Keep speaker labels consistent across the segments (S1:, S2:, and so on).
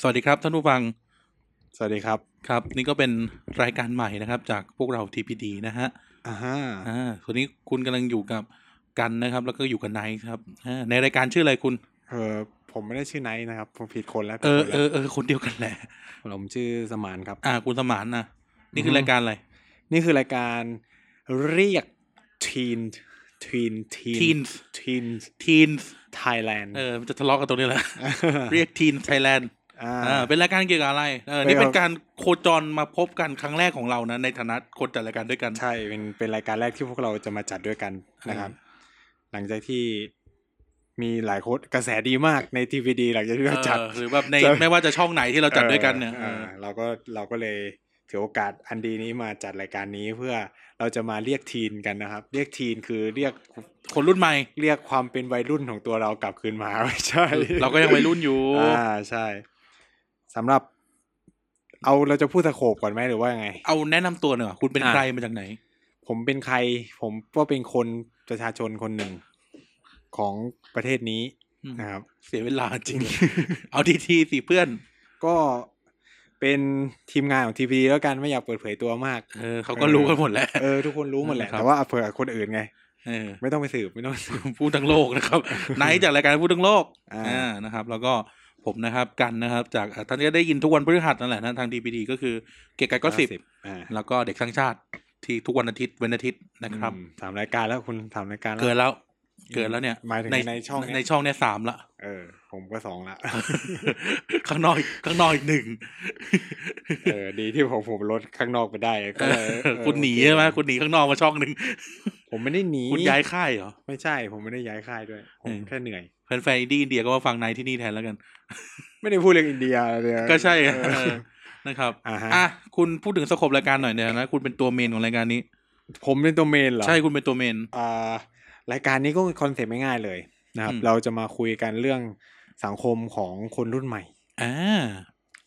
S1: สวัสดีครับท่านผู้ฟัง
S2: สวัสดีครับ
S1: ครับ นี่ก็เป็นรายการใหม่นะครับ จากพวกเรา TPD นะฮะ
S2: อ่าฮะ
S1: อ่าส่วนนี้คุณกำลังอยู่กับกันนะครับ แล้วก็อยู่กับไนท์ครับอ่าในรายการชื่ออะไรคุณ
S2: เออผมไม่ได้ชื่อไนท์นะครับ ผมผิดคนแล้ว
S1: เออ
S2: ผิดค
S1: เอ
S2: นแล้ว
S1: อเออคนเดียวกันแหละ
S2: ผมชื่อสมานครับ
S1: อ่า คุณสมานนะนี่คือ
S2: ม
S1: รายการอะไร
S2: นี่คือรายการเรียกทีนทีนทีน
S1: ทีน
S2: ทีน
S1: ทีน
S2: ไทยแลนด์
S1: เออมันจะทะเลาะกันตรง นี้แหละ เรียกทีนไทยแลนด์
S2: อ่า
S1: อ่าเป็นรายการเกี่ยวกับอะไรเออ
S2: ไม่
S1: นี่
S2: เอา
S1: เป็นการโคจรมาพบกันครั้งแรกของเรานะในฐานะคนจัดรายการด้วยกัน
S2: ใช่เป็นเป็นรายการแรกที่พวกเราจะมาจัดด้วยกันนะครับ หลังจากที่มีหลายโคตกระแสดีมากในทีวีดีหลังจากที่เราจัด
S1: เออหรือแบบใน
S2: จะ
S1: ไม่ว่าจะช่องไหนที่เราจัดด้วยกันเนี่ย
S2: ออออเราก็เราก็เลยถือโอกาสอันดีนี้มาจัดรายการนี้เพื่อเราจะมาเรียกทีนกันนะครับ เรียกทีนคือเรียก
S1: คนรุ่นใหม่
S2: เรียกความเป็นวัยรุ่นของตัวเรากลับคืนมา ไม่ใช่
S1: เราก็ยังวัยรุ่นอยู่
S2: อ่าใช่สำหรับ เอาเราจะพูดสโคบก่อนไหมหรือว่ายังไง
S1: เอาแนะนำตัวหน่อยว่าคุณเป็น
S2: อ่ะ
S1: ใครมาจากไหน
S2: ผมเป็นใคร ผมก็เป็นคนประชาชนคนหนึ่งของประเทศนี้
S1: อืม
S2: นะครับ
S1: เสียเวลาจริง เอาทีทีสิเพื่อน
S2: ก็เป็นทีมงานของทีวีแล้วกันไม่อยากเปิดเผยตัวมาก
S1: เออเขาก็รู้กันหมดแล้ว
S2: เออทุกคนรู้หมดแหละ
S1: ครับ
S2: แต่ว่าเผื่อคนอื่นไง
S1: เออ
S2: ไม่ต้องไปสืบไม่ต้องไปสืบ
S1: พูดทั้งโลก นะครับ ไหนจากรายการพูดทั้งโลก
S2: อ่า
S1: อ่านะครับ แล้วก็ผมนะครับกันนะครับ จากอ่ะท่านก็ได้ยินทุกวันพฤหัสนั่นแหละนะทางดีพีดีก็คือเกียรติกายก็สิบ
S2: อ่า
S1: แล้วก็เด็กสร้างชาติที่ทุกวันอาทิตย์เว้นอาทิตย์นะครับ
S2: อืมสามรายการแล้วคุณสามรายการแล้ว
S1: เกินแล้ว เกินแล้วเนี่ย
S2: หมายถึงในช่องเนี่ย
S1: ในช่องเนี่ยสาม ละ
S2: เออ ผมก็สองละ
S1: ข้างนอกข้างนอกอีกหนึ่ง
S2: เออดีที่ผมผมลดข้างนอกไปได้ก็เลยเออ
S1: คุณหนี
S2: โอเ
S1: ใช่ไหมคุณหนีข้างนอกมาช่องหนึ่ง
S2: ผมไม่ได้หนี
S1: คุณย้ายค่ายเหรอ
S2: ไม่ใช่ ผมไม่ได้ย้ายค่ายด้วยผม
S1: เออ
S2: แค่เหนื่อย
S1: แฟนๆอินดี้อินเดียก็มาฟังในที่นี่แทนแล้วกัน
S2: ไม่ได้พูดเรื่องอินเดียเลย
S1: ก็ใช่
S2: เอ
S1: เอ
S2: อ
S1: อนะครับ
S2: อ่าฮะ
S1: อ่ะคุณพูดถึงสโคปรายการหน่อยเนี่ยนะคุณเป็นตัวเมนของรายการนี้
S2: ผมเป็นตัวเมนเหรอ
S1: ใช่คุณเป็นตัวเมน
S2: อ่ารายการนี้ก็คอนเซ็ปต์ไม่ง่ายเลยนะครับ
S1: อืม
S2: เราจะมาคุยกันเรื่องสังคมของคนรุ่นใหม่
S1: อ่า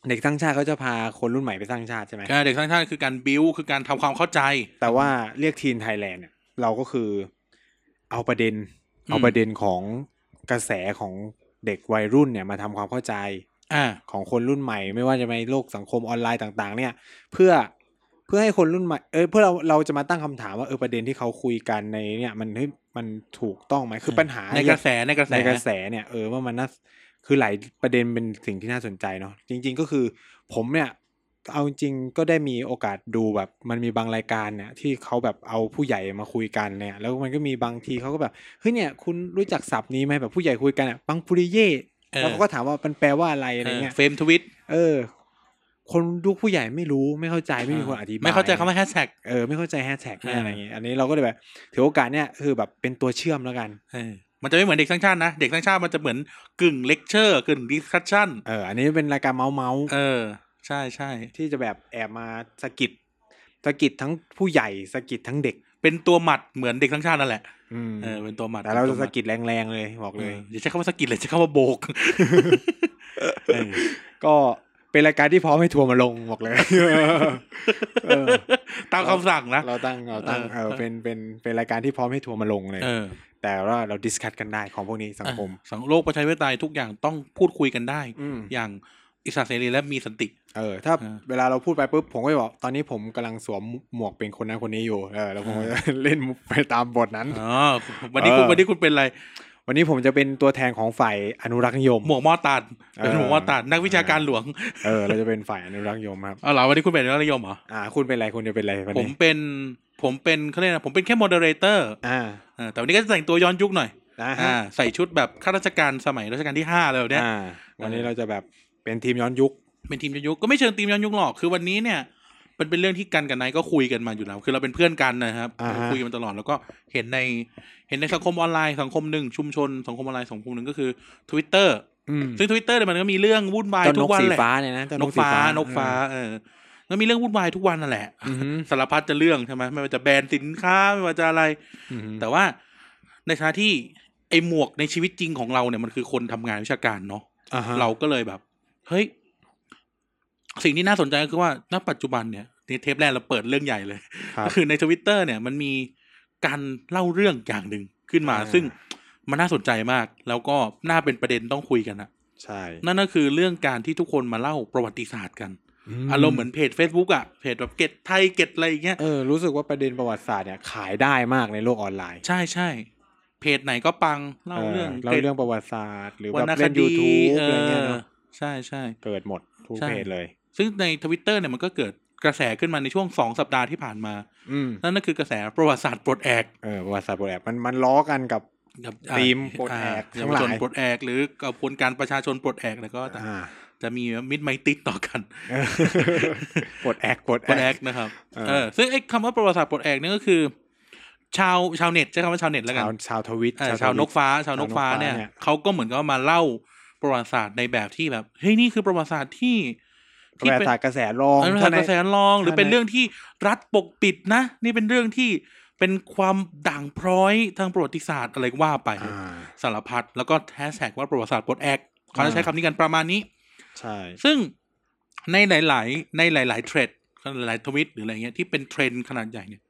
S2: เด็กตั้างชาติเขาจะพาคนรุ่นใหม่ไปสร้างชาติใช่ไหม
S1: การเด็กสร้างชาติคือการบิวคือการทำความเข้าใจ
S2: แต่ว่าเรียกทีนไทยแลนด์เนี่ยเราก็คือเอาประเด็น
S1: อืม
S2: เอาประเด็นของกระแสของเด็กวัยรุ่นเนี่ยมาทำความเข้าใจ
S1: อ่า
S2: ของคนรุ่นใหม่ ไม่ว่าจะในโลกสังคมออนไลน์ต่างๆ เนี่ย เพื่อเพื่อให้คนรุ่นใหม่เออเพื่อเราเราจะมาตั้งคำถามว่าเออประเด็นที่เขาคุยกันในเนี่ยมันเฮ้ยมันถูกต้องไหมคือปัญหา
S1: ในกระแสในกระแส
S2: ในกระแสเนี่ยเออว่ามันน่าคือหลายประเด็นเป็นสิ่งที่น่าสนใจเนาะจริง ๆก็คือผมเนี่ย เอาจริงๆก็ได้มีโอกาสดูแบบ มันมีบางรายการเนี่ยที่เขาแบบเอาผู้ใหญ่มาคุยกันเนี่ย แล้วมันก็มีบางทีเขาก็แบบเฮ้ยเนี่ยคุณรู้จักศัพท์นี้ไหมแบบผู้ใหญ่คุยกันอ่ะปังปุริเย่
S1: เออ
S2: แล้วเขาก็ถามว่ามันแปลว่าอะไรอะไรเงี้ย
S1: เฟรมทวิต
S2: เออ คนลูกผู้ใหญ่ไม่รู้ไม่เข้าใจไม่มีคนอธิบาย
S1: ไม่เข้าใจคำว่าแฮชแท็ก
S2: เออไม่เข้าใจแฮชแท็ก
S1: อ่า
S2: อะไรอย่างเงี้ยอันนี้เราก็เลยแบบถือโอกาสเนี่ยคือแบบเป็นตัวเชื่อมแล้วกัน
S1: มันจะไม่เหมือนเด็กสร้างชาตินะ เด็กสร้างชาติมันจะเหมือนกึ่งเลคเชอร์กึ่งดิสคัชชั่น
S2: เอออันนี้เป็นรายการเมาส์เมาส์
S1: เออ ใช่ใช่
S2: ที่จะแบบแอบมาสะกิดสะกิดทั้งผู้ใหญ่สะกิดทั้งเด็ก
S1: เป็นตัวหมัดเหมือนเด็กทั้งชาตินั่นแหละ
S2: อืม
S1: เออเป็นตัวหมัด
S2: แต่เรา
S1: ป็น
S2: จะ
S1: ตัวหมั
S2: สะ
S1: ด
S2: กิดแรงๆเลยบอก
S1: เอ
S2: เลย
S1: ออย่าใช้คำว่าสะกิดเลยใช้คำว่าโบก
S2: เออก็เป็นรายการที่พร้อมให้ทัวร์มาลงบอกเลยเออ
S1: ตามคำสั่งนะ
S2: เราตั้งเราตั้ง
S1: เอ
S2: เอ
S1: อ
S2: อเป็นเป็นเป็นรายการที่พร้อมให้ทัวร์มาลงเลย
S1: เออ
S2: แต่ว่าเราดิสคัตกันได้ของพวกนี้สังคม
S1: สังโลกประชาธิปไตยทุกอย่างต้องพูดคุยกันได้
S2: อืม
S1: อย่างอิสระเสรีและมีสันติ
S2: เออ ถ้า
S1: เออ
S2: เวลาเราพูดไปปุ๊บผมก็จะบอกตอนนี้ผมกำลังสวมหมวกเป็นคนนั้นคนนี้อยู่เออแล้วผมก็
S1: เออ
S2: จะเล่นมุกไปตามบทนั้น
S1: อ๋อวันนี้คุณ
S2: เออ
S1: วันนี้คุณเป็นอะไร
S2: วันนี้ผมจะเป็นตัวแทนของฝ่ายอนุรักษ์นิยม
S1: หมวกหม้อตาดเป็น
S2: เออ
S1: หมวกหม้อตาดนักวิชาการหลวง
S2: เออเราจะเป็นฝ่ายอนุรักษ์นิยมครับ
S1: เอาเหรอวันนี้คุณเป็นนักนิยมเหรอ
S2: อ่า คุณเป็นอะไรคุณจะเป็นอะไรวัน
S1: ผม
S2: นี้
S1: เป็นผมเป็นเขาเรียกนะผมเป็นแค่โมเดเลเตอร์
S2: อ่า
S1: แต่วันนี้ก็จะแต่งตัวย้อนยุคหน่อย
S2: นะฮะ
S1: อ่าใส่ชุดแบบข้าราชการสมัยรัชกาลที่ห้าเลยเนี่ย
S2: อ่าวันนี้เราจะแบบเป็นทีมย้อนยุค
S1: เป็นทีมย้อนยุคก็ไม่เชิงทีมย้อนยุคหรอกคือวันนี้เนี่ยมันเป็นเรื่องที่กันกับนายก็คุยกันมาอยู่แล้วคือเราเป็นเพื่อนกันนะครับ
S2: อ่าฮะ
S1: คุยกันมาตลอดแล้วก็เห็นในเห็นในสังคมออนไลน์สังคมหนึ่งชุมชนสังคมออนไลน์สังคมหนึ่งก็คือ Twitter
S2: อืม
S1: ซึ่ง Twitter เนี่ยมันก็มีเรื่องวุ่นวาย
S2: เจ้า
S1: ทุ
S2: นก
S1: กวัน
S2: สี
S1: แหละ
S2: ฟ้าเนี่ยนะเจ้
S1: นกฟ้านกฟ้าเออแล้วมีเรื่องวุ่นวายทุกวันนั่นแหละ
S2: อืม
S1: สารพัดจะเรื่องใช่ไหมไม่ว่าจะแบรนด์สินค้าไม่ว่าจะอะไร
S2: อืม
S1: แต่ว่าในฐานะที่ไอหมวกในชีวิตจริงของเราเนี่ยมันคือคนทำงานวิชาการเนาะ
S2: อ่ฮะ
S1: เราก็เลยแบบ เฮ้ย สิ่งที่น่าสนใจก็คือว่าณปัจจุบันเนี่ยในเทปแรกเราเปิดเรื่องใหญ่เลย
S2: ค รับ
S1: ก็คือในทวิตเตอร์เนี่ย มันมีการเล่าเรื่องอย่างหนึ่งขึ้นมา
S2: อ่า
S1: ซึ่งมันน่าสนใจมาก แล้วก็น่าเป็นประเด็นต้องคุยกันนะ
S2: ใช่
S1: นั่นก็คือเรื่องการที่ทุกคนมาเล่าประวัติศาสตร์กันอารมณ์เหมือนเพจ Facebook อ่ะเพจแบบเก็ตไทยเก็ตอะไรอย่างเงี้ย
S2: เออรู้สึกว่าประเด็นประวัติศาสตร์เนี่ยขายได้มากในโลกออนไลน์
S1: ใช่ใช่เพจไหนก็ปังเล่าเรื่อง
S2: เล่าเรื่องประวัติศาสตร์ หรือ
S1: ว
S2: แบบ
S1: รรณค
S2: เล่นยู
S1: ดี
S2: ทูบ
S1: เอ
S2: อะไรเงี้ย
S1: อ
S2: เนาะ
S1: ใช่ใช่
S2: เกิดหมดทุก
S1: ใช่
S2: เพจเลย
S1: ซึ่งในทวิตเตอร์เนี่ยมันก็เกิดกระแสขึ้นมาในช่วงสองสัปดาห์ที่ผ่านมา
S2: อืม
S1: นั่นก็คือกระแสประวัติศาสตร์ปลดแอก
S2: เออประวัติศาสตร์โปรแอกมันมันล้อกันกับ
S1: กับอ่า
S2: ธีมปลดแอก
S1: าเยา
S2: ทั้ง
S1: ว
S2: หลาย
S1: ชนปลดแอกหรือกระบวนการประชาชนปลดแอกแล้วก็ตาม
S2: อ่า
S1: จะมีมิตรไมตรีต่อกัน
S2: เออปลดแอกปลด
S1: ปลด
S2: แอ
S1: แอก
S2: ก
S1: นะครับ
S2: เออ
S1: เออซึ่งไอ้คำว่าประวัติศาสตร์ปลดแอกเนี่ยก็คือ ชาวชาวเน็ตใช้คำว่าชาวเน็ตแล้วกัน
S2: ชาวชาวทวิต
S1: เออ
S2: ทต
S1: ชาวนกฟ้า ชาวนกฟ้า
S2: ชาวนกฟ้า
S1: เนี่ย
S2: เนี่ย
S1: เขาก็เหมือนกับว่ามาเล่าประวัติศาสตร์ในแบบที่แบบเฮ้ยนี่คือประวัติศาสตร์ที่
S2: ประวั
S1: เป็
S2: ติ
S1: น
S2: ศาสตร์กระแสรอง
S1: อันนั้น
S2: ถ้า
S1: เป็น
S2: ใน
S1: กระแสรองหรือ
S2: ถ้าใน
S1: เป็นเรื่องที่รัฐปกปิดนะ นี่เป็นเรื่องที่เป็นความด่างพร้อยทางประวัติศาสตร์อะไรก็ว่าไป
S2: อ่า
S1: สารพัดแล้วก็แฮชแท็กว่าประวัติศาสตร์ปลดแอกเขาจะใช้
S2: อ่า
S1: คำนี้กันประมาณนี้
S2: ใช่
S1: ซึ่งในหลาย ๆ ในหลาย ๆ เทรดหลายๆทวิตหรืออะไรเงี้ยที่เป็นเทรนด์ขนาดใหญ่เนี่ย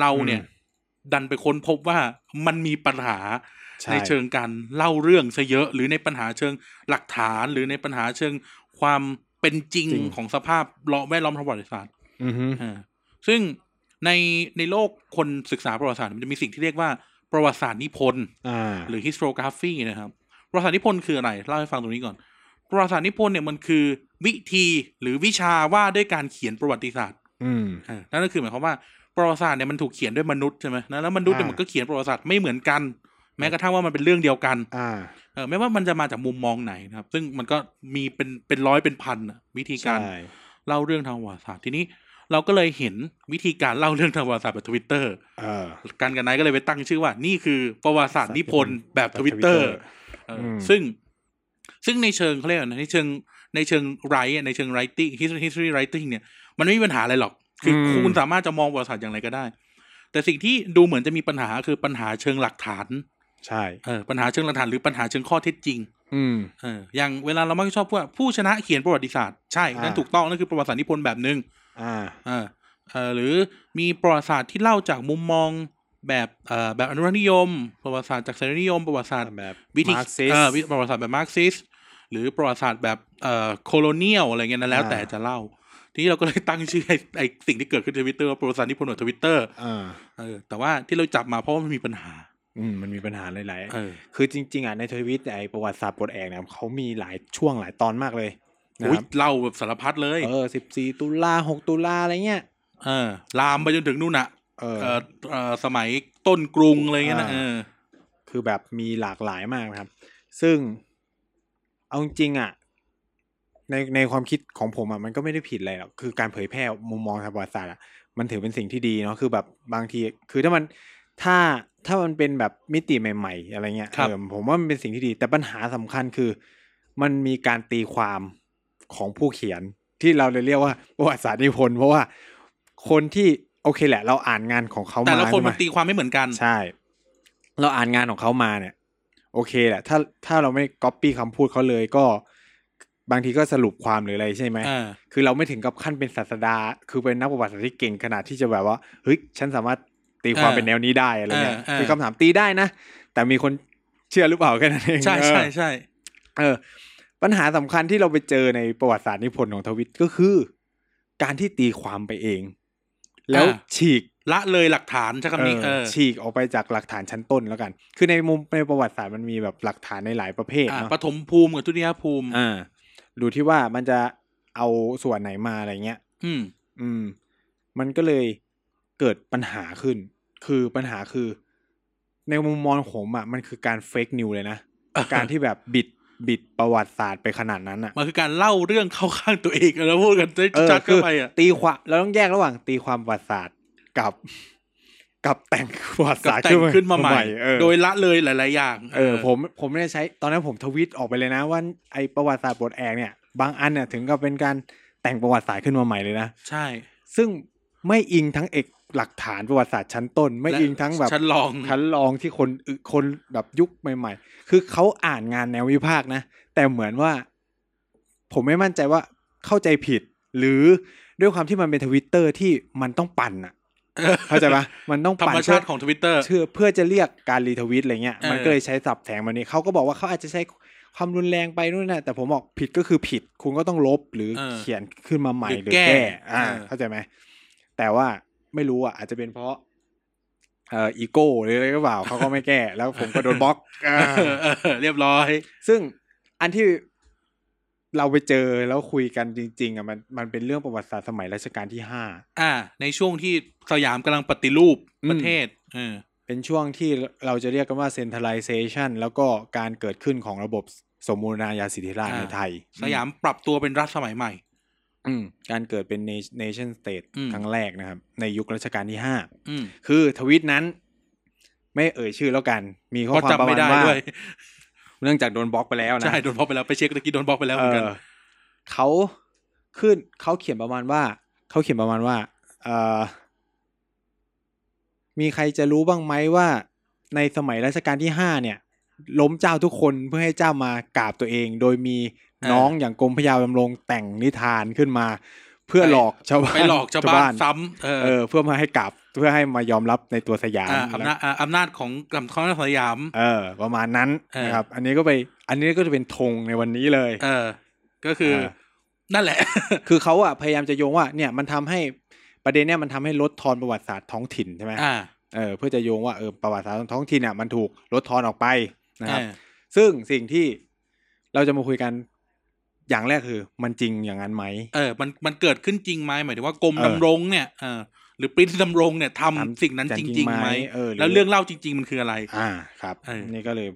S1: เราเนี่ยดันไปค้นพบว่ามันมีปัญหา ในเชิงการเล่าเรื่องซะเยอะ หรือในปัญหาเชิงหลักฐาน หรือในปัญหาเชิงความเป็นจริงของสภาพล้อแวดล้อมทางประวัติศาสตร์
S2: อือฮึ
S1: อ่าซึ่งในในโลกคนศึกษาประวัติศาสตร์มันจะมีสิ่งที่เรียกว่าประวัติศาสตร์นิพนธ์
S2: อ่า
S1: หรือ historiography นะครับประวัติศาสตร์นิพนธ์คืออะไรเล่าให้ฟังตรงนี้ก่อน ประวัติศาสตร์นิพนธ์เนี่ยมันคือวิธีหรือวิชาว่าด้วยการเขียนประวัติศาสตร์
S2: อืม
S1: เออนั่นก็คือหมายความว่าประวัติศาสตร์เนี่ยมันถูกเขียนด้วยมนุษย์ใช่ไหมนะแล้วมนุษย์เนี่ย
S2: อ่ามั
S1: มันก็เขียนประวัติศาสตร์ไม่เหมือนกัน แม้กระทั่งว่ามันเป็นเรื่องเดียวกัน
S2: อ่า
S1: เออไม่ว่ามันจะมาจากมุมมองไหนนะครับ ซึ่งมันก็มีเป็นเป็นร้อยเป็นพันอะวิธีการ
S2: ใช่
S1: เล่าเรื่องทางประวัติศาสตร์ทีนี้ เราก็เลยเห็นวิธีการเล่าเรื่องทางประวัติศาสตร์แบบทวิตเตอร์
S2: เออ
S1: กันกับนายก็เลยไปตั้งชื่อว่า นี่คือประวัติศาสตร์นิพนธ์แบบทวิตเตอร์ เอออ
S2: ม
S1: ซึ่งซึ่งในเชิงเขาเรียกอะไรนะในเชิงในเชิงไรในเชิง writing history history writing เนี่ย มันไม่มีปัญหาอะไรหรอก คืออ
S2: ม
S1: คุณสามารถจะมองประวัติศาสตร์อย่างไรก็ได้ แต่สิ่งที่ดูเหมือนจะมีปัญหาคือปัญหาเชิงหลักฐาน
S2: ใช่
S1: เออปัญหาเชิงหลักฐานหรือปัญหาเชิงข้อเท็จจริง
S2: อืม
S1: เอออย่างเวลาเรามักจะชอบพูดว่าผู้ชนะเขียนประวัติศาสตร์ใช่นั่น
S2: อ่า
S1: ถูกต้องนั่นคือประวัติศาสตร์นิพนธ์แบบหนึ่ง
S2: อ่า
S1: เออเออหรือมีประวัติศาสตร์ที่เล่าจากมุมมองแบบเอ่อแบบอนุรักษนิยม ประวัติศาสตร์จากเสรีนิยม ประวัติศาสตร์
S2: แบบ
S1: วิธี
S2: Marxist
S1: เอ่อวิประวัติศาสตร์แบบมาร์กซิสหรือประวัติศาสตร์แบบเอ่อโคโลเนียลอะไรเงี้ยนะแล้ว
S2: อ่า
S1: แต่จะเล่า ทีนี้เราก็เลยตั้งชื่อ ไอ้ไอ้สิ่งที่เกิดขึ้นในทวิตเตอร์ว่าประวัติศาสตร์นิพนธ์ของทวิตเตอร์
S2: อ่า
S1: เออแต่ว่าที่เราจับมาเพราะว่ามันมีปัญหา
S2: อืมมันมีปัญหาหลาย
S1: เออ
S2: ๆคือจริง ๆอ่ะในทวิตไอประวัติศาสตร์บทแอกเนี่ยเขามีหลายช่วงหลายตอนมากเลยนะ
S1: อุ๊
S2: ค
S1: ย
S2: รับ
S1: เล่าแบบสารพัดเลย
S2: เออสิบสี่ตุลาหกตุลาอะไรเงี้ย
S1: เออลามไปจนถึงนู่นน่ะ
S2: เออ
S1: เออเออสมัยต้นกรุงอะไรเงี้ยนะ
S2: อ่า
S1: เออ
S2: คือแบบมีหลากหลายมากนะครับ ซึ่งเอาจริงๆอ่ะ ในในความคิดของผมอ่ะมันก็ไม่ได้ผิดอะไรหรอกคือการเผยแพร่มุมมองทางประวัติศาสตร์อ่ะมันถือเป็นสิ่งที่ดีเนาะคือแบบบางที คือถ้ามันถ้าถ้ามันเป็นแบบมิติใหม่ ๆ อะไรเงี้ยเออผมว่ามันเป็นสิ่งที่ดี แต่ปัญหาสำคัญคือ มันมีการตีความของผู้เขียนที่เราเลยเรียกว่าประวัติศาสตร์นิพนธ์เพราะว่าคนที่โอเคแหละ เราอ่านงานของเขามา
S1: แต่ละคน
S2: ใช่ไหม
S1: มันตีความไม่เหมือนกัน
S2: ใช่ เราอ่านงานของเขามาเนี่ย โอเคแหละถ้าถ้าเราไม่ก๊อปปี้คำพูดเขาเลยก็ บางทีก็สรุปความหรืออะไรใช่ไหม
S1: เออ
S2: คือเราไม่ถึงกับขั้นเป็นศาสดา คือเป็นนักประวัติศาสตร์ที่เก่งขนาดที่จะแบบว่าเฮ้ยฉันสามารถตีความ
S1: เออ
S2: เป็นแนวนี้ได้อะไรเงี้ย
S1: เออเออ
S2: คือคำถามตีได้นะ แต่มีคนเชื่อหรือเปล่าแค่นั้นเอง
S1: ใช่ใช่
S2: เออ
S1: ใช่
S2: เออ ปัญหาสำคัญที่เราไปเจอในประวัติศาสตร์นิพนธ์ของทวิตก็คือ การที่ตีความไปเอง แล้วฉีก
S1: ละเลยหลักฐานใช้คำนี้
S2: เอ
S1: เอ
S2: อ
S1: อ
S2: ฉีกออกไปจากหลักฐานชั้นต้นแล้วกัน คือในมุมในประวัติศาสตร์มันมีแบบหลักฐานในหลายประเภท
S1: อ่ะ
S2: เนาะ
S1: ปฐมภูมิกับทุติยภูมิ
S2: อ่าดูที่ว่ามันจะเอาส่วนไหนมาอะไรเงี้ย
S1: อืม
S2: อืม มันก็เลยเกิดปัญหาขึ้น คือปัญหาคือ ในมุมมองผมอ่ะมันคือการเฟกนิวเลยนะ การที่แบบบิดบิดประวัติศาสตร์ไปขนาดนั้นอ่ะ
S1: มันคือการเล่าเรื่องเข้าข้างตัวเองแล้วพูดกัน
S2: เออ
S1: ชัดๆ
S2: คื
S1: เข้าไปอ่ะ
S2: ตีความเราต้องแยกระหว่างตีความประวัติศาสตร์กับ กับแต่งประวัติ
S1: กับ
S2: ศาสตร์
S1: แต่งขึ้นมาใหม่
S2: เออ
S1: โดยละเลยหลาย ๆ อย่าง
S2: เออผมผมไม่ได้ใช้ตอนนั้นผมทวิตออกไปเลยนะว่าไอประวัติศาสตร์บทแอกเนี่ยบางอันเนี่ยถึงกับเป็นการแต่งประวัติศาสตร์ขึ้นมาใหม่เลยนะ
S1: ใช่
S2: ซึ่งไม่อิงทั้งเอกหลักฐานประวัติศาสตร์ชั้นต้น ไม่อิงทั้งแบบ
S1: ฉันลอง
S2: ชั้นรองที่คนอื่นคนแบบยุคใหม่ ๆ คือเขาอ่านงานแนววิพากษ์นะ แต่เหมือนว่า ผมไม่มั่นใจว่าเข้าใจผิด หรือด้วยความที่มันเป็นทวิตเตอร์ที่มันต้องปั่นอะ
S1: เออ
S2: เข้าใจปะมันต้อง
S1: ธร
S2: ปั่น
S1: รม
S2: เพื่อ
S1: ชาติของทวิตเตอร์
S2: เชื่อเพื่อจะเรียกการรีทวิตอะไรเงี้ย
S1: เออ
S2: มันก็เลยใช้สับแสงแบบนี้เขาก็บอกว่าเขาอาจจะใช้ ความรุนแรงไปนู่นน่ะแต่ผมบอกผิดก็คือผิด คุณก็ต้องลบหรือ
S1: เออ
S2: เขียนขึ้นมาใหม่
S1: ห
S2: ห
S1: รื
S2: รือ อ
S1: แก้
S2: แก้อ่า
S1: เออ
S2: เข้าใจไหมแต่ว่าไม่รู้อ่ะอาจจะเป็นเพราะเอ่ออีโก้หรืออะไรก็เปล่าเขาก็ไม่แก้ แล้วผมก็โดนบล็อก อ่า
S1: เออเออเรียบร้อย
S2: ซึ่งอันที่เราไปเจอแล้วคุยกันจริง ๆอ่ะมันมันเป็นเรื่องประวัติศาสตร์สมัยรัชกาลที่ห้า
S1: อ่า ในช่วงที่สยามกำลังปฏิรูปประเทศเออ
S2: เป็นช่วงที่เราจะเรียกกันว่า centralization แล้วก็การเกิดขึ้นของระบบสมมูลนาญาสิทธิราช
S1: อ่า
S2: ในไทย
S1: สยามปรับตัวเป็นรัฐสมัยใหม่
S2: อืมการเกิดเป็น nation- nation state
S1: อืม
S2: ครั้งแรกนะครับ ในยุครัชกาลที่ห้า
S1: อืม
S2: คือทวิตนั้น ไม่เอ่ยชื่อแล้วกัน มีข้อ
S1: ก็
S2: ความ
S1: จำ
S2: ประ
S1: ไม่
S2: มาณ
S1: ได้
S2: ว่า
S1: ด้วย
S2: เนื่องจากโดนบล็อกไปแล้วนะ
S1: ใช่โดนบล็อกไปแล้วไปเช็คตะกี้โดนบล็อกไปแล้วเหมือนกัน
S2: เออเขาขึ้นเขาเขียนประมาณว่า เขาเขียนประมาณว่าเออมีใครจะรู้บ้างไหมว่า ในสมัยรัชกาลที่ห้าเนี่ย ล้มเจ้าทุกคนเพื่อให้เจ้ามากราบตัวเอง โดยมีน้องอย่างกรมพระยาดำรงแต่งนิทานขึ้นมา เพื่อ
S1: ไป
S2: หลอกชาวบ้าน
S1: ไปหลอกชาวบ้านซ้ำเออ
S2: เออ เพื่อมาให้กราบเพื่อให้มายอมรับในตัวสยาม
S1: อ่าอำนาจอ่าอำนาจของกำข้อสยาม
S2: เออ ประมาณนั้น
S1: เออ
S2: นะครับ อันนี้ก็ไป อันนี้ก็จะเป็นธงในวันนี้เลย
S1: เออ ก็คือ
S2: เออ
S1: นั่นแหละ
S2: คือเขาอะพยายามจะโยงว่าเนี่ยมันทำให้ประเด็นเนี่ยมันทำให้ลดทอนประวัติศาสตร์ท้องถิ่นใช่ไหม
S1: อ่า
S2: เออเพื่อจะโยงว่าเออประวัติศาสตร์ท้องถิ่นเนี่ยมันถูกลดทอนออกไปนะ
S1: เอ
S2: ครับ
S1: อ
S2: ซึ่งสิ่งที่เราจะมาคุยกันอย่างแรกคือ มันจริงอย่างนั้นไหม
S1: เออ มันมันเกิดขึ้นจริงไหมหมายถึงว่ากรม
S2: เออ
S1: ดำรงเนี่ยเออหรือปริ้นดำรงเนี่ยทำสิ่งนั้นจริงๆไหม
S2: เออห
S1: แล้วเรื่องเล่าจริง ๆ มันคืออะไร
S2: อ่าครับ
S1: เออ
S2: นี่ก็เลย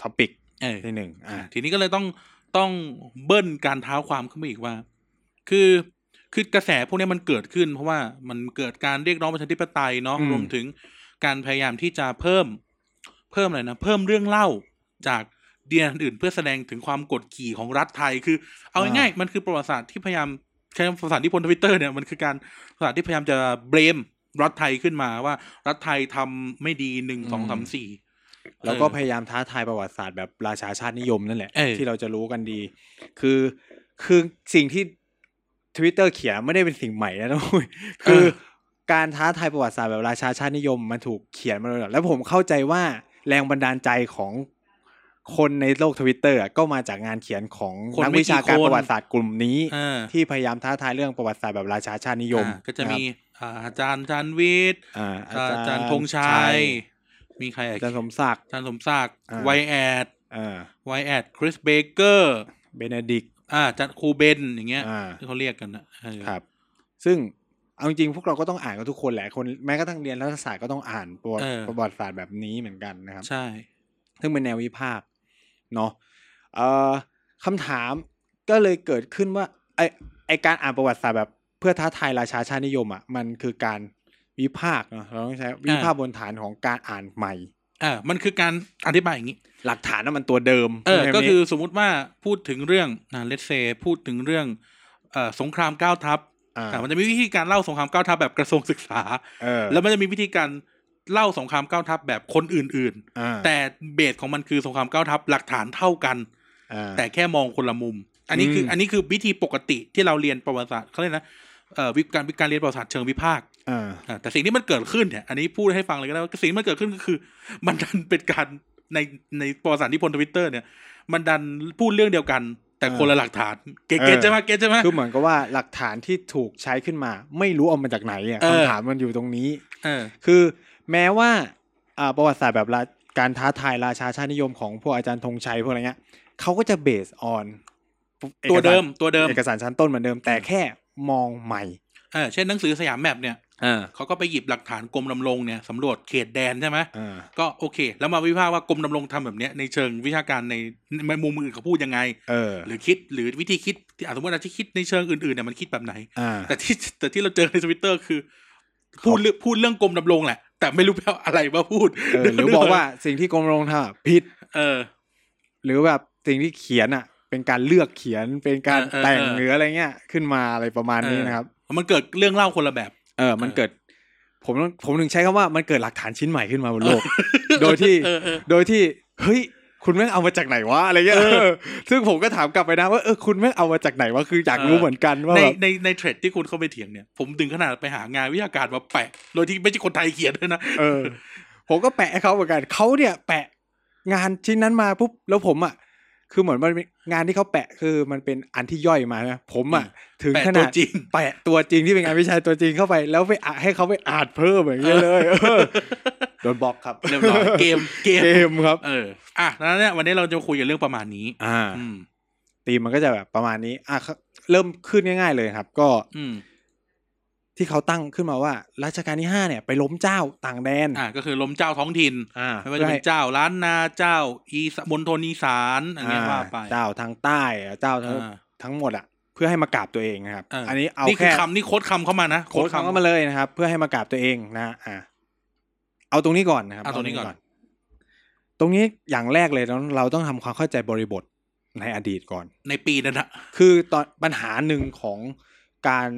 S2: ท็อปิก
S1: เออ
S2: ที่หนึ่งอ่า
S1: ทีนี้ก็เลยต้องต้องเบิ้ลการเท้าความขึ้นมาอีกว่า คือคือกระแสพวกนี้มันเกิดขึ้น เพราะว่ามันเกิดการเรียกร้องประชาธิปไตยเนาะ
S2: อืม
S1: รวมถึงการพยายามที่จะเพิ่ม เพิ่มอะไรนะเพิ่มเรื่องเล่าจากเดียนอื่นเพื่อแสดงถึงความกดขี่ของรัฐไทย คือ เอาง่ายๆมันคือประวัติศาสตร์ที่พยายามใช้ภาษาที่พลทวิตเตอร์เนี่ยมันคือการประวัติศาสตร์ที่พยายามจะเบรมรัฐไทยขึ้นมาว่า รัฐไทยทำไม่ดีหนึ่งสองสามสี่
S2: แล้วก็พยายามท้าทายประวัติศาสตร์แบบราชาชาตินิยมนั่นแหละ
S1: เออ
S2: ที่เราจะรู้กันดี คือ คือสิ่งที่ทวิตเตอร์เขียนไม่ได้เป็นสิ่งใหม่นะทุกคนคือการท้าทายประวัติศาสตร์แบบราชาชาตินิยมมันถูกเขียนมาตลอดแล้วผมเข้าใจว่าแรงบันดาลใจของคนในโลกทวิตเตอร์ก็มาจากงานเขียนของนักวิชาการประวัติศาสตร์กลุ่มนี้
S1: เออ
S2: ที่พยายามท้าทายเรื่องประวัติศาสตร์แบบราชาชาตินิยม
S1: อ่าก็จะมีอาอาจารย์จันวิทย์
S2: อ่า
S1: อาอาจารย์ธงชัย มีใครอีก
S2: อาจารย์สมศักดิ์
S1: อาจารย์สมศักดิ์
S2: อ่า
S1: ไวแอด
S2: อ่า
S1: ไวแอดคริสเบเกอร์
S2: เบเนดิกต์
S1: อาอาจารย์ครูเบนอย่างเงี้ย
S2: อ่า
S1: ที่เขาเรียกกันนะเออ
S2: ครับ ซึ่งเอาจริงๆพวกเราก็ต้องอ่านกันทุกคนแหละคนแม้กระทั่งเรียนรัฐศาสตร์ก็ต้องอ่านประวัติประวัติศาสตร์แบบนี้เหมือนกันนะครับ
S1: ใช่
S2: ซึ่งเป็นแนววิพากษ์เนาะเอ่อคำถามก็เลยเกิดขึ้นว่าไอไอการอ่านประวัติศาสตร์แบบเพื่อท้าทายราชาชาตินิยมอ่ะมันคือการวิพากษ์เนอะเราต้องใช้วิพากษ์บนฐานของการอ่านใหม่
S1: อ่ามันคือการอธิบายอย่างนี้
S2: หลักฐานน่ะมันตัวเดิม
S1: เออ
S2: ใช่ไหม
S1: ก็คือสมมุติว่าพูดถึงเรื่องนะเลตเซพูดถึงเรื่องเอ่อสงครามเก้าทัพ
S2: อ่า
S1: อ่ามันจะมีวิธีการเล่าสงครามเก้าทัพแบบกระทรวงศึกษา
S2: เออ
S1: แล้วมันจะมีวิธีการเล่าสงครามเก้าทัพแบบคนอื่น ๆ
S2: อ่า
S1: แต่เบสของมันคือสงครามเก้าทัพหลักฐานเท่ากัน
S2: อ่า
S1: แต่แค่มองคนละมุม อันนี้คือ
S2: ม
S1: อันนี้คือวิธีปกติที่เราเรียนประวัติศาสตร์เขาเรียกนะเอ่อวิการวิการเรียนประวัติศาสตร์เชิงวิพากษ์
S2: อ่า
S1: อ่าแต่สิ่งที่มันเกิดขึ้นเนี่ยอันนี้พูดให้ฟังเลยก็ได้ว่าสิ่งที่มันเกิดขึ้นก็คือ มันดัน เป็นการในในประวัติศาสตร์ที่พลทวิตเตอร์เนี่ย มันดันพูดเรื่องเดียวกัน แต่คนละหลักฐานเกตเกตใช่ไหมเกตใช่ไหม
S2: คือเหมือนกับว่าหลักฐานที่ถูกใช้ขึ้นมา ไม่รู้เอามาจากไหนอ่ะ
S1: เออ
S2: คำถามมันอยู่ตรงนี้
S1: เออ
S2: คือแม้ว่าอ่าประวัติศาสตร์แบบราการท้าทายราชาชาตินิยมของพวกอาจารย์ธงชัยพวกอะไรเงี้ยเขาก็จะเบสออน
S1: ตัวเดิมตัวเดิม
S2: เอกสารชั้นต้นเหมือนเดิม แต่แค่มองใหม่
S1: เออเช่นหนังสือสยามแมปเนี่ยเขาก็ไปหยิบหลักฐานกรมลำลงเนี่ยสำรวจเขตแดนใช่ไหม
S2: อ่า
S1: ก็โอเค แล้วมาวิพากษ์ว่ากรมดำรงทำแบบเนี้ยในเชิงวิชาการในในมุมอื่นเขาพูดยังไง
S2: เออ
S1: หรือคิดหรือวิธีคิดที่อ่ะสมมติเราที่คิดในเชิงอื่นๆเนี่ยมันคิดแบบไหน
S2: อ่า
S1: แต่ที่แต่ที่เราเจอในทวิตเตอร์คือ พูดเรื่องพูดเรื่องกรมดำรงแหละ แต่ไม่รู้ไปเอาอะไรมาพูด
S2: เออหรือบอกว่าสิ่งที่กรมโรงทำอ่ะผิด
S1: เออ
S2: หรือแบบสิ่งที่เขียนอ่ะ เป็นการเลือกเขียนเป็นการ
S1: เออเออ
S2: แต่ง
S1: เออ
S2: หรืออะไรเงี้ยขึ้นมาอะไรประมาณนี้นะครับ
S1: มันเกิดเรื่องเล่าคนละแบบ
S2: เออ มัน
S1: เออ
S2: เกิด ผมต้องผมถึงใช้คำว่ามันเกิดหลักฐานชิ้นใหม่ขึ้นมาบนโลก โดยที่
S1: เออเออ
S2: โดยที่ เฮ้ย คุณแม่งเอามาจากไหนวะ อะไรเงี้ย
S1: เออ
S2: เออซึ่งผมก็ถามกลับไปนะว่าเออ คุณแม่งเอามาจากไหนวะ คืออยาก
S1: เออ
S2: รู้เหมือนกันว่า
S1: ใน
S2: แบบ
S1: ในในเทรดที่คุณเข้าไปเถียงเนี่ยผมถึงขนาดไปหางานวิชาการมาแปะโดยที่ไม่ใช่คนไทยเขียนด้วยนะ
S2: เออ ผมก็แปะให้เขาเหมือนกัน เขาเนี่ย แปะงานชิ้นนั้นมาปุ๊บ แล้วผมอ่ะ คือเหมือนมันงานที่เขาแปะคือมันเป็นอันที่ย่อยมานะผมอ่ะ
S1: อื
S2: ถึง
S1: แปะ
S2: ข
S1: ตั
S2: นาว ด
S1: จริง
S2: แปะตัวจริงที่เป็นงานวิจัยตัวจริงเข้าไป แล้วไปอ่ะให้เขาไปอ่านเพิ่มอย่างเงี้ยเลยเออโดนบล็อกครับ
S1: เรียบร้อยเกมเกม
S2: เกมครับ
S1: เออ อ่ะแล้วเนี่ยวันนี้เราจะคุยกันเรื่องประมาณนี้
S2: อ่า
S1: อืม
S2: ตีมมันก็จะแบบประมาณนี้อ่ะครับเริ่มขึ้นง่าย ๆ เลยครับ ก็
S1: อืม
S2: ที่เขาตั้งขึ้นมาว่ารัชกาลที่ห้าเนี่ยไปล้มเจ้าต่างแดน
S1: อ่ะก็คือล้มเจ้าท้องถิ่น
S2: อ่า
S1: ไม่ว่าจะเป็นเจ้าล้านนาเจ้า อีสมณฑลอีสานอะไรเงี้ยว่าไป
S2: เจ้าทางใต้อ่ะเจ้าทั้ง
S1: อ่า
S2: ทั้งหมดอ่ะ เพื่อให้มากราบตัวเองนะครับ
S1: เอออั
S2: นนี้เอา
S1: นี่คือ
S2: แค่
S1: คำนี่โค้ดคำเข้ามานะ
S2: โค้ด
S1: ำ
S2: คำเข้ามาเลยนะครับ เพื่อให้มากราบตัวเองนะ อ่าเอาตรงนี้ก่อนนะครับ
S1: เอาตรงนี้ก่อน
S2: ตรงนี้อย่างแรกเลยเราเราต้องทำความเข้าใจบริบทในอดีตก่อน
S1: ในปีนั้นนะ
S2: คือตอนปัญหาหนึ่งของการ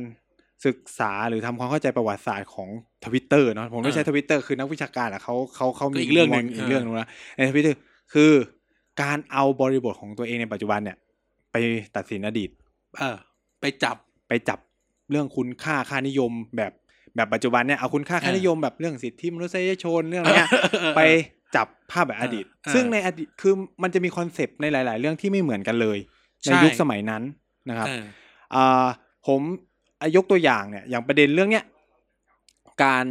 S2: ศึกษาหรือทำความเข้าใจประวัติศาสตร์ของทวิตเตอร์เนาะผมไม่ใช้ทวิตเตอร์คือนักวิชาการอะเขาเขาเขา
S1: ก็
S2: มี
S1: อีกเรื่องหนึ่ง
S2: อีกเรื่องหนึงนะในทวิตเตอร์คือการเอาบริบทของตัวเองในปัจจุบันเนี่ย ไปตัดสินอดีต
S1: เออ ไปจับ
S2: ไปจับเรื่องคุณค่าค่านิยมแบบแบบปัจจุบันเนี่ยเอาคุณค่าค่านิยมแบบเรื่องสิทธิมนุษยชนเรื่องเนี้ย ไปจับภาพแบบอดีต
S1: เออ
S2: ซึ่งในอดีตคือมันจะมีคอนเซปต์ในหลาย ๆ เรื่องที่ไม่เหมือนกันเลย
S1: ใช่
S2: ในยุคสมัยนั้นนะครับ
S1: เออ
S2: อ่าผมอ่ะยกตัวอย่างเนี่ย อย่างประเด็นเรื่องเนี้ยการ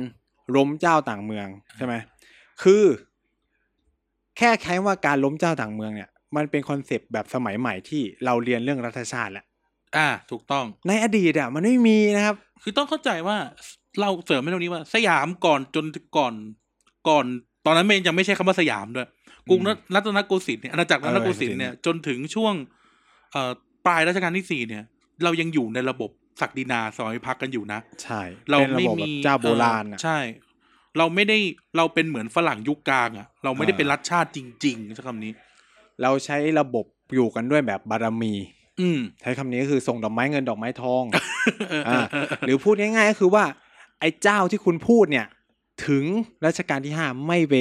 S2: ล้มเจ้าต่างเมืองใช่ไหมคือ แค่ใช้ว่าการล้มเจ้าต่างเมืองเนี่ย มันเป็นคอนเซปต์แบบสมัยใหม่ที่เราเรียนเรื่องรัฐชาติแหละ
S1: อ่า ถูกต้อง
S2: ในอดีตอ่ะมันไม่มีนะครับ
S1: คือต้องเข้าใจว่าเราเสริมให้ตรงนี้ว่า สยามก่อนจนก่อนก่อน ตอนนั้นมันยังไม่ใช่คำว่าสยามด้วยกรุง
S2: อืม
S1: รัตนโกสินทร์เนี่ยอาณาจักรรัตนโกสินทร์เนี่ยจนถึงช่วงเอ่อปลายรัชกาลที่สี่เนี่ย เรายังอยู่ในระบบศักดินาสอยพักกันอยู่นะ
S2: ใช่
S1: เรา
S2: ป็นะ
S1: ไม่
S2: บบ
S1: มี
S2: แบบเจ้าโบราณ
S1: เอ
S2: อ่ะ
S1: อใช่ เราไม่ได้เราเป็นเหมือนฝรั่งยุคกลางอ่ะ เราไม่ได้
S2: อ่า
S1: เป็นรัฐชาติจริงๆใช้คำนี้
S2: เราใช้ระบบอยู่กันด้วยแบบบารมี
S1: อืม
S2: ใช้คำนี้ก็คือส่งดอกไม้เงินดอกไม้ท อง
S1: เออเอ
S2: อ่า
S1: อเออ
S2: หรือพูดง่ายๆก็คือว่า ไอ้เจ้าที่คุณพูดเนี่ย ถึงรัชกาลที่ห้าไม่ไป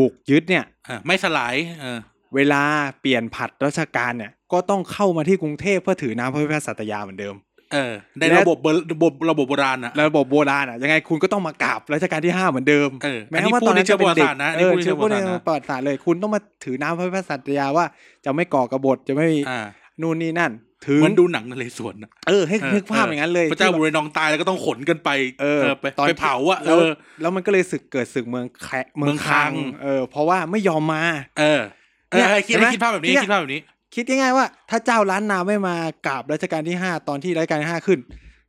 S2: บุกยึดเนี่ย
S1: อ่ะไม่สลายเออ
S2: เวลาเปลี่ยนผัดรัชกาลเนี่ย ก็ต้องเข้ามาที่กรุงเทพเพื่อถือน้ำพระพิพาสัตยาเหมือนเดิม
S1: เออในระบบเบอร์ระบบระบบโบราณอ่ะ
S2: ระบบโบราณอ่ะยังไงคุณก็ต้องมากราบรัชกาลที่ห้าเหมือนเดิม
S1: เออ
S2: แม้
S1: อันนี้
S2: ว่า
S1: พู
S2: ต
S1: ด
S2: อน
S1: ใน
S2: นั้น
S1: เชิง
S2: จะเป็
S1: ประวั
S2: น
S1: ติ
S2: เด็ก
S1: ศาสตร์นะอัน
S2: เอ
S1: นี้
S2: อ
S1: พูดใน
S2: เชื่
S1: เชิ
S2: อง พ
S1: ป
S2: วก
S1: ระวั
S2: ใน
S1: ติศาสตร์นะ
S2: ประวัติศาสตร์เลย คุณต้องมาถือน้ำพระพิพาสัตยาว่า จะไม่ก่อกบฏจะไม่
S1: อ่า
S2: นู่นนี่นั่น ถึง
S1: เหมันดูหนังนเรศวรนะ
S2: เออให้
S1: เออ
S2: นึกภาพอย่างนั้นเลย
S1: พระเจ้า
S2: ที่แบบ
S1: บุเรนองตายแล้วก็ต้องขนกันไป
S2: เออ
S1: ไป
S2: ตอน
S1: ไปเผาอะเอ
S2: แล้ว
S1: อ
S2: แล้วมันก็เลยศึกเกิดศึกเมืองแคะ
S1: เมืองคลัง
S2: เออเพราะว่าไม่ยอมมา
S1: เออเออ
S2: เนี่ย
S1: ให้คิด
S2: เห็นไหม
S1: ให้คิดภาพแบบนี้
S2: เนี่ย
S1: คิดภาพแบบนี้
S2: คิดง่ายๆว่า ถ้าเจ้าล้านนาไม่มากราบรัชกาลที่ 5 ตอนที่รัชกาลที่5ขึ้น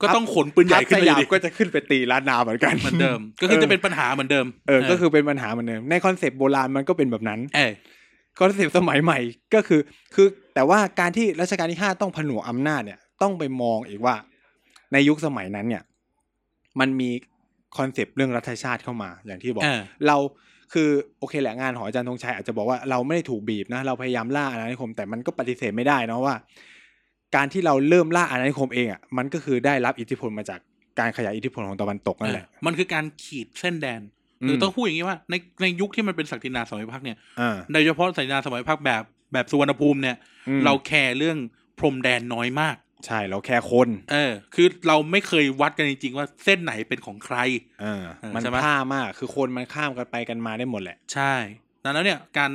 S1: ก็ต้องขนปืนใหญ่ขึ้น
S2: ทัพ
S1: ไป
S2: สยาม
S1: ดิ
S2: ก็จะขึ้นไปตีล้านนาเหมือนกัน
S1: เหมือนเดิม ก็คือจะเป็นปัญหาเหมือนเดิม
S2: เออก็คือเป็นปัญหาเหมือนเดิมในคอนเซปต์โบราณมันก็เป็นแบบนั้น
S1: เออ
S2: คอนเซปต์สมัยใหม่ก็คือ คือแต่ว่าการที่รัชกาลที่ 5 ต้องผนวกอำนาจเนี่ยต้องไปมองอีกว่า ในยุคสมัยนั้นเนี่ย มันมีคอนเซปต์เรื่องรัฐชาติเข้ามาอย่างที่บอก
S1: เออ
S2: เราคือโอเคแหละงานของอาจารย์ธงชัยอาจจะบอกว่าเราไม่ได้ถูกบีบนะ เราพยายามล่าอาณานิคมแต่มันก็ปฏิเสธไม่ได้เนาะว่า การที่เราเริ่มล่าอาณานิคมเองอ่ะมันก็คือได้รับอิทธิพลมาจากการขยายอิทธิพลของตะวันตกนั่นแหละ
S1: เออมันคือการขีดเส้นแดนคือต้องพูดอย่างนี้ว่าในในยุคที่มันเป็นศักดินาสมัยพักเนี่ย
S2: อ่า
S1: โดยเฉพาะศักดินาสมัยพักแบบแบบสุวรรณภูมิเนี่ย
S2: อืม
S1: เราแคร์เรื่องพรมแดนน้อยมาก
S2: ใช่เราแค่คน
S1: เออ คือเราไม่เคยวัดกันจริงๆว่าเส้นไหนเป็นของใคร
S2: อ่า
S1: เออ
S2: มัน
S1: ใช่ไหม
S2: ผ้ามากคือคนมันข้ามกันไปกันมาได้หมดแหละ
S1: ใช่ดังนั้นเนี่ยการ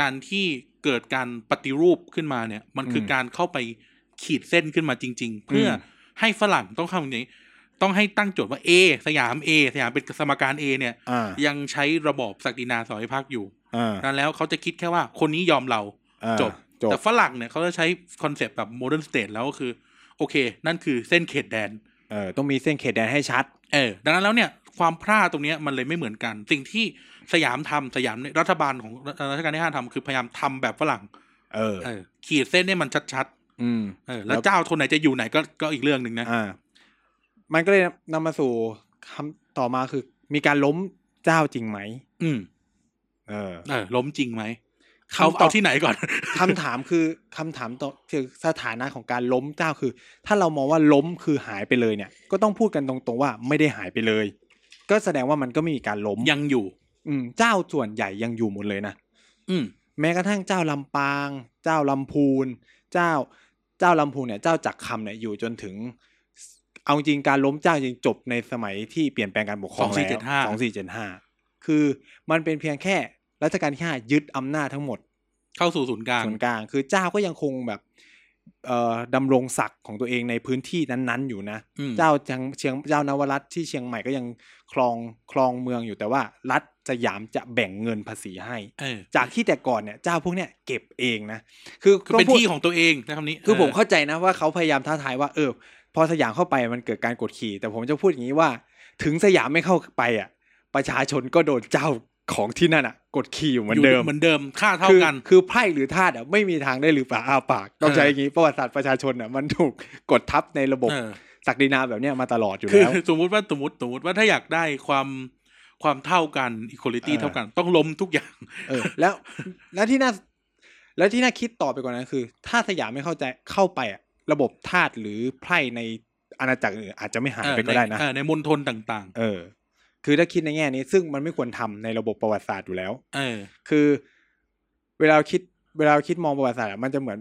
S1: การที่เกิดการปฏิรูปขึ้นมาเนี่ย มันคืออ
S2: ม
S1: การเข้าไปขีดเส้นขึ้นมาจริง ๆ เพื่ออ
S2: ม
S1: ให้ฝรั่งต้องเข้าอย่างนี้ ต้องให้ตั้งโจทย์ว่า A สยาม A สยามเป็นสมการ A เนี่ย
S2: อ่า
S1: ยังใช้ระบอบศักดินาสมัยพักอยู่
S2: อ่า
S1: ดังนั้นแล้วเขาจะคิดแค่ว่าคนนี้ยอมเรา
S2: อ่า
S1: จบ
S2: จบ
S1: แต่ฝรั่งเนี่ยเขาจะใช้คอนเซปต์แบบโมเดิร์นสเตทแล้วก็คือ โอเค นั่นคือเส้นเขตแดน
S2: เออต้องมีเส้นเขตแดนให้ชัด
S1: เออ ดังนั้นแล้วเนี่ยความพลาดตรงเนี้ยมันเลยไม่เหมือนกัน สิ่งที่สยามทำสยามเนี่ยรัฐบาลของรัชกาลที่ห้าทำคือพยายามทำแบบฝรั่ง
S2: เออ
S1: เออขีดเส้นให้มันชัด
S2: อืม
S1: ๆเออแล้วเจ้าคนไหนจะอยู่ไหนก็ก็อีกเรื่องหนึ่งนะ
S2: อ่า มันก็เลยนำมาสู่คำต่อมาคือ มีการล้มเจ้าจริงไหม
S1: อืม
S2: เออ
S1: เออล้มจริงไหม
S2: คำ
S1: เขา
S2: ตอ
S1: เอา
S2: บ
S1: ที่ไหนก่อน
S2: คำถามคือ คำถามต่อคือสถานะของการล้มเจ้าคือ ถ้าเรามองว่าล้มคือหายไปเลยเนี่ย ก็ต้องพูดกันตรงๆว่าไม่ได้หายไปเลย ก็แสดงว่ามันก็ไม่มีการล้ม
S1: ยังอยู่
S2: อืมเจ้าส่วนใหญ่ยังอยู่หมดเลยนะ
S1: อืม
S2: แม้กระทั่งเจ้าลำปาง เจ้าลำพูน เจ้า เจ้าลำพูนเนี่ย เจ้าจักรคำเนี่ยอยู่จนถึง เอาจริงการล้มเจ้าจริงจบในสมัยที่เปลี่ยนแปลงการปกครองแล้ว
S1: 2475
S2: สองสี่เจ็ดห้าคือมันเป็นเพียงแค่รัชกาลที่ห้ายึดอำนาจทั้งหมด
S1: เข้าสู่ศูนย์กลาง
S2: ส่วนกลางคือเจ้าก็ยังคงแบบเอ่อดำรงศักดิ์ของตัวเองในพื้นที่นั้นๆอยู่นะ
S1: อืม
S2: เจ้าเชียงเชียงเจ้านวรัตน์ที่เชียงใหม่ก็ยังคลองคลองเมืองอยู่แต่ว่า รัฐสยามจะแบ่งเงินภาษีให้
S1: เออ
S2: จากที่แต่ก่อนเนี่ยเจ้าพวกเนี่ยเก็บเองนะ คือ
S1: คือ
S2: ต้
S1: เป็น
S2: พูด
S1: ที่ของตัวเองนะคำนี้
S2: คือผม
S1: เ
S2: เข้าใจนะว่าเขาพยายามท้าทายว่าเออพอสยามเข้าไปมันเกิดการกดขี่ แต่ผมจะพูดอย่างนี้ว่า ถึงสยามไม่เข้าไปอ่ะ ประชาชนก็โดนเจ้าของที่นั่นอ่ะ กดขี่อยู่เหมือนเดิม
S1: เหมือนเดิมค่าเท่า
S2: คือ
S1: กัน
S2: คือไพ่หรือธาตุอ่ะไม่มีทางได้หรือปากอาปาก ต้องใช้
S1: เออ
S2: อ
S1: อ
S2: ย่างนี้ประวัติศาสตร์ประชาชนอ่ะมันถูกกดทับในระบบ
S1: เออ
S2: ศักดินาแบบเนี้ยมาตลอดอยู่
S1: คือ
S2: แล้ว
S1: สมมุติว่าสมมติสมมติว่าถ้าอยากได้ความความเท่ากันอีควอลิตี้
S2: เออ
S1: เท่ากันต้องล้มทุกอย่าง
S2: เออ แล้วแล้วที่น่าแล้วที่น่าคิดต่อไปกว่านั้นคือ ถ้าสยามไม่เข้าใจเข้าไปอ่ะระบบธาตุหรือไพ่ในอาณาจักรอื่นอาจจะไม่หายไปก็ได้นะ
S1: เออในเออในมณฑลต่าง
S2: เออ คือถ้าคิดในแง่นี้ซึ่งมันไม่ควรทำในระบบประวัติศาสตร์อยู่แล้ว
S1: ๆ เออ
S2: คือเวลาเราคิดเวลาเราคิดมองประวัติศาสตร์อะมันจะเหมือน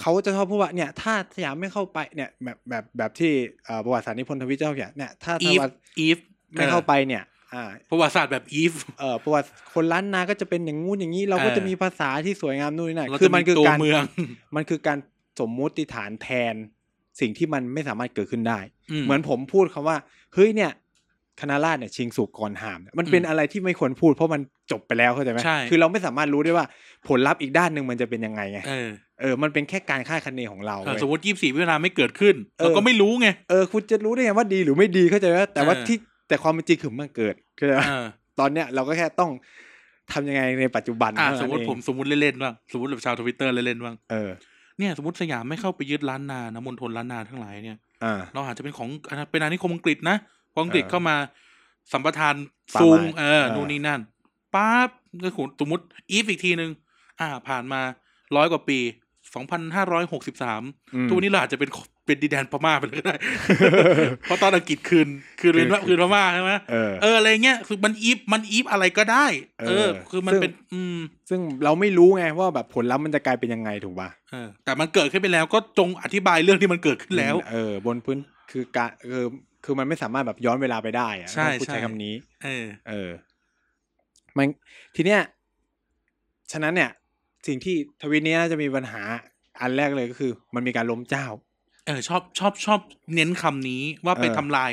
S2: เขาจะชอบพูดว่าเนี่ย ถ้าสยามไม่เข้าไปเนี่ยแบบแบบแบบที่เอ่อประวัติศาสตร์นิพนธ์ทวิตเจ้าเขียนเนี่ยถ้าส
S1: อีฟ
S2: วัสดิ์
S1: อีฟ
S2: ไม่เข้าไปเนี่ย อ่า
S1: ประวัติศาสตร์แบบอีฟ
S2: เอ่อประวัติคนล้านนาก็จะเป็นอย่างงู้นอย่างนี้ เราก็
S1: เออ
S2: จะมีภาษาที่สวยงามนู่นนี่นั่น
S1: เรา
S2: คือ
S1: จะ
S2: มั
S1: มี
S2: นคือ
S1: ตัว
S2: การ
S1: เมือง
S2: มันคือการสมมุติฐานแทนสิ่งที่มันไม่สามารถเกิดขึ้นได้
S1: ม
S2: เหมือนผมพูดคำว่าเฮ้ยเนี่ยคณะราษฎรเนี่ยชิงสุกก่อนหามเนี่ยมันเป็น
S1: อืม
S2: อะไรที่ไม่ควรพูดเพราะมันจบไปแล้วเข้าใจไหม
S1: ใช่
S2: คือเราไม่สามารถรู้ได้ว่าผลลัพธ์อีกด้านหนึ่งมันจะเป็นยังไงไง
S1: เออ
S2: เออมันเป็นแค่การคาดคะเนของเรา
S1: เออ
S2: เว้ย
S1: สมมติยี่สิบสี่วินาไม่เกิดขึ้น
S2: เออ
S1: เราก็ไม่รู้ไง
S2: เออคุณจะรู้ได้ไงว่าดีหรือไม่ดีเข้าใจไหมแต่ว่า
S1: เออ
S2: ที่แต่ความเป็นจริงคือมันเกิดเข้าใจไหม
S1: เออ
S2: ตอนเนี้ยเราก็แค่ต้องทำยังไงในปัจจุบัน
S1: อ่ะ
S2: เท่า
S1: สม
S2: นั้น
S1: มติ
S2: เอง
S1: ผมสมมติเล่นๆบ้างสมมติแบบชาวทวิตเตอร์เล่นๆบ้าง
S2: เออ
S1: เนี่ยสมมติสยามไม่เข้าไปยึดล้านนานะมณฑลล้านนาทั้งหลายเนี่ย
S2: อ่า
S1: เราอาจจะเป็นของอ่าเป็นอาณานิคมอังกฤษนะพออังกฤษ
S2: เออ
S1: เข้ามาสัมปทาน
S2: ป่า
S1: ซูง
S2: ไม้
S1: เออ
S2: เออ
S1: นู่นนี่นั่นปั๊บก็ขุนสมมติอีฟอีกทีหนึ่งอ่า ผ่านมาร้อยกว่าปีสองพันห้าร้อยหกสิบสาม
S2: อืม
S1: ทุกวันนี้เราอาจจะเป็นเป็นดินแดนพม่าไปเลยก็ได้ เพราะตอนอังกฤษคืนคืนเรียนว่า
S2: คืน
S1: คืนพม่าใช่ไหม
S2: เออ
S1: เอออะไรเงี้ยคือมันอีฟมันอีฟอะไรก็ได้ เอ
S2: เออ
S1: อ คือมัน
S2: ซึ่ง
S1: เป็น อืม
S2: ซึ่งเราไม่รู้ไงว่าแบบผลลัพธ์มันจะกลายเป็นยังไงถูกป่ะ
S1: เออแต่มันเกิดขึ้นไปแล้วก็จงอธิบายเรื่องที่มันเกิดขึ้นแล้ว
S2: เออบนพื้นคือการคือคือมันไม่สามารถแบบย้อนเวลาไปได้อะ
S1: ใช่
S2: ต้องพูด
S1: ใช่
S2: ใช้คำนี้
S1: เออ
S2: เออ มันทีเนี้ยฉะนั้นเนี่ย สิ่งที่ทวีตเนี้ยน่าจะมีปัญหาอันแรกเลยก็คือ มันมีการล้มเจ้า
S1: เออชอบชอบชอบเน้นคำนี้ว่าไป
S2: เออ
S1: ทำลาย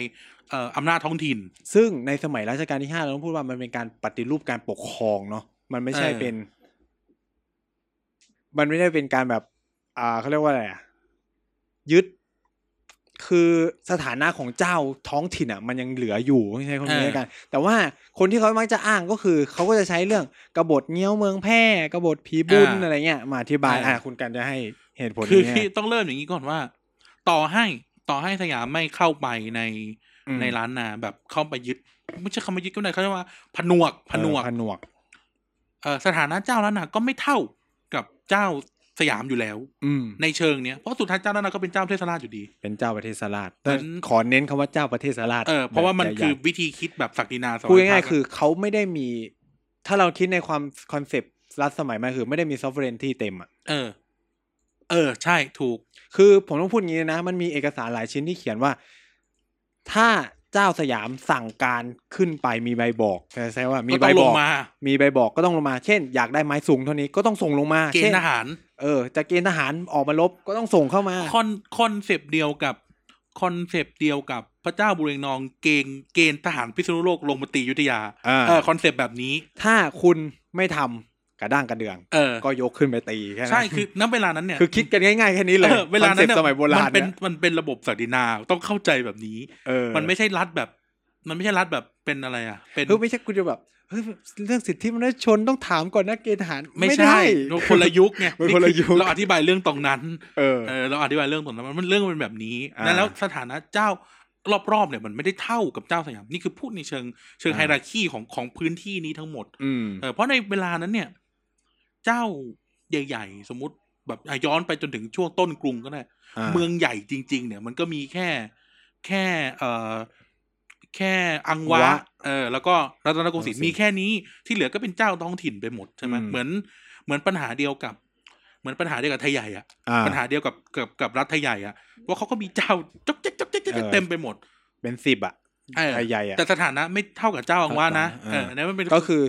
S1: เอ่ออำนาจท้องถิ่น
S2: ซึ่งในสมัยรัชกาลที่ห้าเราต้องพูดว่ามันเป็นการปฏิรูปการปกครองเนาะมันไม่ใช่
S1: เออ
S2: เป็น มันไม่ได้เป็นการแบบ อ่าเขาเรียกว่าอะไรอะยึดคือสถานะของเจ้าท้องถิ่นอ่ะ มันยังเหลืออยู่ไม่ใช่คนนี้แล้วกัน แต่ว่าคนที่เขามักจะอ้างก็คือ เขาก็จะใช้เรื่องกบฏเงี้ยวเมืองแพร่กบฏผีบุญ
S1: อ่า
S2: อะไรเงี้ยมาอธิบาย
S1: เอออ่
S2: อ่าคุณกันจะให้เหตุผล
S1: คือ
S2: เนี่ย
S1: ที่ต้องเริ่มอย่างนี้ก่อนว่า ต่อให้ต่อให้สยามไม่เข้าไปใน
S2: อืม
S1: ในร้านนาแบบเข้าไปยึด ไม่ใช่คำว่ายึดก็ได้เขาเรียกว่า ผนวกผนวก
S2: เออผนวก
S1: เอ่อสถานะเจ้าล้านนาก็ไม่เท่ากับเจ้าสยามอยู่แล้ว
S2: อืม
S1: ในเชิงเนี้ยเพราะสุดท้ายเจ้าล้านนาก็เป็นเจ้าเทศราชอยู่ดี
S2: เป็นเจ้าประเทศสลาดแต่
S1: มัน
S2: ขอเน้นคำว่าเจ้าประเทศสลาด
S1: เออเพราะว่ามัน
S2: แบบให
S1: คื
S2: ญ่
S1: อ
S2: ๆ
S1: วิธีคิดแบบศักดินาสวรร
S2: พูด
S1: ภา
S2: ง่าย
S1: พะ
S2: ๆคือเขาไม่ได้มี ถ้าเราคิดในความคอนเซปต์รัฐสมัยใหม่คือไม่ได้มีซอฟเ e อร์เรนที่เต็มอ่ะ
S1: เออ เออ ใช่ถูก
S2: คือผมต้องพูดอย่างนี้เลยนะ มันมีเอกสารหลายชิ้นที่เขียนว่า ถ้าเจ้าสยามสั่งการขึ้นไปมีใบบอกใช่ว่ามี
S1: ก็
S2: ใบ
S1: ต้องล
S2: บอง ก
S1: มา
S2: มีใบบอกก็ต้องลงมาเช่น อยากได้ไม้สูงเท่านี้ก็ต้องส่งลงมา
S1: เกณ
S2: ช่น
S1: ฑ์ทหาร
S2: เออจะเกณฑ์ทหารออกมาลบก็ต้องส่งเข้ามา
S1: คอนคอนเซปต์เดียวกับคอนเซปต์เดียวกับพระเจ้าบุเรงนองเกณฑ์เกณฑ์ทหารพิษณุโลกลงมาตีอยุธยา
S2: อ่า
S1: เออคอนเซปต์แบบนี้
S2: ถ้าคุณไม่ทำกระด้างกระเดือง
S1: เออ
S2: ก็ยกขึ้นไปตีแค่นั้น
S1: ใช่คือณเวลานั้นเนี่ย
S2: คือคิดกันง่ายๆแค่นี้เลย
S1: ออเวลานั้น
S2: คอซปต์
S1: นี่
S2: สมัยโบรา
S1: มั
S2: ณ
S1: นเป็น
S2: ย
S1: มันเป็นระบบศักดินาต้องเข้าใจแบบนี้
S2: เออ
S1: มันไม่ใช่รัฐแบบ มันไม่ใช่รัฐแบบเป็นอะไรอ่ะ เป็น
S2: เฮ้ยไม่ใช่คุณจะแบบเฮ้ยเรื่องสิทธิมนุษยชนต้องถามก่อนนะเกณฑ์ทหาร
S1: ไม่ใช่
S2: ได้
S1: คนละยุคไง
S2: มันคนละยุค
S1: เราอธิบายเรื่องตรงนั้น
S2: เออ
S1: เออเราอธิบายเรื่องตรงนั้นมันเรื่องมันเป็นแบบนี้
S2: อ่า
S1: นะแล้วสถานะเจ้ารอบๆเนี่ยมันไม่ได้เท่ากับเจ้าสยามนี่คือพูดในเชิงเชิง
S2: อ่า
S1: ไฮราคีของของพื้นที่นี้ทั้งหมด
S2: อืม
S1: เออเพราะในเวลานั้นเนี่ย เจ้าใหญ่ๆ สมมติแบบอ่ะย้อนไปจนถึงช่วงต้นกรุงก็ได้
S2: า
S1: เมืองใหญ่จริง ๆ เนี่ย มันก็มีแค่แค่เอ่อแค่อังวะ เออ แล้วก็รัตนโกสินทร์มีแค่นี้ที่เหลือก็เป็นเจ้าท้องถิ่นไปหมดใช่ไหมเหมือนเหมือนปัญหาเดียวกับ เหมือนปัญหาเดียวกับไทยใหญ่อะ
S2: อ่า
S1: ปัญหาเดียวกับกับกับรัฐไทยใหญ่อะว่าเขาก็มีเจ้าจกเจ๊กจกเจ๊กจกเจ๊ก
S2: เออ
S1: เต็มไปหมด
S2: เป็นสิบอ่ะ
S1: เออ
S2: ไทยใหญ่อ่ะ
S1: แต่สถานะไม่เท่ากับเจ้าอังวานะ
S2: เออ
S1: เออนั่นมันเป็น
S2: ก็คือ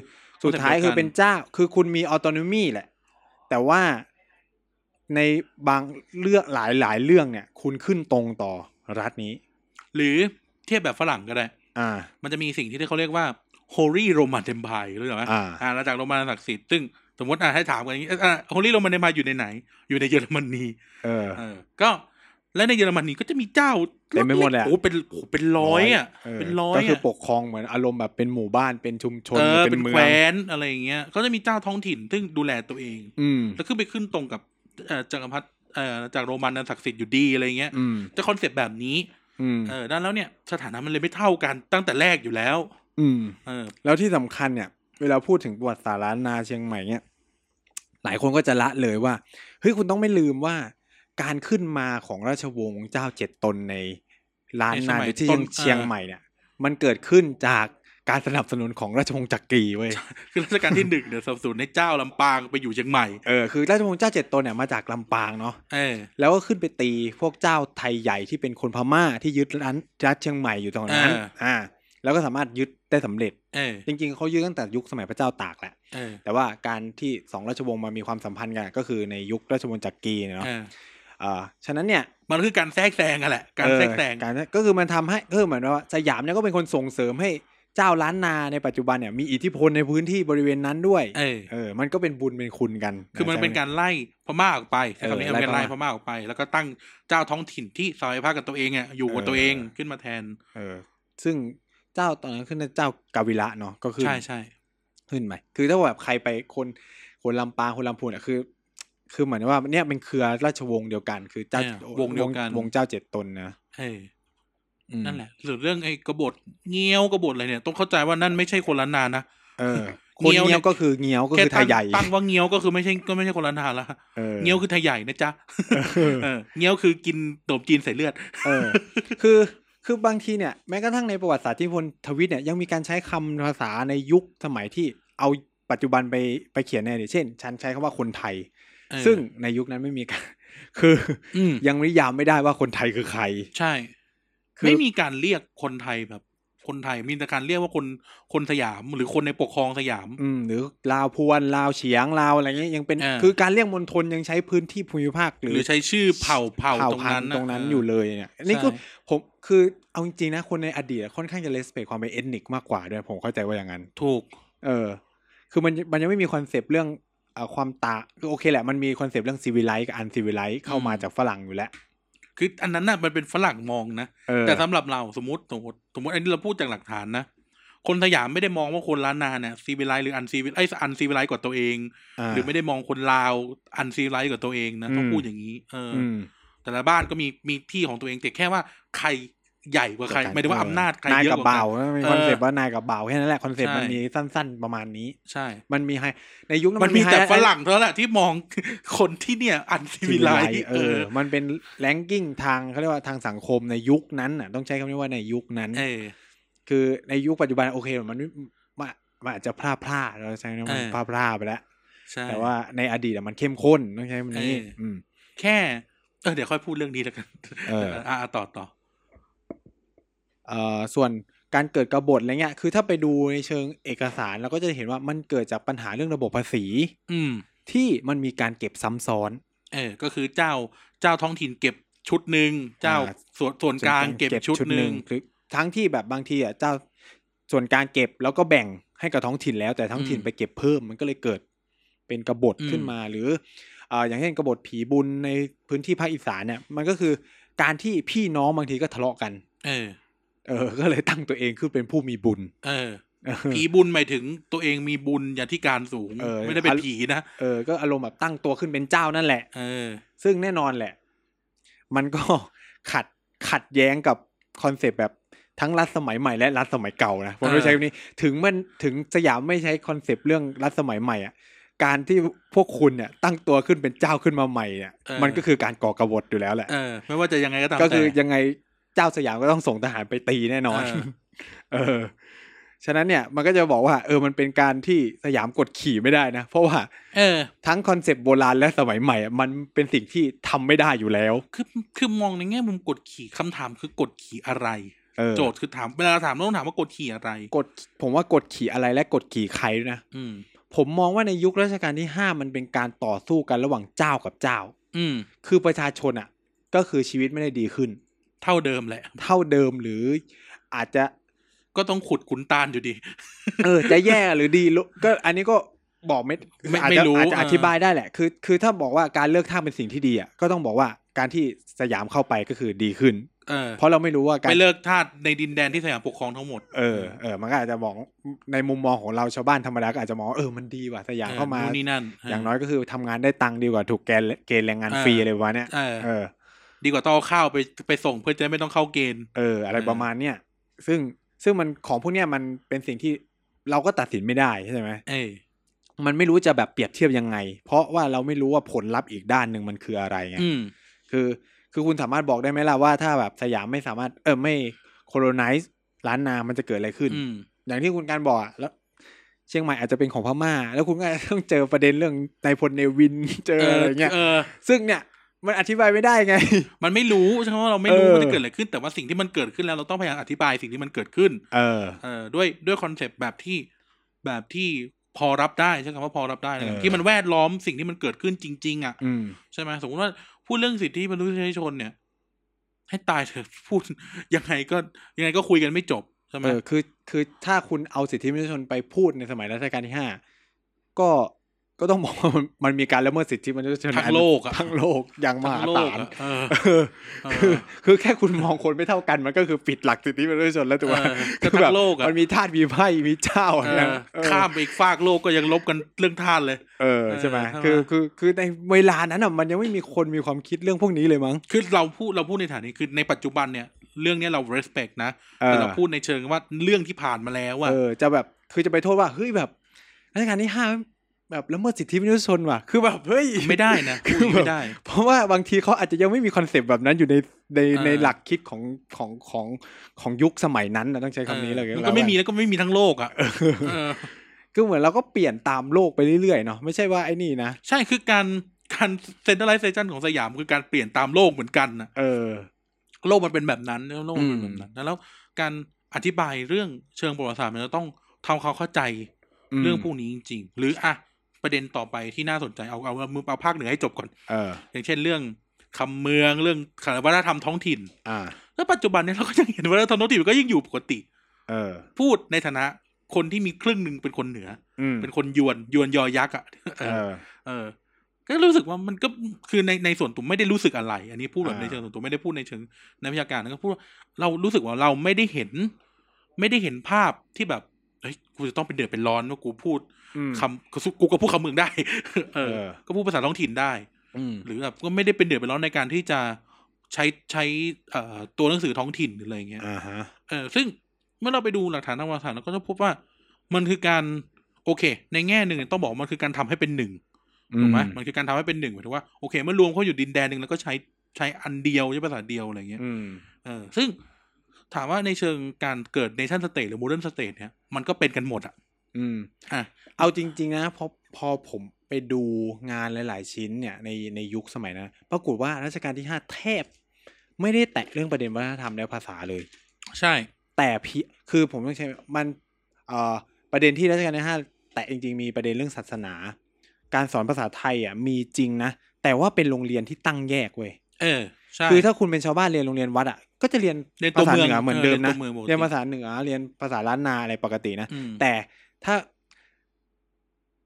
S2: สุดท้าย
S1: เดียวกัน
S2: คือเป็นเจ้า คือคุณมีออโตนมีแหละ แต่ว่าในบางเรื่องหลายหลายๆเรื่องเนี่ย คุณขึ้นตรงต่อรัฐนี้
S1: หรือเทียบแบบฝรั่งก็ได้
S2: อ่า
S1: มันจะมีสิ่งที่เขาเรียกว่า holy roman empire รู้จักไหม
S2: อ่า
S1: อาณาจักรโรมันศักดิ์สิทธิ์ซึ่งสมมติอ่ะให้ถามกันอย่างนี้อ่ะ holy roman empire อยู่ในไหน อยู่ในเยอรมนี
S2: เออ
S1: เออ ก็และในเยอรมนีก็จะมีเจ้า
S2: เต็มไปหมดแหละ
S1: โอ้เป็นโอ้เป็นร้อยอ่ะ
S2: เออ
S1: เป็นร้อย
S2: ก็
S1: อ่ะ
S2: คือปกครองเหมือนอารมณ์แบบเป็นหมู่บ้านเป็นชุมชน
S1: เออ
S2: เป็
S1: เป็น น
S2: เมื
S1: แค
S2: อง
S1: ว้นอะไรอย่างเงี้ยก็จะมีเจ้าท้องถิ่นซึ่งดูแลตัวเอง
S2: อืม
S1: แล้วขึ้นไปขึ้นตรงกับเอ่อจักรพรรดิเอ่อจากโรมันอันศักดิ์สิทธิ์อยู่ดีอะไรเงี้ย
S2: อืม
S1: จะคอนเซปต์แบบนี้
S2: อืม
S1: เออดังนั้นแล้วเนี่ยสถานะมันเลยไม่เท่ากันตั้งแต่แรกอยู่แล้ว
S2: อืม
S1: เออ
S2: แล้วที่สำคัญเนี่ย เวลาพูดถึงประวัติศาสตร์ล้านนาเชียงใหม่เนี่ย หลายคนก็จะละเลยว่า เฮ้ย คุณต้องไม่ลืมว่า การขึ้นมาของราชวงศ์เจ้าเจ็ดตนในล้านนาหรือที่เชียงใหม่เนี่ย มันเกิดขึ้นจากการสนับสนุนของราชวงศ์จักรีเว้ย
S1: คือรัชกาลที่หนึ่งเนี่ยสนับสนุนให้เจ้าลำปางไปอยู่เชียงใหม่
S2: เออ คือราชวงศ์เจ้าเจ็ดตนเนี่ยมาจากลำปางเนาะ
S1: เออ
S2: แล้วก็ขึ้นไปตีพวกเจ้าไทยใหญ่ที่เป็นคนพม่าที่ยึดร้านรัฐเชียงใหม่อยู่ตอนนั้น อ่า แล้วก็สามารถยึดได้สำเร็จ
S1: เออ
S2: จริงๆเขายึดตั้งแต่ยุคสมัยพระเจ้าตากแหละ
S1: เออ
S2: แต่ว่าการที่สองราชวงศ์มามีความสัมพันธ์กันก็คือในยุคราชวงศ์จักรีเนี่ยเนาะ
S1: เออ
S2: อ่าฉะนั้นเนี่ย
S1: มันคือการแทรกแซงอะแหละการ
S2: เออ
S1: แทรกแซง
S2: การก็คือมันทำให้เออเหมือนว่าสยามเนี่ยก็เป็นคนส่งเสริมให้เจ้าล้านนาในปัจจุบันเนี่ยมีอิทธิพลในพื้นที่บริเวณนั้นด้วย
S1: เออ
S2: เออมันก็เป็นบุญเป็นคุณกัน
S1: คือมันเป็นการไล่พม่าออกไปใช้คำนี้
S2: เออ
S1: เป็นการ
S2: ไล่
S1: ไล่
S2: พ
S1: พ
S2: ม่า
S1: ม่าออกไป แล้วก็ตั้งเจ้าท้องถิ่นที่สายภาคกับตัวเองอ่ะอยู่กับ
S2: เออ
S1: ตัวเองขึ้นมาแทน
S2: เออซึ่งเจ้าตอนนั้นขึ้นเจ้ากาวิระเนาะก็คือ
S1: ใช่ใช่
S2: ขึ้นไหมคือถ้าแบบใครไปคนคนลำปางคนลำพูนอ่ะคือ คือเหมือนว่าเนี่ยเป็นเครือราชวงศ์เดียวกันคือเจ้า
S1: าวงเดียวกัน
S2: วงเจ้าเจ็ดตนนะ
S1: เออ
S2: อืม
S1: นั่นแหละหรือเรื่องไอ้กบฏเงี้ยวกบฏอะไรเนี่ยต้องเข้าใจว่านั่นไม่ใช่คนล้านนานะ
S2: เออคน
S1: เงี้ยวเนี่
S2: เงี้ย
S1: ย
S2: วก็คือเงี้ยวก็คือไท
S1: ตั้
S2: ย
S1: ง
S2: ใหญ่
S1: ตั้งว่าเงี้ยวก็คือไม่ใช่ก็ไม่ใช่คนล้านนาละ
S2: ออ
S1: เงี้ยวคือไทยใหญ่นะจ๊ะ
S2: เออ
S1: เออเงี้ยวคือกินขนมจีนใส่เลือด
S2: เออ คือคือบางทีเนี่ยแม้กระทั่งในประวัติศาสตร์ที่พลทวิตเนี่ยยังมีการใช้คำภาษาในยุคสมัยที่เอาปัจจุบันไปไปเขียนในเนี่ยเช่น ฉันใช้คำว่าคนไทย
S1: เออ
S2: ซึ่งในยุคนั้นไม่มีการ คือ
S1: อืม
S2: ยังนิยามไม่ได้ว่าคนไทยคือใคร
S1: ใช่
S2: คือ
S1: ไม่มีการเรียกคนไทยแบบ คนไทยมีแต่การเรียกว่าคนคนสยามหรือคนในปกครองสยาม
S2: อืมหรือลาวพวนลาวเฉียงลาวอะไรเงี้ยยังเป็น
S1: อ่า
S2: คือการเรียกมณฑลยังใช้พื้นที่ภูมิภาคหรือ
S1: หรือใช้ชื่อเผ่าเผ่า
S2: เผ่า
S1: ตรง
S2: พัน
S1: นั้น
S2: ธุ์
S1: น่ะ
S2: ตรงนั้น
S1: เ
S2: อยู่เลยเนี่ยนี่ก็
S1: ใช่
S2: ผมคือเอาจริงๆนะคนในอดีตค่อนข้างจะเลสเปคความเป็นเอทนิกมากกว่าด้วยผมเข้าใจว่าอย่างนั้น
S1: ถูก
S2: เออ คือมันมันยังไม่มีคอนเซปต์เรื่องเอ่อความตางคือโอเคแหละมันมีคอนเซปต์เรื่องซีวิไลซ์กับอันซีวิไลซ์เข้ามา
S1: อืม
S2: จากฝรั่งอยู่แล้ว
S1: คืออันนั้นน่ะมันเป็นฝรั่งมองนะ
S2: เออ
S1: แต่สำหรับเราสมมติสมมติสมมติอันนี้เราพูดจากหลักฐานนะ คนสยามไม่ได้มองว่าคนล้านนาเนี่ยซีวิไลหรืออันซีวิไลอันซีวิไลกว่าตัวเอง
S2: า
S1: หรือไม่ได้มองคนลาวอันซีวิไลกว่าตัวเองนะ
S2: อืม
S1: ต้องพูดอย่างนี้เอออ
S2: อืม
S1: แต่ละบ้านก็มีมีที่ของตัวเองแต่แค่ว่าใครใหญ่กว่าใครไม่ได้ว่าอำนาจใคร
S2: นาย
S1: เยอะ
S2: กับ
S1: กว่า
S2: บ่าว
S1: กัน
S2: มันมี
S1: เออ
S2: คอนเซปต์ว่านายกับบ่าวแค่นั้นแหละคอนเซปต์
S1: ใช่
S2: มันมีสั้น ๆประมาณนี้
S1: ใช่
S2: มันมีไฮในยุคนั้น
S1: มันมีแต่
S2: ไฮ
S1: ฝรั่งเท่านั้นแหละที่มอง คนที่เนี่ย อันซี
S2: ที
S1: วิ
S2: ไล
S1: ไล
S2: เอ
S1: เอ
S2: อ
S1: อ
S2: มันเป็นแ a งกิ้งทางเขาเรียกว่าทางสังคมในยุคนั้นน่ะ ต้องใช้คำนี้ว่าในยุคนั้น
S1: เออ
S2: คือในยุคปัจจุบันโอเค มันไม่มันมันอาจจะพลาดพลาดเราใช้คำนี้ว่ามัน
S1: เออ
S2: พลาดพลาดไปแล้ว
S1: ใช่
S2: แต่ว่าในอดีตอะมันเข้มข้นต้องใช้คำนี้
S1: เอออื
S2: ืม
S1: แค่เออเดี๋ยวค่อยพูดเรื่องนี้แล้วกัน
S2: เออ
S1: อ่าต่อต่อ
S2: เอ่อส่วนการเกิดกบฏอะไรเงี้ย คือถ้าไปดูในเชิงเอกสารเราก็จะเห็นว่ามันเกิดจากปัญหาเรื่องระบบภาษี
S1: อืม
S2: ที่มันมีการเก็บซ้ำซ้อน
S1: เออ ก็คือเจ้าเจ้าท้องถิ่นเก็บชุดหนึ่ง เจ้า
S2: อ่า
S1: ส่วนส่วนกลางเก็บชุดหนึ่ง
S2: คือทั้งที่แบบบางทีอ่ะเจ้าส่วนกลางเก็บแล้วก็แบ่งให้กับท้องถิ่นแล้วแต่ท้องถิ่น
S1: อืม
S2: ไปเก็บเพิ่มมันก็เลยเกิดเป็นกบฏ
S1: อืม
S2: ขึ้นมาหรืออ่าอย่างเช่นกบฏผีบุญในพื้นที่ภาคอีสานเนี่ยมันก็คือการที่พี่น้องบางทีก็ทะเลาะกัน
S1: เออ
S2: เออ ก็เลยตั้งตัวเองขึ้นเป็นผู้มีบุญ
S1: เออ
S2: เออ
S1: ผีบุญหมายถึงตัวเองมีบุญอย่างที่การสูง
S2: เออ
S1: ไม่ได้เป็นผีนะ
S2: เออก็อารมณ์แบบตั้งตัวขึ้นเป็นเจ้านั่นแหละ
S1: เออ
S2: ซึ่งแน่นอนแหละ มันก็ ขัดขัดแย้งกับคอนเซปต์แบบทั้งรัฐสมัยใหม่และรัฐสมัยเก่านะผ
S1: เอ
S2: ม
S1: อ
S2: ต้องใช้คำนี้ ถึงมันถึงสยามไม่ใช้คอนเซปต์เรื่องรัฐสมัยใหม่อ่ะการที่พวกคุณเนี่ยตั้งตัวขึ้นเป็นเจ้าขึ้นมาใหม่เนี่ยมันก็คือการก่อกบฏอยู่แล้วแหละ
S1: เออ ไม่ว่าจะยังไงก็ตาม
S2: ก็คือ
S1: แต่
S2: ยังไงเจ้าสยามก็ต้องส่งทหารไปตีแน่นอน
S1: เออ
S2: เออ ฉะนั้นเนี่ยมันก็จะบอกว่า เออมันเป็นการที่สยามกดขี่ไม่ได้นะเพราะว่า
S1: เออ
S2: ทั้งคอนเซปต์โบราณและสมัยใหม่อะมันเป็นสิ่งที่ทำไม่ได้อยู่แล้ว
S1: คือคือมองในแง่มุมกดขี่คำถามคือกดขี่อะไร
S2: เออ
S1: โจทย์คือถามเวลาถามต้องถามว่ากดขี่อะไร
S2: กดผมว่ากดขี่อะไรและกดขี่ใครด้วยนะ
S1: อืม
S2: ผมมองว่าในยุครัชกาลที่ห้ามันเป็นการต่อสู้กันระหว่างเจ้ากับเจ้า
S1: อืม
S2: คือประชาชนอ่ะ ก็คือชีวิตไม่ได้ดีขึ้น
S1: เท่าเดิมแหละ
S2: เท่าเดิมหรืออาจจะ
S1: ก็ต้องขุดขุนตาลอยู่ดี
S2: เออจะแย่หรือดีลุก็อันนี้ก็บอกไม่
S1: ไม่
S2: อาจ
S1: ไม่
S2: จะ
S1: รู้
S2: อาจจะ
S1: เออ
S2: อ
S1: อ
S2: ธิบายได้แหละ คือ คือถ้าบอกว่าการเลือกข้างเป็นสิ่งที่ดีอ่ะก็ต้องบอกว่าการที่สยามเข้าไปก็คือดีขึ้น
S1: เออ
S2: เพราะเราไม่รู้ว่าการ
S1: ไปเลิกทาสในดินแดนที่สยามปกครองทั้งหมด
S2: เออเออมันก็อาจจะมองในมุมมองของเราชาวบ้านธรรมดาก็อาจจะมองว่าเออมันดีว่ะสยามเข้ามา
S1: ออนู่นนี่นั่น
S2: อย่างน้อยก็คือทำงานได้ตังค์ดีกว่าถูกแกนเกณฑ์แรงงาน
S1: เออ
S2: ฟรีอะไรวะเนี่ย
S1: เออ
S2: เออ
S1: ดีกว่าต้องเอาข้าวไปไปส่งเพื่อจะไม่ต้องเข้าเกณฑ์
S2: เอออะไร
S1: เออ
S2: ประมาณเนี้ยซึ่งซึ่งมันของพวกเนี้ยมันเป็นสิ่งที่เราก็ตัดสินไม่ได้ใช่ไหม
S1: เออ
S2: มันไม่รู้จะแบบเปรียบเทียบยังไง เพราะว่าเราไม่รู้ว่าผลลัพธ์อีกด้านหนึ่งมันคืออะไรไง
S1: อืม
S2: คือ คือคุณสามารถบอกได้ไหมล่ะว่าถ้าแบบสยามไม่สามารถ เออไม่โคโ o ไนซ์ล้านนา มันจะเกิดอะไรขึ้น
S1: อืม
S2: อย่างที่คุณการบอกอะแล้ว เชียงใหม่อาจจะเป็นของพม่า แล้วคุณก็ต้องเจอประเด็นเรื่องนายพลเนวิน เจออะไรเงี้ย
S1: เออ
S2: ซึ่งเนี่ยมันอธิบายไม่ได้ไง
S1: มันไม่รู้ใช่ไหมว่าเราไม่รู้
S2: เออ
S1: มันจะเกิดอะไรขึ้น แต่ว่าสิ่งที่มันเกิดขึ้นแล้วเราต้องพยายามอธิบายสิ่งที่มันเกิดขึ้น
S2: เออ
S1: เออด้วยด้วยคอนเซปต์แบบที่แบบที่พอรับได้ใช้คำว่าพอรับได้แล้วกัน
S2: เออ
S1: ที่มันแวดล้อมสิ่งที่มันเกิดขึ้นจริง ๆ อ่ะ
S2: อืม
S1: ใช่ไหมสมมติว่าพูดเรื่องสิทธิมนุษยชนเนี่ย ให้ตายเถอะพูด ยังไงก็ยังไงก็คุยกันไม่จบใช่ไหม
S2: เออคือคือถ้าคุณเอาสิทธิมนุษยชนไปพูดในสมัยรัชกาลที่ห้าก็ก็ต้องบอกว่ามันมันมีการละเมิดสิทธิมนุษยชน
S1: ทั้งโลกอ่ะ
S2: ทั้งโลกอย่างม
S1: ทั้
S2: หาง
S1: โล
S2: ศาก ล
S1: อะเออ
S2: เออคือ
S1: เออ
S2: คือแค่คุณมองคนไม่เท่ากันมันก็คือปิดหลักสิทธิมนุษยชนแล้วถูกไหม
S1: เออก็
S2: คือแบบ
S1: ทั้งโลกอะ
S2: มันมีทาสมีไพ่มีเจ้าอะ
S1: เอ
S2: ไร
S1: อ
S2: เออ
S1: ข้ามไปอีกฟากโลกก็ยังลบกันเรื่องท่านเลย
S2: เออใช่ไหม
S1: เออ
S2: คือคือคือในเวลานั้นอ่ะมันยังไม่มีคนมีความคิดเรื่องพวกนี้เลยมั้ง
S1: คือเราพูดเราพูดในฐานะนี้คือในปัจจุบันเนี่ย เรื่องเนี้ยเรา respect นะ
S2: เอ
S1: แต่
S2: อ
S1: เราพูดในเชิงว่าเรื่องที่ผ่านมาแล้วอะ
S2: เออจะแบบคือจะไปโทษว่าเฮ้ยแบบรัชกาลที่ห้าแบบละเมิดสิทธิมนุษยชนว่ะคือแบบเฮ้ย
S1: ไม่ได้นะพูดอย่างนี้ไม่ได้
S2: เพราะว่าบางทีเขาอาจจะยังไม่มีคอนเซปต์แบบนั้นอยู่ในใน
S1: เออ
S2: ในหลักคิดของของของของยุคสมัยนั้นนะต้องใช้คำนี้เลย
S1: ออมันก็ไม่มีแล้วก็ไม่มีทั้งโลกอ่ะเออ
S2: ก็เหมือนเราก็เปลี่ยนตามโลกไปเรื่อยๆเนาะไม่ใช่ว่าไอ้นี่นะ
S1: ใช่คือการการเซน t ต a l ไลเซชันของสยามคือการเปลี่ยนตามโลกเหมือนกันนะ
S2: เออ
S1: โลกมันเป็นแบบนั้นแล้วโลกมันเป็นแบบนั้นแล้ว การอธิบายเรื่องเชิงประวัติศาสตร์มันจะต้องทำความเข้าใจเรื่องพวกนี้จริง ๆ หรืออ่ะประเด็นต่อไปที่น่าสนใจเอาเอาเอามือเอาภาคเหนือให้จบก่อน
S2: เออ
S1: อย่างเช่นเรื่องคำเมืองเรื่องวัฒนธรรมท้องถิ่น
S2: อ่า
S1: แล้วปัจจุบันเนี่ยเรา ก็ยังเห็นวัฒนธรรมท้องถิ่นมันก็ยังอยู่ปกติ
S2: เออ
S1: พูดในฐานะคนที่มีครึ่งหนึ่งเป็นคนเหนือ
S2: อืม
S1: เป็นคนยวนยวนยอยักษ์อ่ะ
S2: เออ
S1: เออ ก็รู้สึกว่ามันก็คือในในส่วนตัวไม่ได้รู้สึกอะไร อันนี้พูดแบบ
S2: อ่า
S1: ในเชิงส่วนตัวไม่ได้พูดในเชิงนักวิชาการนะก็พูดว่าเรารู้สึกว่าเราไม่ได้เห็น ไม่ได้เห็นภาพที่แบบเฮ้ยกูจะต้องเป็นเดือดเป็นร้อนว่ากูพูด
S2: อืม
S1: คำกูสู้กูก็พูดคำเมืองได้ เออ
S2: เออ
S1: ก็พูดภาษาท้องถิ่นได้
S2: อืม
S1: หรือแบบก็ไม่ได้เป็นเดือดเป็นร้อนในการที่จะใช้ใช้เอ่อตัวหนังสือท้องถิ่นหรืออะไรอย่างเงี้ย
S2: อ่าฮะ
S1: เออซึ่งเมื่อเราไปดูหลักฐานทางประวัติศาสตร์เราก็จะพบว่ามันคือการโอเค ในแง่หนึ่งเนี่ยต้องบอกว่ามันคือการทำให้เป็นหนึ่งถูกไหม
S2: อืม
S1: มันคือการทำให้เป็นหนึ่งหมายถึงว่าโอเคเมื่อรวมเขาอยู่ดินแดนหนึ่งแล้วก็ใช้ใช้อันเดียวใช้ภาษาเดียวอะไรเงี้ย
S2: อืม
S1: เออซึ่งถามว่าในเชิงการเกิดเนชั่นสเตทหรือโมเดิร์นสเตทเนี่ยมันก็เป็นกันหมดอ่ะ
S2: อืม
S1: อ่ะ
S2: เอาจริง ๆ นะพอพอผมไปดูงานหลาย ๆ ชิ้นเนี่ยในในยุคสมัยนะปรากฏว่ารัชกาลที่ห้าแทบ ไม่ได้แตะเรื่องประเด็นวัฒนธรรมและภาษาเลย
S1: ใช่
S2: แต่เพียคือผมต้องใช้มันเอ่อประเด็นที่รัชกาลที่ห้าแต่จริง ๆ มีประเด็นเรื่องศาสนา การสอนภาษาไทยอ่ะมีจริงนะ แต่ว่าเป็นโรงเรียนที่ตั้งแยกเว้ย
S1: เออใช่
S2: คือถ้าคุณเป็นชาวบ้านเรียนโรงเรียนวัดอ่ะก็จะเรียน
S1: เรียนตั
S2: ภาว ษา
S1: เมือง
S2: เหนือเหมือนเดิมนะ
S1: เออเรียนตัวเมืองปกติ
S2: เรียนภาษาเหนือเรียนภาษาล้านนาอะไรปกตินะ
S1: อืม
S2: แต่ถ้า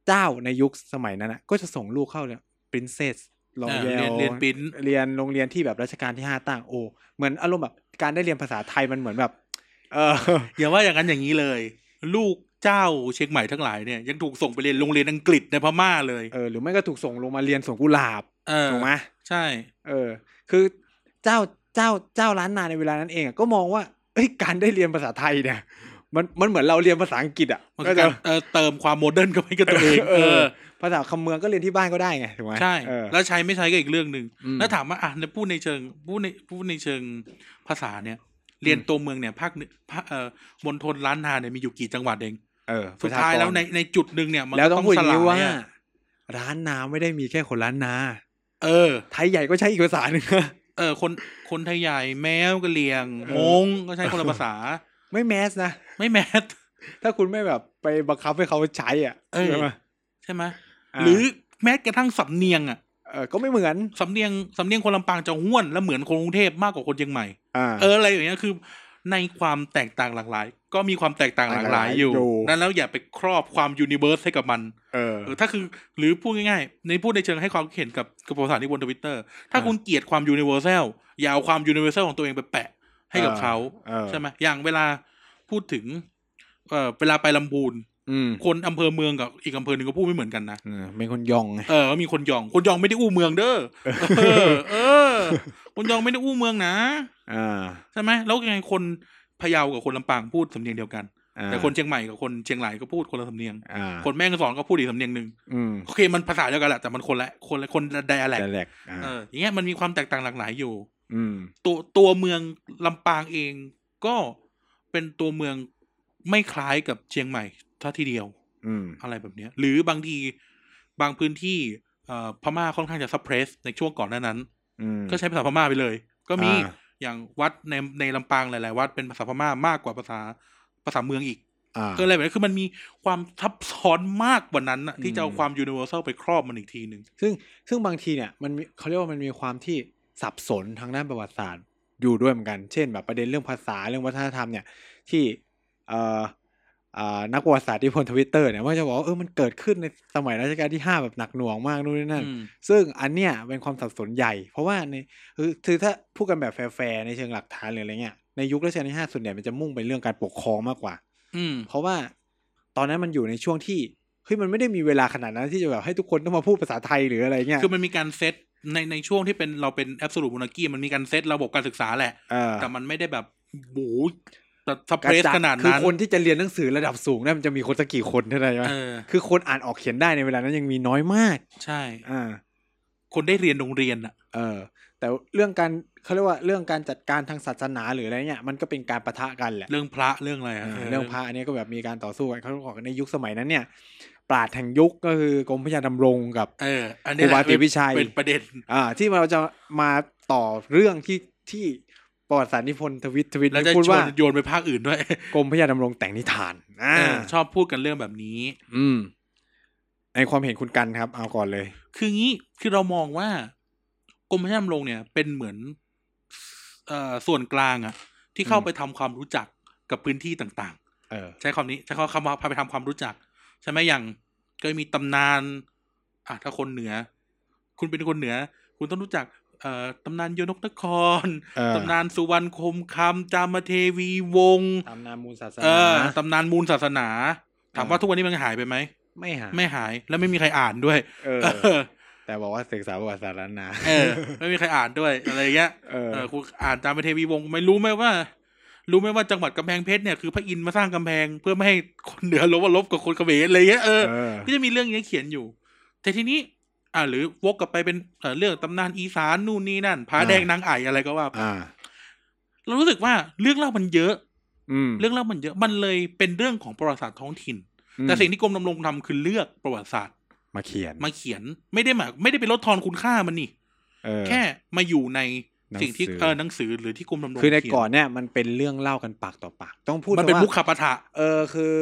S2: เจ้าในยุคสมัยนั้นนะก็จะส่งลูกเข้าเลย princess โรง
S1: เออ
S2: เรียน
S1: เรียนเรียนปิ้น
S2: เรียนโรงเรียนที่แบบรัชกาลที่ห้าตั้งโอ้เหมือนอารมณ์แบบการได้เรียนภาษาไทยมันเหมือนแบบ เออ
S1: อย่าว่าอย่างนั้นอย่างนี้เลย ลูกเจ้าเชียงใหม่ทั้งหลายเนี่ยยังถูกส่งไปเรียนโรงเรียนอังกฤษในพม่าเลย
S2: เออ หรือไม่ก็ถูกส่งลงมาเรียนสวนกุหลาบ
S1: เออ
S2: ถูกไหม
S1: ใช่
S2: เออ คือเจ้าเจ้าเจ้าล้านนาในเวลานั้นเองอะก็มองว่าเอ้ยการได้เรียนภาษาไทยเนี่ย มันมันเหมือนเราเรียนภาษาอังกฤษอ่ะ
S1: มันก็การเอ่อเติมความโมเดิร์นเข้าไปกับตัวเอง เออ
S2: ภาษาคำเมืองก็เรียนที่บ้านก็ได้ไงถูกไหม
S1: ใช่
S2: เออ
S1: แล้วใช้ไม่ใช้ก็อีกเรื่องหนึ่ง
S2: อื
S1: แล้วถามว่าอ่ะในพูดในเชิงพูดในพูดในเชิงภาษาเนี่ย เรียนตัวเมืองเนี่ย ภาคเหนือภาคเอ่อมณฑลล้านนาเนี่ยมีอยู่กี่จังหวัดเอง
S2: เออ
S1: สุดท้าย
S2: ประชกร
S1: แล้วในในจุดหนึ่งเนี่ย มัน
S2: แล้วต้องพูดอ
S1: ส
S2: ย่าง
S1: ลา
S2: นี้ว่า
S1: ยอะ
S2: ร้านนาไม่ได้มีแค่คนร้านนา
S1: เออ
S2: ไทยใหญ่ก็ใช้อีกภาษาหนึ่งนะ
S1: เออ คนคนไทยใหญ่แมวกะเหรียง
S2: เออ
S1: มงก็ใช้คนละภาษา
S2: ไม่แมสนะ
S1: ไม่แมส
S2: ถ้าคุณไม่แบบไปบังคับให้เขาใช้อ่ะ
S1: เออ
S2: ใช่ไหม
S1: ใช่ไหม
S2: อ่า
S1: หรือแม้กระทั่งสำเนียงอ่ะ
S2: เออก็ไม่เหมือน
S1: สำเนียงสำเนียงคนลำปางจะห้วนและเหมือนคนกรุงเทพมากกว่าคนเชียงใหม่
S2: อ่า
S1: เอออะไรอย่างเงี้ยคือ ในความแตกต่างหลากหลาย ก็มีความแตกต่างหลากหลายอยู่
S2: หลากหลายอยู่
S1: นั้นแล้วอย่าไปครอบความยูนิเวอร์สให้กับมัน
S2: เออ
S1: เออถ้าคือหรือพูดง่ายๆ ในพูดในเชิงให้ความคิดเห็นกับกับภาษาที่บนทวิตเตอร์ถ้า
S2: อ่า
S1: คุณเกลียดความยูนิเวอร์แซลอย่าเอาความยูนิเวอร์แซลของตัวเองไปแปะให้กับเขา
S2: เออ
S1: ใช่ไหมอย่างเวลาพูดถึง เอ่อเวลาไปลำพูน
S2: อืม
S1: คนอำเภอเมืองกับอีกอำเภอหนึ่งก็พูดไม่เหมือนกันนะ
S2: เออเป็นคนยองไง
S1: เออ มีคนยอง คนยองไม่ได้อู้เมืองเด้อ เออ เออ คนยองไม่ได้อู้เมืองนะ
S2: อ่า
S1: ใช่ไหมแล้วยังไงคนพะเยากับคนลำปางพูดสำเนียงเดียวกัน
S2: อ่า
S1: แต่คนเชียงใหม่กับคนเชียงรายก็พูดคนละสำเนียง
S2: อ่า
S1: คนแม่ฮ่องสอนก็พูดอีกสำเนียงหนึ่ง
S2: อืม
S1: โอเคมันภาษาเดียวกันแหละแต่มันคนละคนละคนละไดอะแลก
S2: แต่แหลกอ่า
S1: เอออย่างเงี้ยมันมีความแตกต่างหลากหลายอยู่
S2: อืม
S1: ตัวตัวเมืองลำปางเองก็เป็นตัวเมืองไม่คล้ายกับเชียงใหม่ท่าทีเดียว
S2: อืม
S1: อะไรแบบเนี้ย หรือบางทีบางพื้นที่เอ่อพม่าค่อนข้างจะซับเพรสในช่วงก่อนหน้านั้น
S2: อืม
S1: ก็ใช้ภาษาพม่าไปเลย ก็มี
S2: อ่า
S1: อย่างวัดในในลำปางหลาย ๆ วัดเป็นภาษาพม่ามากกว่าภาษาภาษาเมืองอีก
S2: อ่า
S1: ก็อะไรแบบนี้คือมันมีความซับซ้อนมากกว่านั้นนะที่จะเอา
S2: อืม
S1: ความยูนิเวอร์แซลไปครอบมันอีกทีหนึ่ง
S2: ซึ่งซึ่งบางทีเนี่ยมันมีเขาเรียกว่ามันมีความที่สับสนทางด้านประวัติศาสตร์อยู่ด้วยเหมือนกัน เช่นแบบประเด็นเรื่องภาษาเรื่องวัฒนธรรมเนี่ยที่เอ่อเอ่อนักประวัติศาสตร์ที่พนทวิตเตอร์เนี่ยว่าจะบอกว่าเออมันเกิดขึ้นในสมัยรัชกาลที่ 5 แบบหนักหน่วงมากนู่นนี่นั่น
S1: อืม
S2: ซึ่งอันเนี้ยเป็นความสับสนใหญ่ เพราะว่าในคือคือถ้าพูดกันแบบแฟร์ๆในเชิงหลักฐานหรืออะไรเงี้ยในยุครัชกาลที่ 5 ส่วนใหญ่มันจะมุ่งไปเรื่องการปกครองมากกว่า
S1: อืม
S2: เพราะว่าตอนนั้นมันอยู่ในช่วงที่เฮ้ยมันไม่ได้มีเวลาขนาดนั้นที่จะแบบให้ทุกคนต้องมาพูดภาษาไทยหรืออะไรเงี้ย
S1: คือมันมีการเซตในในช่วงที่เป็นเราเป็นแอบสูตรมูนากี้มันมีการเซตระบบการศึกษาแหละ
S2: เออ
S1: แต่มันไม่ได้แบบโอ้โหแต่สเป
S2: กระ
S1: รส
S2: จย
S1: ขนาด
S2: คือ
S1: นั้น
S2: คนที่จะเรียนหนังสือระดับสูงเนี่ยมันจะมีคนสักกี่คนเท่านั้นใช่ไหม
S1: เออ
S2: คือคนอ่านออกเขียนได้ในเวลานั้นยังมีน้อยมาก
S1: ใช่
S2: อ่า
S1: คนได้เรียนโรงเรียนอ่ะ
S2: เออ แต่เรื่องการเขาเรียกว่าเรื่องการจัดการทางศาสนาหรืออะไรเนี่ยมันก็เป็นการประทะกันแหละ
S1: เรื่องพระเรื่องอะไร
S2: เอ
S1: อะ
S2: อเรื่องพระอันนี้ก็แบบมีการต่อสู้กันเขาบอกในยุคสมัยนั้นเนี่ย ปราดแห่งยุคก็คือกรมพระยาดำรงกับ
S1: เออ อันนี้แหละ
S2: ครูบาศรีวิชัย
S1: เป็นประเด็น
S2: อ่าที่เราจะมาต่อเรื่องที่ที่ประวัติศาสตร์นิพนธ์ทวิตทวิต
S1: แล้วจะ
S2: พูด
S1: ชว
S2: ว่าน
S1: โยนไปภาคอื่นด้วย
S2: กรมพระยาดำรงแต่งนิทานอ่า
S1: เออชอบพูดกันเรื่องแบบนี้
S2: อืม ในความเห็นคุณกันครับ เอาก่อนเลย
S1: คืองี้คือเรามองว่ากรมพระยามลงเนี่ย เป็นเหมือนเอ่อส่วนกลางอะที่เข้า
S2: อืม
S1: ไปทำความรู้จักกับพื้นที่ต่าง
S2: เออ
S1: ๆ ใช้คำนี้ใช้คำว่าพาไปทำความรู้จัก ใช่ไหมอย่างก็มีตำนานอ่ะถ้าคนเหนือ คุณเป็นคนเหนือ คุณต้องรู้จัก เอ่อตำนานโยนกนคร
S2: เออ
S1: ตำนานสุวรรณคมคำจามเทวีวงศ์
S2: ตามนามมูลศาส
S1: เอ
S2: นา
S1: อตำนานมูลศาสนา ถาม
S2: เออ
S1: ว่าทุกวันนี้มันหายไปไหม
S2: ไม่หา
S1: ไม่หายแล้วไม่มีใครอ่านด้วย
S2: เออ
S1: เออ
S2: แต่บอกว่าศึกษาประวัติศาสตร์ล้านนา
S1: เออไม่มีใครอ่านด้วยอะไรเงี้ย
S2: เออ
S1: เออคุณอ่านตามไปเทวีวงศ์ไม่รู้ไหมว่า รู้ไหมว่าจังหวัดกำแพงเพชรเนี่ยคือพระอินทร์มาสร้างกำแพงเพื่อไม่ให้คนเหนือลบว่าลบกับคนเขมรอะไรเงี้ยเออ
S2: เออ
S1: ก็จะมีเรื่องเนี้ยเขียนอยู่ แต่ทีนี้ อ่าหรือวกกลับไปเป็นเอ่อเรื่องตำนานอีสานนู่นนี่นั่นพาแดงนางไอ่อะไรก็ว่าไป
S2: อ่า
S1: เรารู้สึกว่าเรื่องเล่ามันเยอะ
S2: อืม
S1: เรื่องเล่ามันเยอะมันเลยเป็นเรื่องของประวัติศาสตร์ท้องถิ่น แต่สิ่งที่กรมดำรงทำคือเลือกประวัติศาสตร์
S2: มาเขียน
S1: มาเขียนไม่ได้หมายไม่ได้ไปลดทอนคุณค่ามันนี่
S2: เออ
S1: แค่มาอยู่ใน
S2: หนัง
S1: สิ่งที่
S2: สือ
S1: เออหนังสือหรือที่กรมดำรง
S2: คือใน
S1: เขีย
S2: ก่อนเนี่ยมันเป็นเรื่องเล่ากันปากต่อปาก ต้องพูด
S1: มันเป็น
S2: ว่า
S1: มุขปะทะ
S2: เออคือ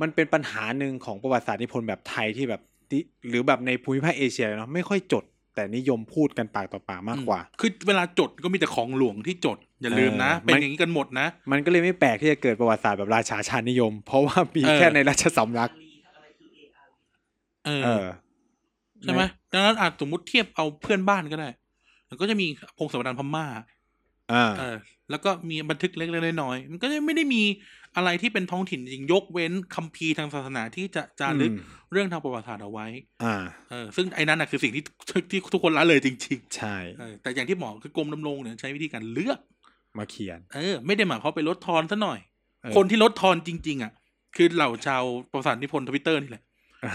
S2: มันเป็นปัญหาหนึ่งของประวัติศาสตร์นิพนธ์แบบไทยที่แบบที่หรือแบบในภูมิภาคเอเชียเนาะไม่ค่อยจด แต่นิยมพูดกันปากต่อปากมากกว่า
S1: อืคือเวลาจดก็มีแต่ของหลวงที่จด อย่าลืมนะ
S2: เออ
S1: เป็นอย่างนี้กันหมดนะ
S2: มันก็เลยไม่แปลกที่จะเกิดประวัติศาสตร์แบบราชาชาตินิยม เพราะว่ามี
S1: เออ
S2: แค่ในราชสำนัก
S1: เอ
S2: เอ
S1: อ
S2: อ
S1: ใช่ไหมดังนั้นอาจสมมติเทียบเอาเพื่อนบ้านก็ได้มันก็จะมีพงศาวดารพม่า
S2: อ่า
S1: เออ แล้วก็มีบันทึกเล็กๆน้อยๆมันก็จะไม่ได้มีอะไรที่เป็นท้องถิ่นจริงยกเว้นคัมภีร์ทางศาสนาที่จะจารึก
S2: อืม
S1: เรื่องทางประวัติศาสตร์เอาไว้
S2: อ่า
S1: เออซึ่งไอ้นั้นน่ะคือสิ่งที่ที่ทุกคนละเลยจริง ๆ
S2: ใช่
S1: เออแต่อย่างที่หมอกคือกรมดำรงเนี่ยใช้วิธีการเลือก
S2: มาเขียน
S1: เออ ไม่ได้หมายความไปลดทอนซะหน่อย
S2: เออ
S1: คนที่ลดทอนจริง ๆ อ่ะ คือเหล่าชาวประสานนิพนธ์ทวิตเตอร์ นี่แหละ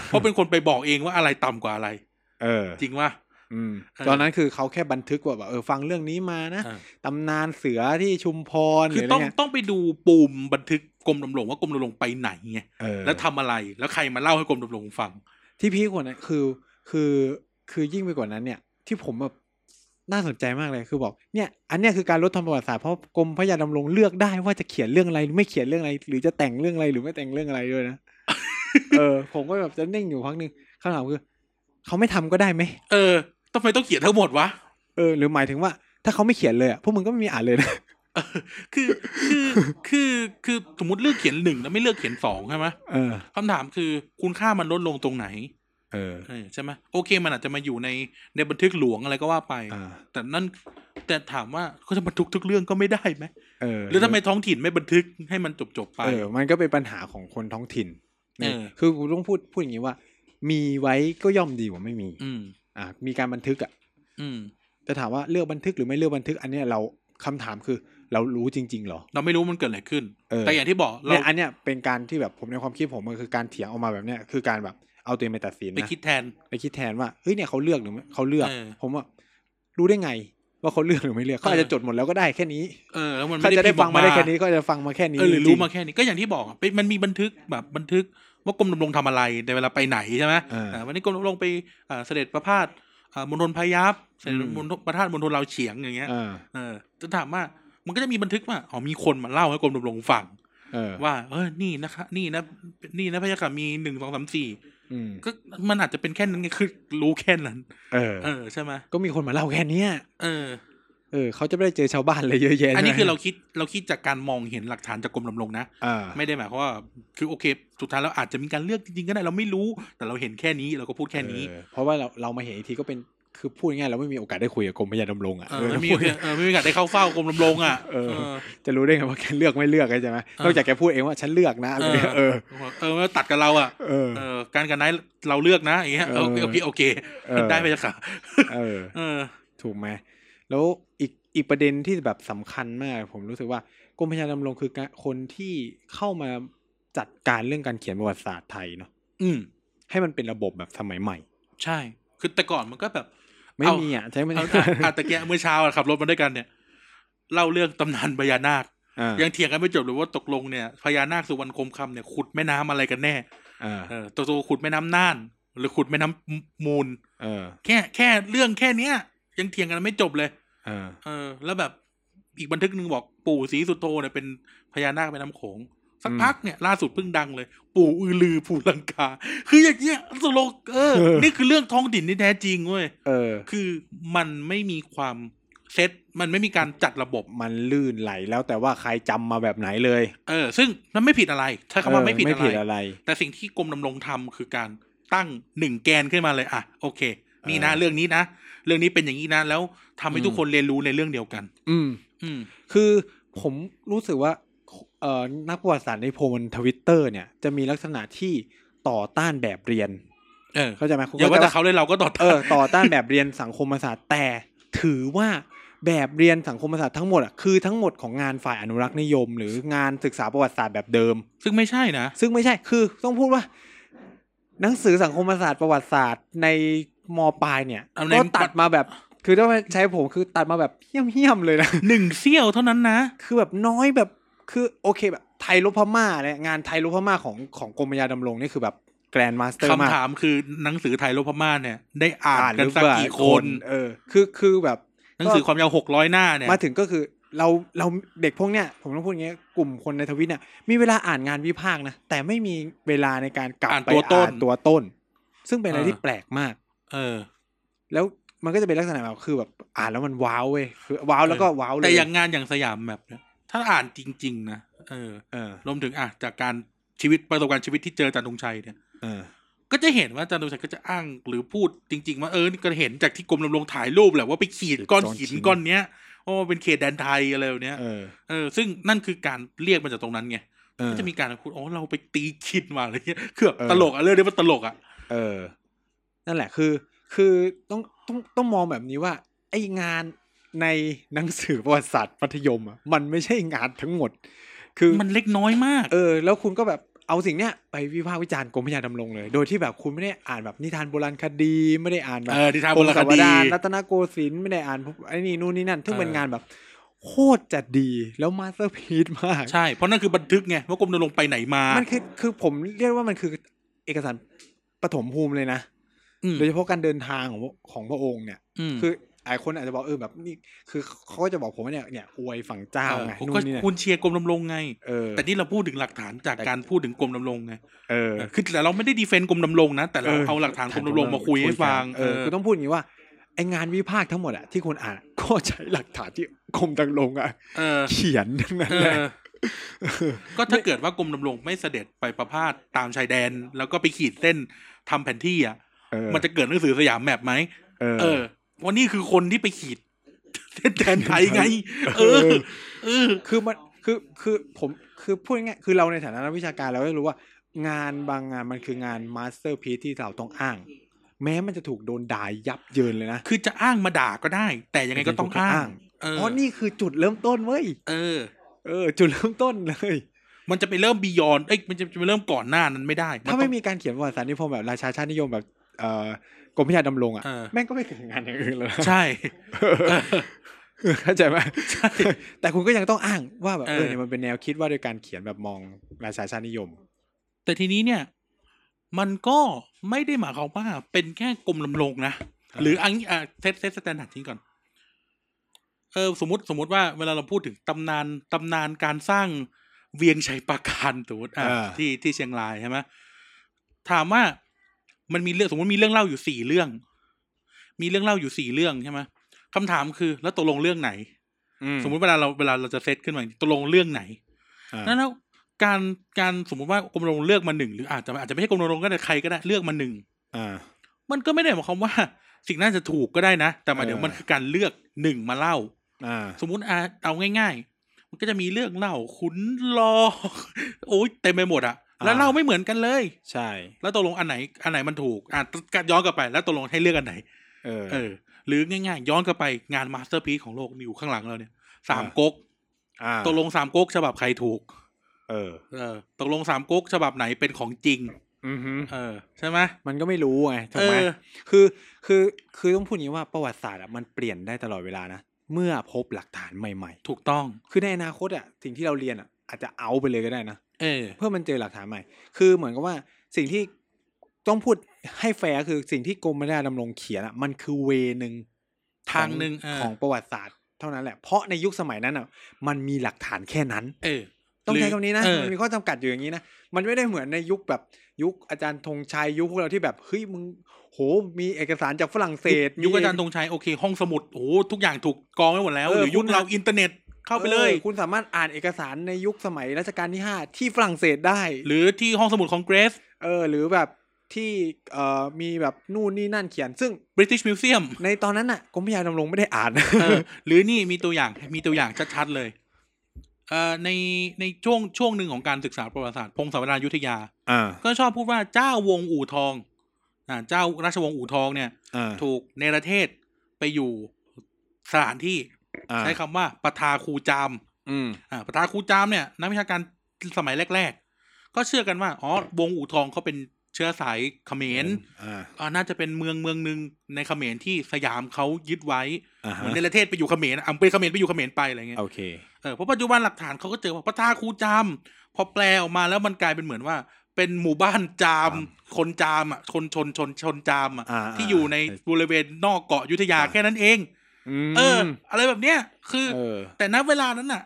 S1: เพราะเป็นคนไปบอกเองว่าอะไรต่ำกว่าอะไร
S2: เออ
S1: จริงว่า
S2: อืม
S1: เออ
S2: ตอนนั้นคือเขาแค่บันทึกว่าแบบเออฟังเรื่องนี้มานะตำนานเสือที่ชุมพรห
S1: คื
S2: รือ ออะไร
S1: ต้อง
S2: เงี้ย
S1: ต้องไปดูปุ่มบันทึกกรมดำรงว่ากรมดำรงไปไหนไง
S2: เออ
S1: แล้วทำอะไรแล้วใครมาเล่าให้กรมดำรงฟัง
S2: ที่พีคกว่านั้นคือคือคือยิ่งไปกว่านั้นเนี่ย ที่ผมแบบน่าสนใจมากเลยคือบอกเนี่ย อันเนี้ยคือการลดทอนประวัติศาสตร์เพราะกรมพระยา ดำรงเลือกได้ว่าจะเขียนเรื่องอะไรไม่เขียนเรื่องอะไร หรือจะแต่งเรื่องอะไรหรือไม่แต่งเรื่องอะไรด้วยนะ เออ ผมก็แบบจะนิ่งอยู่พักหนึ่งคำถามคือเขาไม่ทำก็ได้ไหม
S1: เออทำไมต้องเขียนทั้งหมดวะ
S2: เออหรือหมายถึงว่า ถ้าเขาไม่เขียนเลยอะพวกมึงก็ไม่มีอ่านเลยนะ
S1: เออคือคือคือคือสมมติเลือกเขียนหนึ่งแล้วไม่เลือกเขียนสองใช่ไหม
S2: เออ
S1: คำถามคือคุณค่ามันลดลงตรงไหน
S2: เออ
S1: เออใช่ไหมโอเค มันอาจจะมาอยู่ในในบันทึกหลวงอะไรก็ว่าไป
S2: อ่า
S1: แต่นั่นแต่ถามว่าเขาจะบันทึกทุกเรื่องก็ไม่ได้ไหม
S2: เออ
S1: หรือทำไมท้องถิ่นไม่บันทึกให้มันจบจบๆไป
S2: เออ มันก็เป็นปัญหาของคนท้องถิ่น
S1: เออ
S2: คือกูต้องพูดพูดอย่างนี้ว่า มีไว้ก็ย่อมดีกว่าไม่มี
S1: อืม
S2: อ่า มีการบันทึกอ่ะ
S1: อืม
S2: จะถามว่าเลือกบันทึกหรือไม่เลือกบันทึก อันเนี้ยเราคำถามคือเรารู้จริง ๆ เหรอ
S1: เราไม่รู้มันเกิดอะไรขึ้น
S2: เออ
S1: แต่อย่างที่บอกเรา
S2: เนี่ยอันเนี้ยเป็นการที่แบบผมในความคิดผมมันคือการเถียงออกมาแบบเนี้ยคือการแบบเอาตัวเองไปตัดสินนะ
S1: ไปคิดแทน
S2: ไปคิดแทนว่าเฮ้ยเนี่ยเขาเลือกหรือไม่เขาเลือก
S1: เออ
S2: ผมว่ารู้ได้ไง ว่าเขาเลือกหรือไม่เลือกเขาอาจ
S1: เออ
S2: จะจดหมดแล้วก็ได้แค่นี้
S1: เออแล้วมัน
S2: เขา
S1: ไม่
S2: จะ
S1: ได้
S2: ได้
S1: พิมพ์ออ
S2: ฟั
S1: ง ก
S2: มา
S1: มา
S2: ได้แค่นี้ก็จะฟังมาแค่นี้
S1: เออหรือรู้มา
S2: จง
S1: แค่นี้ก็อย่างที่บอกอะเป็นมันมีบันทึกแบบบันทึกว่ากรมดำรงทำอะไรในเวลาไปไหนใช่ไหม
S2: เอออ่
S1: าวันนี้กรมดำรงไปอ่าเสด็จประพาสอ่ามณฑลพายัพเสด็จ
S2: อืม
S1: มณฑลประทาสมณฑลลาวเฉียงอย่างเงี้ย
S2: ๆเออ
S1: เออจะถามว่ามันก็จะมีบันทึกว่าอ๋อมีคนมาเล่าให้กรมดำรงฟัง
S2: เออ
S1: ว่าเออนี่นะคะนี่นะนี่นะพระยาค่ะมีหนึ่งสองสามสี่
S2: อืม
S1: ก็มันอาจจะเป็นแค่นั้นไงคือรู้แค่นั้น
S2: เออ
S1: เออใช่ไหม
S2: ก็มีคนมาเล่าแค่เนี้ย
S1: เออ
S2: เออเขาจะไม่ได้เจอชาวบ้านเลยเยอะแยะ
S1: อันนี้
S2: ใช่ไหม
S1: คือเราคิดเราคิดจากการมองเห็นหลักฐานจากกรมดำรงนะ
S2: อ่า
S1: ไม่ได้หมายความว่าคือโอเค สุดท้ายแล้วอาจจะมีการเลือกจริงๆก็ได้เราไม่รู้ แต่เราเห็นแค่นี้เราก็พูดแค่นี้
S2: เออเพราะว่าเราเรามาเห็นอีกทีก็เป็นคือพูดง่ายๆเราไม่มีโอกาสได้คุยกับกรมพยาดำรงอ่ะ
S1: เออไม่มี
S2: พูด
S1: เออไม่มีโอกาสได้เข้าเฝ้ากรมดำรงอ่ะ
S2: เออ จะรู้ได้ไงว่าแกเลือกไม่เลือกใช่ไหมนอกจากแกพูดเองว่าฉันเลือกนะอะไรเงี้ยเออ
S1: เออมาตัดกับเราอ่ะ
S2: เออ
S1: เออการกับนายเราเลือกนะอย่างเงี้ย
S2: เอ
S1: โอ
S2: อ
S1: เคโอเคโอเค
S2: เออ
S1: ได้ไปจ้ะค่ะ
S2: เออ
S1: เออ
S2: ถูกไหมแล้วอีกอีกประเด็นที่แบบสำคัญมาก ผมรู้สึกว่ากรมประชาดำรงคือการคนที่เข้ามาจัดการเรื่องการเขียนประวัติศาสตร์ไทยเนาะ
S1: อืม
S2: ให้มันเป็นระบบแบบสมัยใหม่
S1: ใช่ คือแต่ก่อนมันก็แบบ
S2: ไม่
S1: เอา
S2: มีอ่ะใช่ไหม
S1: เอาอ่ะอ่ะตะเกียเมื่อเช้าอะขับรถมาด้วยกันเนี่ยเล่าเรื่องตำนานพญานาค
S2: อ่า
S1: ยังเถียงกันไม่จบเลยว่าตกลงเนี่ยพญานาคสุวรรณคมคำเนี่ยขุดแม่น้ำอะไรกันแน่
S2: อ่า
S1: เออตัวตัวขุดแม่น้ำน่าน หรือขุดแม่น้ำมูล
S2: เออ
S1: แค่แค่เรื่องแค่เนี้ย ยังเถียงกันไม่จบเลย
S2: เออ
S1: เออ แล้วแบบอีกบันทึกหนึ่งบอกปู่ศรีสุโธเนี่ยเป็นพญานาคแม่น้ำโขงสักพักเนี่ยล่าสุดเพิ่งดังเลย ปู่อือลือปู่ลังกา คืออย่างเงี้ยสโลกเออ นี่คือเรื่องท้องถิ่นที่แท้จริงเว้ย
S2: เออ
S1: คือมันไม่มีความเซตมันไม่มีการจัดระบบ
S2: มันลื่นไหลแล้วแต่ว่าใครจำมาแบบไหนเลย
S1: เออ ซึ่งมันไม่ผิดอะไรใช้คำว่าไม่ผิด
S2: เไม่
S1: อะไร
S2: ผิดอะไร
S1: แต่สิ่งที่กรมดำรงธรรมคือการตั้งหนึ่งแกนขึ้นมาเลยอ่ะโอเค นี่นะ
S2: เออ
S1: เรื่องนี้นะเรื่องนี้เป็นอย่างนี้นะ แล้วทำให้
S2: อืม
S1: ทุกคนเรียนรู้ในเรื่องเดียวกัน
S2: อืม
S1: อืม
S2: คือผมรู้สึกว่าเอ่อนักประวัติศาสตร์ในโพลทวิตเตอร์เนี่ยจะมีลักษณะที่ต่อต้านแบบเรียน
S1: เออ
S2: เข้าใจไหมคุณ
S1: อย่าว่า
S2: ข้
S1: แต่
S2: ใจปะ
S1: เขาเลยเราก็ต่อ
S2: เอ
S1: ต้า
S2: อน ต่อต้านแบบเรียนสังคมศาสตร์แต่ถือว่าแบบเรียนสังคมศาสตร์ทั้งหมดอะคือทั้งหมดของงานฝ่ายอนุรักษ์นิยม หรืองานศึกษาประวัติศาสตร์แบบเดิม
S1: ซึ่งไม่ใช่นะ
S2: ซึ่งไม่ใช่คือต้องพูดว่า หนังสือสังคมศาสตร์ประวัติศาสตร์ในมปลายเนี่ย
S1: เอาใน
S2: ก็ตัดมาแบบ คือถ้าใช้ผมคือตัดมาแบบเหี้ยมๆเลยนะ
S1: หนึ่งเสี้ยวเท่านั้นนะ
S2: คือแบบน้อยแบบคือโอเคแบบไทยลบพม่าเนี่ยงานไทยลบพม่าของของกรมพยาดำรงนี่คือแบบแกรนด์มาสเตอร์มาก
S1: คำถามคือหนังสือไทยลบพม่าเนี่ย ได้อ่านกัน
S2: หรือ
S1: สัก
S2: เปล่า
S1: กี่คน
S2: เออ คือคือแบบ
S1: หนังสือความยาวหกร้อยหน้าเนี่ย
S2: มาถึงก็คือเราเราเด็กพวกเนี้ยผมต้องพูดอย่างเงี้ยกลุ่มคนในทวิตเนี่ยมีเวลาอ่านงานวิพากษ์นะแต่ไม่มีเวลาในการกลับ
S1: อ่าน
S2: ไป
S1: ตัวต้น
S2: อ่านตัวต้น ซึ่งเป็นอะไร
S1: เออ
S2: ที่แปลกมาก
S1: เออ
S2: แล้วมันก็จะเป็นลักษณะแบบคือแบบอ่านแล้วมันว้าวเว้ยคือว้าวแล้วก็ว้าวเลย
S1: แต่อย่างงานอย่างสยามแบบเนี่ยถ้าอ่านจริง ๆ นะเออ
S2: เออ
S1: รวมถึงอ่ะจากการชีวิตประสบการณ์ชีวิตที่เจออาจันทงชัยเนี่ย
S2: เออ
S1: ก็จะเห็นว่าอาจารย์ดวงชัยก็จะอ้างหรือพูดจริง ๆ ว่าเออนี่ก็เห็นจากที่กรมดำรงถ่ายรูปแหละว่าไปขีดก้อนหิน
S2: ก้อนหิน
S1: ก้อนเนี้ยว่ามันเป็นเขตแดนไทยอะไรแบบเนี้ย
S2: เออ
S1: เออซึ่งนั่นคือการเรียกมาจากตรงนั้นไง
S2: เออ
S1: ก็จะมีการพูดอ๋อเราไปตีขีดมาอะไรเงี้ยคือแบบ
S2: เออ
S1: ตลกอะเรื่องนี้มันตลกอะ
S2: เออ นั่นแหละคือ คือต้องต้องต้องมองแบบนี้ว่า ไองานในหนังสือประวัติศาสตร์มัธยมอ่ะมันไม่ใช่งานทั้งหมด คือ
S1: มันเล็กน้อยมาก
S2: เออแล้วคุณก็แบบเอาสิ่งเนี้ยไปวิพากษ์วิจารณ์กรมพยาดำรงเลย โดยที่แบบคุณไม่ได้อ่านแบบนิทานโบราณคดีไม่ได้อ่านแบบ
S1: เออนิทานโบราณคดี
S2: พงศวดารรัตนโกสินทร์ไม่ได้อ่านพวกไอ้นี่นู่นนี่นั่นซึ่ง
S1: เออ
S2: เป็นงานแบบ โคตรจะดีแล้วมาสเตอร์พีซมาก
S1: ใช่ เพราะนั่นคือบันทึกไงว่ากรมดำรงไปไหนมา
S2: มันคือคือผมเรียกว่ามันคือเอกสารปฐมภูมิเลยนะ
S1: อืม
S2: โดยเฉพาะการเดินทางของของพระองค์เนี่ย
S1: อืม
S2: คือ หลายคนอาจจะบอกเออแบบนี่คือเขาก็จะบอกผมว่าเนี่ยเนี่ยอวยฝั่งเจ้าไง
S1: ผม
S2: นู่
S1: ก็
S2: นนี่เนี่ย
S1: คุณเชียร์กรมดำรงไง
S2: เออ
S1: แต่นี่เราพูดถึงหลักฐานจาก
S2: แต่
S1: การพูดถึงกรมดำรงไง
S2: เออ
S1: คือแต่เราไม่ได้ดีเฟนต์กรมดำรงนะ แต่เรา
S2: เออ
S1: เอาหลักฐานกรมดำรงมาคุยให้ฟัง
S2: เออคือต้องพูดอย่างนี้ว่าไองานวิพากษ์ทั้งหมดอะที่คุณอ่านก็ใช้หลักฐานที่กรมดังลงอะ
S1: เออ
S2: เขียนทั้งนั้น
S1: เอ
S2: แหละ
S1: อ
S2: เออ
S1: ก็ถ้าเกิดว่ากรมดำรงไม่เสด็จไปประพาสตามชายแดน แล้วก็ไปขีดเส้นทำแผนที่อ่ะ
S2: เออ
S1: มันจะเกิดหนังสือสยามแมปไหม
S2: เออ
S1: เออวันนี้คือคนที่ไปขีด เส้นแดนไทยไง เออ เออ
S2: คือมันคือคือผมคือพูดง่ายๆคือเราในฐานะนักวิชาการเราก็รู้ว่า งานบางงานมันคืองานมาสเตอร์พีที่เราต้องอ้าง แม้มันจะถูกโดนด่ายับเยินเลยนะ
S1: คือจะอ้างมาด่าก็ได้ แต่ยังไงก็ต้องอ้าง เออ
S2: เพราะนี่คือจุดเริ่มต้นเว้ย
S1: เออ
S2: เออ จุดเริ่มต้นเลย
S1: มันจะไปเริ่มบียอนเอ้ยมันจะไปเริ่มก่อนหน้านั้นไม่ได้น
S2: ถ้า
S1: ต้
S2: ไม่
S1: อง
S2: มีการเขียนประวัติศาสตร์นิพนธ์แบบราชาชาตินิยมแบบเอ่อกรมพิชาดำรงอ่ะ
S1: เออ
S2: แม่งก็ไม่เกิดงานอย่างอื่นแล้วนะ
S1: ใช่
S2: เออเข้าใจไหม
S1: ใช่
S2: แต่คุณก็ยังต้องอ้างว่าแบบเอ
S1: เอ
S2: อ
S1: อ
S2: เนี่ยมันเป็นแนวคิดว่าโดยการเขียนแบบมองราชาชาตินิยม
S1: แต่ทีนี้เนี่ย มันก็ไม่ได้หมายความว่าเป็นแค่กรมลำลงนะ
S2: ครับ
S1: หรืออันนี้อ่ะเซตเซตสแตนดาร์ดทิ้งก่อน เออ สมมติสมมติว่าเวลาเราพูดถึงตำนานตำนานการสร้างเวียงชัยปราการสมมติอ่ะ
S2: อ่า
S1: ที่ที่เชียงรายใช่ไหมถามว่ามันมีเรื่องสมมติมีเรื่องเล่าอยู่สี่เรื่อง มีเรื่องเล่าอยู่สี่เรื่องใช่ไหมคำถามคือ แล้วตกลงเรื่องไหน สมมติเวลาเราเวลาเราจะเซตขึ้นมาตกลงเรื่องไหน
S2: อ่า
S1: นั่นแล้วการการสมมติว่ากรมดำรงเลือกมาหนึ่งหรืออาจจะอาจจะไม่ใช่กรมดำรงก็ได้ใครก็ได้เลือกมาหนึ่ง
S2: อ่า
S1: มันก็ไม่ได้หมายความว่า สิ่งน่าจะถูกก็ได้นะ แต่หมายถึง
S2: เออ
S1: มันคือการเลือกหนึ่งมาเล่า
S2: อ่า
S1: สมมติอาเอาง่าย ๆ มันก็จะมีเรื่องเล่าขุนรอ โอ้ยเต็มไปหมดอะแล้ว
S2: อ่า
S1: เล่าไม่เหมือนกันเลย
S2: ใช่
S1: แล้วตกลงอันไหนอันไหนมันถูกอ่ะกัดย้อนกลับไป แล้วตกลงให้เลือกอันไหน
S2: เออ
S1: เออ หรือง่ายๆ ย้อนกลับไปงานมาสเตอร์พีของโลกนี่อยู่ข้างหลังเราเนี่ยสาม
S2: อ่า
S1: ก๊ก
S2: อ่า
S1: ตกลงสามก๊กฉบับใครถูก
S2: เออ
S1: เออตกลงสามก๊กฉบับไหนเป็นของจริง
S2: อือฮึ
S1: เออ ใช่ไหม
S2: มันก็ไม่รู้ไงถู
S1: เอก
S2: ไหม
S1: อ
S2: คือคือคือต้องพูดอย่างนี้ว่าประวัติศาสตร์อะมันเปลี่ยนได้ตลอดเวลานะเมื่อพบหลักฐานใหม่
S1: ถูกต้อง
S2: ๆ คือในอนาคตอ่ะสิ่งที่เราเรียนอ่ะอาจจะเอาไปเลยก็ได้นะ
S1: เออ
S2: เพื่อมันเจอหลักฐานใหม่ คือเหมือนกับว่าสิ่งที่ต้องพูดให้แฟร์คือสิ่งที่กรมไม่ได้ดำรงเขียนอ่ะมันคือเวนึง
S1: ทางหนึ่ง
S2: ขอ
S1: เออ
S2: ของประวัติศาสตร์เท่านั้นแหละเพราะในยุคสมัยนั้นอ่ะมันมีหลักฐานแค่นั้น
S1: เออ
S2: ต้องใช้
S1: หรือ
S2: คำนี้นะ
S1: เออ
S2: มันมีข้อจำกัดอยู่อย่างนี้นะมันไม่ได้เหมือนในยุคแบบยุคอาจารย์ธงชัยยุคพวกเราที่แบบเฮ้ยมึงโหมีเอกสารจากฝรั่งเศส
S1: ยุค
S2: มี
S1: อาจารย์ธงชัยโอเค ห้องสมุดโอ้โหทุกอย่างถูกกองไว้หมดแล้ว
S2: เออ
S1: หรือยุค
S2: คุณ
S1: เราอินเทอร์เน็ตเข้าไปเลย
S2: ออคุณสามารถอ่านเอกสารในยุคสมัยรัชกาลที่ห้าที่ฝรั่งเศสได้
S1: หรือที่ห้องสมุดของเกรส
S2: เออหรือแบบที่เอ่อมีแบบนู่นนี่นั่นเขียน ซึ่ง
S1: British Museum
S2: ในตอนนั้นน่ะกรมพระยาดำรงไม่ได้อ่าน
S1: เออ หรือนี่มีตัวอย่างมีตัวอย่างชัดๆเลย เอ่อในในช่วงช่วงหนึ่งของการศึกษาประวัติศาสตร์พงศาวดารยุทธยา
S2: อ่า
S1: ก็ชอบพูดว่าเจ้าวงอู่ทองอ่าเจ้าราชวงศ์อู่ทองเนี่ย
S2: อ่า
S1: ถูกเนรเทศไปอยู่สถานที่
S2: อ่า
S1: ใช้คำว่าปทาคูจาม
S2: อืม
S1: อ่าปทาคูจามเนี่ยนักวิชาการสมัยแรก ๆ ก็เชื่อกันว่าอ๋อวงอู่ทองเขาเป็นเชื้อสายเขมร
S2: อ่า
S1: อ่าน่าจะเป็นเมืองเมืองหนึ่งในเขมรที่สยามเขายึดไว้
S2: อ่า
S1: เห
S2: ฮะ
S1: มือนเนรเทศไปอยู่เขมรอ่ะเป็นเขมรไปอยู่เขมรไปอะไรเงี้ย
S2: โอเค
S1: เออเพราะปัจจุบันหลักฐานเขาก็เจอว่าปทาคูจามพอแปลออกมาแล้วมันกลายเป็นเหมือนว่า เป็นหมู่บ้านจาม คนจามอ่ะคนชนชนชนจามอ่ะ
S2: อ่า
S1: ที่อยู่ในบริเวณนอกเกาะยุทธยาแค่นั้นเอง
S2: ม
S1: เออ อะไรแบบเนี้ย คือ
S2: เออ
S1: แต่ณเวลานั้นน่ะ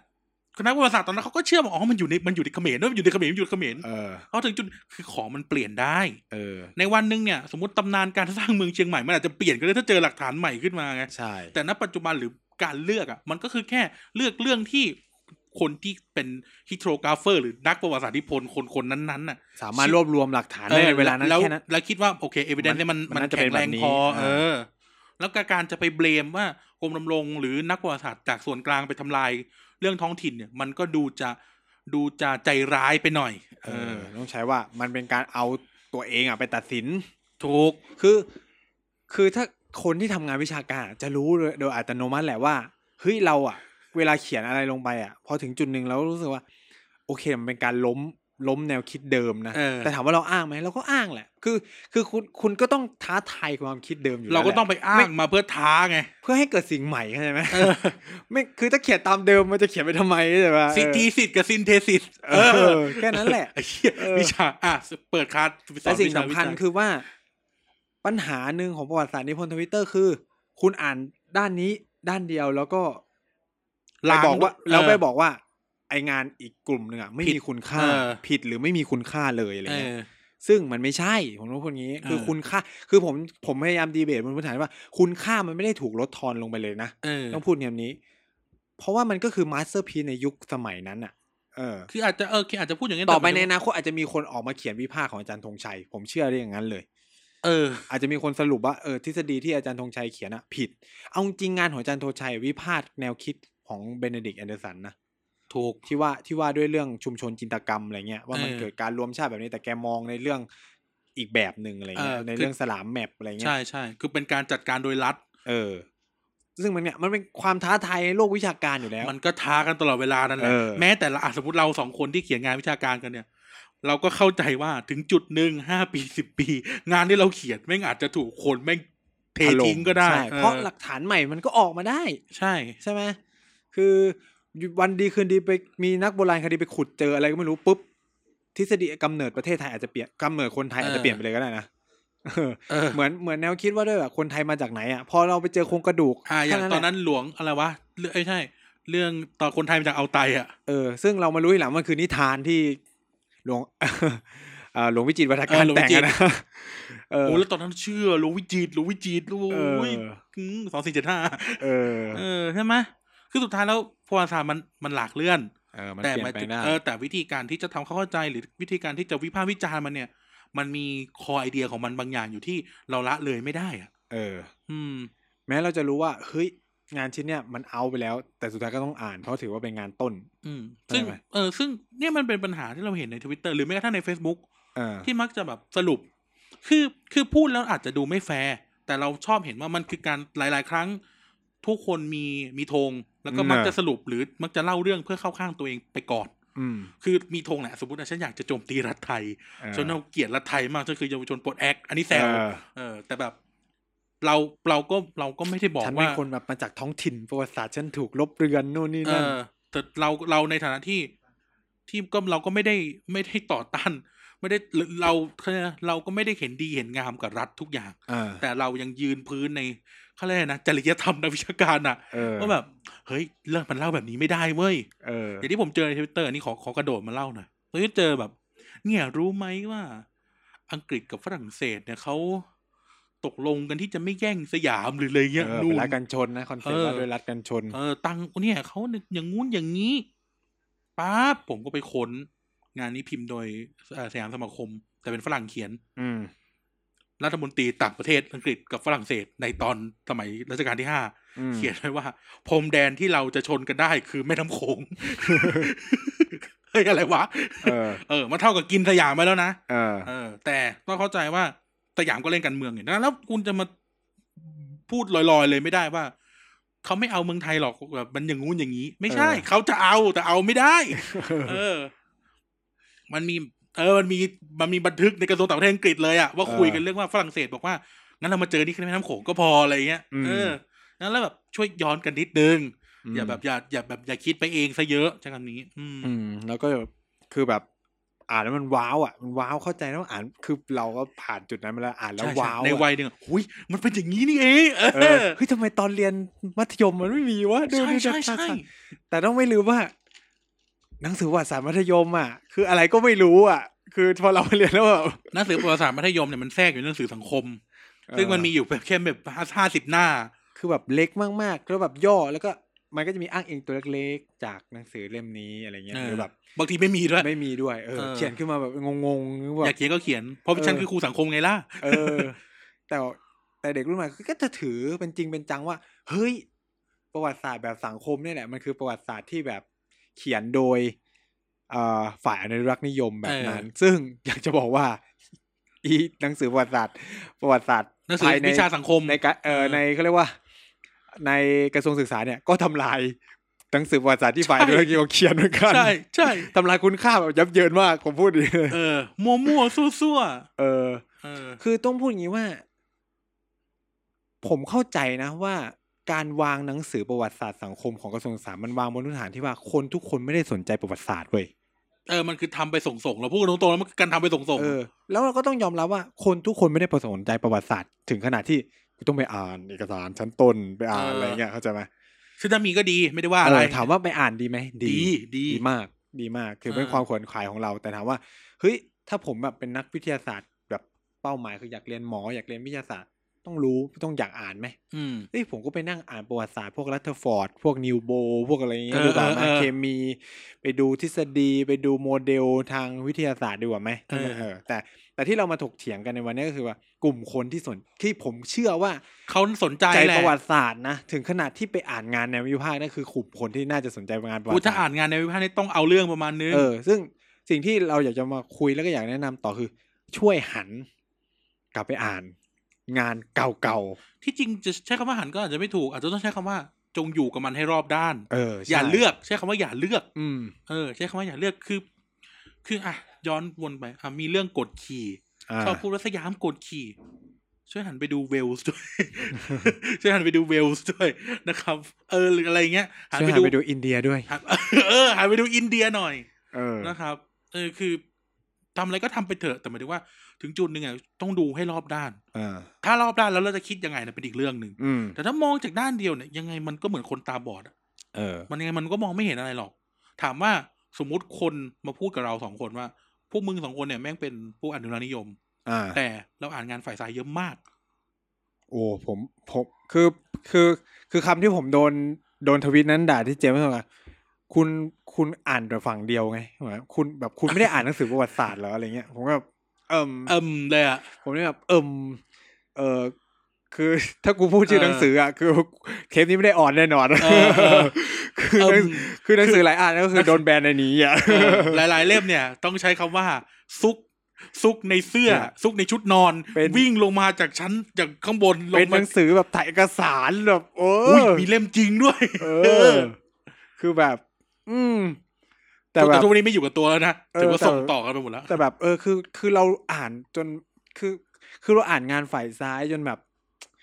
S1: คณะประวัติศาสตร์ตอนนั้นเขาก็เชื่อว่าอ๋อ มันอยู่ใน มันอยู่ในเขมรด้วยมันอยู่ในเขมรมันอยู่ในเขมร
S2: เออ
S1: เขาถึงจุด คือของมันเปลี่ยนได้
S2: เออ
S1: ในวันหนึ่งเนี่ย สมมติตำนานการสร้างเมืองเชียงใหม่ มันอาจจะเปลี่ยนก็ได้ถ้าเจอหลักฐานใหม่ขึ้นมาไง
S2: ใช่
S1: แต่ณปัจจุบันหรือการเลือกอ่ะ มันก็คือแค่เลือกเรื่องที่คนที่เป็นฮิโทรกราฟเฟอร์ หรือนักประวัติศาสตร์นิพนธ์คนคนๆนั้นๆน่ะ
S2: สามารถรวบรวมหลักฐานได้ในเวลานั้น
S1: ออ
S2: แค่นั้น
S1: ล้วแล้วคิดว่าโอเคเอวิเดน
S2: มัน
S1: ซ์เนี่ยมัน
S2: มัน
S1: มัน
S2: น่าจะ
S1: แข็งแร
S2: เป็
S1: ง
S2: นแบบนี้
S1: พอ
S2: อ่า
S1: เออ แล้วก็การจะไปเบลมว่ากรมดำรงหรือนักประวัติศาสตร์จากส่วนกลางไปทำลาย เรื่องท้องถิ่นเนี่ย มันก็ดูจะดูจะใจร้ายไปหน่อย
S2: เอ
S1: เอ
S2: อ
S1: อ
S2: ต้องใช้ว่ามันเป็นการเอาตัวเองอ่ะไปตัดสิน
S1: ถูก
S2: คือ คือถ้าคนที่ทำงานวิชาการอะจะรู้โดยโดยอัตโนมัติแหละว่าเฮ้ยเราอ่ะ เวลาเขียนอะไรลงไปอ่ะพอถึงจุดหนึ่งเรารู้สึกว่า โอเคมันเป็นการล้มล้มแนวคิดเดิมนะ
S1: เออ
S2: แต่ถามว่าเราอ้างไหมเราก็อ้างแหละ คือ คือคุณคุณก็ต้องท้าทายความคิดเดิมอยู่แล้ว
S1: เราก็ต้อง
S2: แหละ
S1: ไปอ้างมาเพื่อท้าไง
S2: เพื่อให้เกิดสิ่งใหม่เข้าใจไหม
S1: เออ
S2: ไม่คือถ้าเขียนตามเดิมมันจะเขียนไปทำไมใช่ไหม
S1: ซิทีสิทธ์กับซินเทซิส
S2: เอ อแค่นั้นแหละ
S1: ไอ้เหี้ย
S2: เออ
S1: วิชาอ่ะเปิดคลาสสอ
S2: และ
S1: น
S2: สิ่ง
S1: วิชา
S2: สำคัญ
S1: วิจารณ์
S2: คือว่าปัญหาหนึ่งของประวัติศาสตร์นิพนธ์ทวิตเตอร์คือ คุณอ่าน ด้านนี้ด้านเดียวแล้วก็
S1: ล้าง
S2: ไปบอกว่า
S1: เออ
S2: แล้วไปบอกว่า ไองานอีกกลุ่มหนึ่งอ่ะไม่
S1: ผิด
S2: มีคุณค่า
S1: เออ
S2: ผิดหรือไม่มีคุณค่าเลยอะไร
S1: เอ
S2: เงี้ย
S1: อ
S2: ซึ่งมันไม่ใช่ผมรู้คนนี้
S1: เออ
S2: คือคุณค่า คือผมผมพยายามดีเบตบนพื้นฐานว่า คุณค่ามันไม่ได้ถูกลดทอนลงไปเลยนะ
S1: เออ
S2: ต้องพูดแบบนี้ เพราะว่ามันก็คือมาสเตอร์พีในยุคสมัยนั้นอ่ะ เออ
S1: คืออาจจะเออคืออาจจะพูดอย่างนี้
S2: ต่อไปในอ
S1: นะ
S2: นาคตอาจจะมีคนออกมาเขียนวิพากษ์ของอาจารย์ธงชัย ผมเชื่อได้อย่างนั้นเลย
S1: เออ
S2: อาจจะมีคนสรุปว่าเออทฤษฎีที่อาจารย์ธงชัยเขียนอะผิด เอาจริงงานของอาจารย์ธงชัยวิพากษ์แนวคิดของเบนเดดิกต์แอนเดอร์สันนะ
S1: ถูก
S2: ที่ว่าที่ว่าด้วยเรื่องชุมชนจินตกรรมอะไรเงี้ยว่ามัน
S1: เออ
S2: เกิดการรวมชาติแบบนี้แต่แกมองในเรื่องอีกแบบหนึ่งอะไรเงี้ย
S1: เออ
S2: ในเรื่องสลามแมปอะไรเงี้
S1: ใช่
S2: ย
S1: ใช่คือเป็นการจัดการโดยรัฐ
S2: เออ ซึ่งมันเนี่ยมันเป็นความท้าทายในโลกวิชาการอยู่แล้ว
S1: มันก็ท้ากันตลอดเวลานั่นแหละ
S2: เออ
S1: แม้แต่ละอ่ะสมมติเราสองคนที่เขียนงานวิชาการกันเนี่ย เราก็เข้าใจว่าถึงจุดหนึ่งห้าปีสิบปี งานที่เราเขียนแม่งอาจจะถูกคนแม่งเท
S2: ถล่ม
S1: ทิ้งก็ได้
S2: ใช่
S1: ออ
S2: เพราะหลักฐานใหม่มันก็ออกมาได้
S1: ใช่
S2: ใช่ไหมคือวันดีคืนดีไปมีนักโบราณคดีไปขุดเจออะไรก็ไม่รู้ปุ๊บ ทฤษฎีกำเนิดประเทศไทยอาจจะเปลี่ยนกำเนิดคนไทยอาจจะเปลี่ยนไปเลยก็ได้นะ เออ
S1: เออ
S2: เหมือนเหมือนแนวคิดว่าด้วยแบบคนไทยมาจากไหนอ่ะพอเราไปเจอโครงกระดูก
S1: อ่าอย่าง
S2: แค่
S1: ตอน
S2: แหละ
S1: นั้นหลวงอะไรวะเรื่องเอ้ยใช่ เรื่องตอนคนไทยมาจากเอาไตอ่ะ
S2: เออซึ่งเรามารู้ทีหลังมันคือนิทานที่หลวง เอ่อหลวงวิจิตรวัฒ
S1: เอ
S2: การ
S1: อหลวงวิ
S2: แต่ง
S1: จิต
S2: อะ
S1: ร
S2: นะ เออ
S1: โอ้แล้วตอนนั้นเชื่อหลวงวิจิตรหลวงวิจิตรโ
S2: เอ
S1: อ้ย
S2: อ
S1: สองสี่เจ็ดห้า
S2: เออ
S1: เออใช่ไหมคือสุดท้ายแล้วประวัติศาสตร์มันมันหลากเลื่อน
S2: เออมัน
S1: แต่
S2: เปลี่ย
S1: หมาน ย
S2: ไป
S1: ถึง
S2: ได้
S1: เออแต่วิธีการที่จะทำเข้าใจหรือวิธีการที่จะวิพากษ์วิจารณ์มันเนี่ย มันมีคอไอเดียของมันบางอย่างอยู่ที่เราละเลยไม่ได้อ่ะ
S2: เออ
S1: อืม
S2: แม้เราจะรู้ว่าเฮ้ยงานชิ้นเนี้ยมันเอาไปแล้ว แต่สุดท้ายก็ต้องอ่านเพราะถือว่าเป็นงานต้น
S1: อืม ซึ่ง
S2: ได้ไหม
S1: เออซึ่งเนี่ยมันเป็นปัญหาที่เราเห็นในทวิตเตอร์หรือแม้กระทั่งใน Facebook
S2: เออ
S1: ที่มักจะแบบสรุป คือคือพูดแล้วอาจจะดูไม่แฟร์แต่เราชอบเห็นว่ามันคือการหลาย ๆ ครั้ง ทุกคนมีมีธงแล้วก็มัก
S2: เนอะ
S1: จะสรุปหรือมักจะเล่าเรื่องเพื่อเข้าข้างตัวเองไปก่อน
S2: อืม
S1: คือมีธงแหละสมมติว่าฉันอยากจะโจมตีรัฐไทย
S2: เออ
S1: ชนเอาเกลียดรัฐไทยมากก็คือเยาวชนปลดแอกอันนี้แซว
S2: เออ
S1: เออ แต่แบบ เราเราก็เราก็ไม่ได้บอก
S2: ฉันเป็
S1: ว่าน
S2: คนแบบมาจากท้องถิ่นประวัติศาสตร์ฉันถูกลบเรือนนู่นนี่
S1: เอ
S2: นั่น
S1: อแต่เราเราในฐานะที่ ที่ก็เราก็ไม่ได้ไม่ได้ต่อต้าน ไม่ได้หรือเราเขาเรียกนะเราก็ไม่ได้เห็นดีเห็นงามกับรัฐทุกอย่าง
S2: เออ
S1: แต่เรายังยืนพื้นในเขาเรียกอะไรนะจริยธรรมทางวิชาการอะ
S2: เออ
S1: ว่าแบบ เฮ้ยเรื่องมันเล่าแบบนี้ไม่ได้เว้ย
S2: เออ
S1: อย่างที่ผมเจอในทวิตเตอร์นี่ขอขอกระโดดมาเล่าหน่อยเราจะเจอแบบ เนี่ยรู้ไหมว่า อังกฤษกับฝรั่งเศสเนี่ยเขาตกลงกันที่จะไม่แย่งสยามหรืออะไรเงี้ย
S2: เออ
S1: นู่
S2: เป็น
S1: น
S2: รัฐกันชนนะคอนเซ็ป
S1: เอ
S2: ต์
S1: อ
S2: ว่าด้วยรัฐกันชน
S1: เออตังเนี่ยเขาอย่างงู้นอย่างนี้ป๊าบผมก็ไปค้น งานนี้พิมพ์โดยเอ่อสยามสมาคม แต่เป็นฝรั่งเขียน
S2: อืม
S1: รัฐมนตรีต่างประเทศอังกฤษกับฝรั่งเศสในตอนสมัยรัชกาลที่ห้า
S2: อืม
S1: เขียนไว้ว่าพรมแดนที่เราจะชนกันได้คือแม่น้ำโขง เฮ้ยอะไรวะ
S2: เออ
S1: เออมาเท่ากับกินสยามไปแล้วนะ
S2: เออ
S1: เออ แต่ต้องเข้าใจว่าสยามก็เล่นการเมืองอย่างนั้นแล้วคุณจะมาพูดลอยๆเลยไม่ได้ว่า เขาไม่เอาเมืองไทยหรอกแบบมันอย่างงู้นอย่างนี้ ไม่ใช่ เขาจะเอาแต่เอาไม่ได้ เออ มันมี เออ มันมีมันมีบันทึกในกระทรวงต่างประเทศอังกฤษเลยอะว่าคุยกันเรื่องว่าฝรั่งเศสบอกว่างั้นเรามาเจอที่แม่น้ำโขงก็พออะไรเงี้ยเออนั้นแล้วแบบช่วยย้อนกันนิดนึงอย่าแบบอย่าอย่าแบบอย่าคิดไปเองซะเยอะใช้คำนี้ อืม
S2: อืม แล้วก็คือแบบ อ่านแล้วมันว้าวอ่ะมันว้าวเข้าใจแล้วอ่านคือเราก็ผ่านจุดนั้นมาแล้วอ่านแล้ว
S1: ใช่ใช่
S2: ว้าว
S1: ใน
S2: อะ
S1: วัยหนึ่งอะหุยมันเป็นอย่างนี้นี่เองเอ
S2: เอ
S1: อ
S2: อเฮ้ยทำไมตอนเรียนมัธยมมันไม่มีวะดู
S1: ใช่
S2: ดู
S1: ใช่
S2: ดู
S1: ใช่
S2: แต่ต้องไม่ลืมว่า หนังสือประวัติศาสตร์มัธยมอ่ะ คืออะไรก็ไม่รู้อ่ะ คือพอเราเรียนแล้วแบบ
S1: หนังสือประวัติศาสตร์มัธยมเนี่ยมันแทรกอยู่ในหนังสือสังคม ซึ่งมันมีอยู่แบบแค่แบบห้าสิบหน้า
S2: คือแบบเล็กมากๆแล้วแบบย่อแล้วก็มันก็จะมีอ้างอิงตัวเล็กๆ จากหนังสือเล่มนี้อะไรเงี้ย
S1: เออ
S2: หรือแบบ
S1: บางทีไม่มีด้วย
S2: ไม่มีด้วยเออ
S1: เออ
S2: เขียนขึ้นมาแบบงงๆหรือ
S1: อ
S2: แบ
S1: ยาก
S2: บ
S1: เขียนก็เขียน เพราะ
S2: เออ
S1: ฉันคือครูสังคมไงล่ะ
S2: เออ แต่แต่เด็กรุ่นใหม่ก็จะถือเป็นจริงเป็นจังว่า เฮ้ย ประวัติศาสตร์แบบสังคมเนี่ยแหละมันคือประวัติศาสตร์ที่แบบเขียนโดยเอ่อฝ่ายอนุรักษ์นิยมแบบนั้น ซึ่งอยากจะบอกว่า อีหนังสือประวัติศาสตร์ประวัติศาสตร์
S1: หนังสือ
S2: ภายใน
S1: วิชาสังคม
S2: ในกะเออในเขาเรียกว่า ในกระทรวงศึกษาเนี่ยก็ทำลายหนังสือประวัติศาสตร์ที่ฝ่ายอนุรักษ์นิยมเขียนเหมือนกัน
S1: ใช่ใช่
S2: ทำลายคุณค่าแบบยับเยินมากผมพูดดีเลย
S1: เออมัวมัวๆซั่วๆ
S2: เออ
S1: เออ
S2: คือต้องพูดอย่างนี้ว่า ผมเข้าใจนะว่าการวางหนังสือประวัติศาสตร์สังคมของกระทรวงศึกษามันวางบนพื้นฐานที่ว่าคนทุกคนไม่ได้สนใจประวัติศาสตร์เว้ย
S1: เออมันคือทำไปส่งๆเราพูดกันตรงๆแล้วมันคือการทำไปส่ง
S2: เออ แล้วเราก็ต้องยอมรับว่าคนทุกคนไม่ได้ประสนใจประวัติศาสตร์ ถึงขนาดที่ กูต้องไปอ่านเอกสารชั้นต้นไปอ่านอะไรเงี้ยเข้าใจไหม
S1: ซึ่งถ้ามีก็ดีไม่ได้ว่าอะไร
S2: เออถามว่าไปอ่านดีไหม
S1: ดีดี
S2: ดีมากดีมากคือ
S1: เออ
S2: เป็นความขวนขวายของเรา แต่ถามว่าเฮ้ยถ้าผมแบบเป็นนักวิทยาศาสตร์ แบบเป้าหมายคืออยากเรียนหมออยากเรียนวิทยาศาสตร์ ต้องรู้ต้องอยากอ่านไหม
S1: อืม
S2: เอ้ยผมก็ไปนั่งอ่านประวัติศาสตร์พวกรัตเทอร์ฟอร์ด พวกนิวโบ พวกอะไรอย่างเงี้ย
S1: เออ
S2: ดูแบบ
S1: เออ
S2: มา
S1: เออ
S2: เคมี ไปดูทฤษฎีไปดูโมเดลทางวิทยาศาสตร์ดีกว่าไหม
S1: เออ
S2: เออแต่แต่ที่เรามาถกเถียงกันในวันนี้ก็คือว่ากลุ่มคนที่สนที่ผมเชื่อว่า
S1: เขาสนใจ
S2: ใจ
S1: แหละ
S2: ประวัติศาสตร์นะ ถึงขนาดที่ไปอ่านงานในวิพากษ์นั่นคือกลุ่มคนที่น่าจะสนใจงานประวั
S1: กู
S2: ติศา
S1: ถ้า
S2: ส
S1: อ่า
S2: ตร์
S1: นงานในวิพากษ์นี่ต้องเอาเรื่องประมาณนึง
S2: เออ ซึ่งสิ่งที่เราอยากจะมาคุยแล้วก็อยากแนะนำต่อคือ ช่วยหัน กลับไปอ่าน งานเก่า
S1: ที่จริงจะใช้คำว่าหันก็อาจจะไม่ถูก อาจจะต้องใช้คำว่า จงอยู่กับมันให้รอบด้าน
S2: ๆเออใช่
S1: อย่าเลือกใช้คำว่าอย่าเลือก
S2: อืม
S1: เออ ใช้คำว่าอย่าเลือกคือ คืออ่ะย้อนวนไปอ่ะมีเรื่องกดขี่
S2: า
S1: ชอบพูดว่าสยามกดขี่ช่วยหันไปดูเวลส์ด้วย ช่วยหันไปดูเวลส์ด้วยนะครับ เออหรืออะไรเงี้ยหัน
S2: ช่วย
S1: ไป
S2: หัน
S1: ดู
S2: ไปดูอินเดียด้วย
S1: หันเออหันไปดูอินเดียหน่อย
S2: เออ
S1: นะครับเออคือทำอะไรก็ทำไปเถอะแต่หมายถึงว่าถึงจุดหนึ่งอ่ะต้องดูให้รอบด้าน
S2: อ่า
S1: ถ้ารอบด้านแล้วเราจะคิดยังไงนะเป็นอีกเรื่องหนึ่ง
S2: อืม
S1: แต่ถ้ามองจากด้านเดียวเนี่ยยังไงมันก็เหมือนคนตาบอดอะ
S2: เออ
S1: มันยังไงมันก็มองไม่เห็นอะไรหรอก ถามว่าสมมติคนมาพูดกับเราสองคนว่า พวกมึงสองคนเนี่ยแม่งเป็นผู้อนุรักษ์นิยม
S2: อ่า
S1: แต่เราอ่านงานฝ่ายซ้ายเยอะมาก
S2: โอ้ ผม ผม คือ คือ คือคำที่ผมโดน โดนทวิตนั้นด่าที่เจมส์ว่าคุณ คุณอ่านแต่ฝั่งเดียวไงเหมือนคุณ แบบ คุณไม่ได้อ่านหนังสือประวัติศาสตร์เหรออะไรเงี้ย ผมก็แบบเอิ่ม
S1: เอิ่มเลยอ่ะ
S2: ผมเนี่ยแบบเอิ่ม เออคือ ถ้ากูพูดชื่อ
S1: เออ
S2: หนังสืออ่ะ คือ เทปนี้ไม่ได้ออนแน่นอน
S1: เออเออ
S2: คือหนังคือหนังสือหลายอ่านก็คือโดนแบนในนี้อ่ะ
S1: เออหลายๆเล่มเนี่ย ต้องใช้คำว่า ซุก ซุกในเสื้อ
S2: เนี่ย
S1: ซุกในชุดนอน
S2: เป็น
S1: วิ่งลงมาจากชั้นจากข้างบนล
S2: เป็
S1: ง
S2: น
S1: มา
S2: หนังสือแบบถ่ายเอกสารแบบโอ้
S1: อุ้ยมีเล่มจริงด้วย
S2: เอ
S1: เอ
S2: อ
S1: อ
S2: คือแบบ อืม แต่
S1: แต่
S2: แบบ
S1: ทุกวันนี้ไม่อยู่กับตัวแล้วนะ
S2: เออ
S1: ถือว่า
S2: แต่
S1: ส่งต่อกันไปหมดแล้ว
S2: แต่แบบ เออ คือ คือเราอ่านจน คือ คือเราอ่านงานฝ่ายซ้ายจนแบบ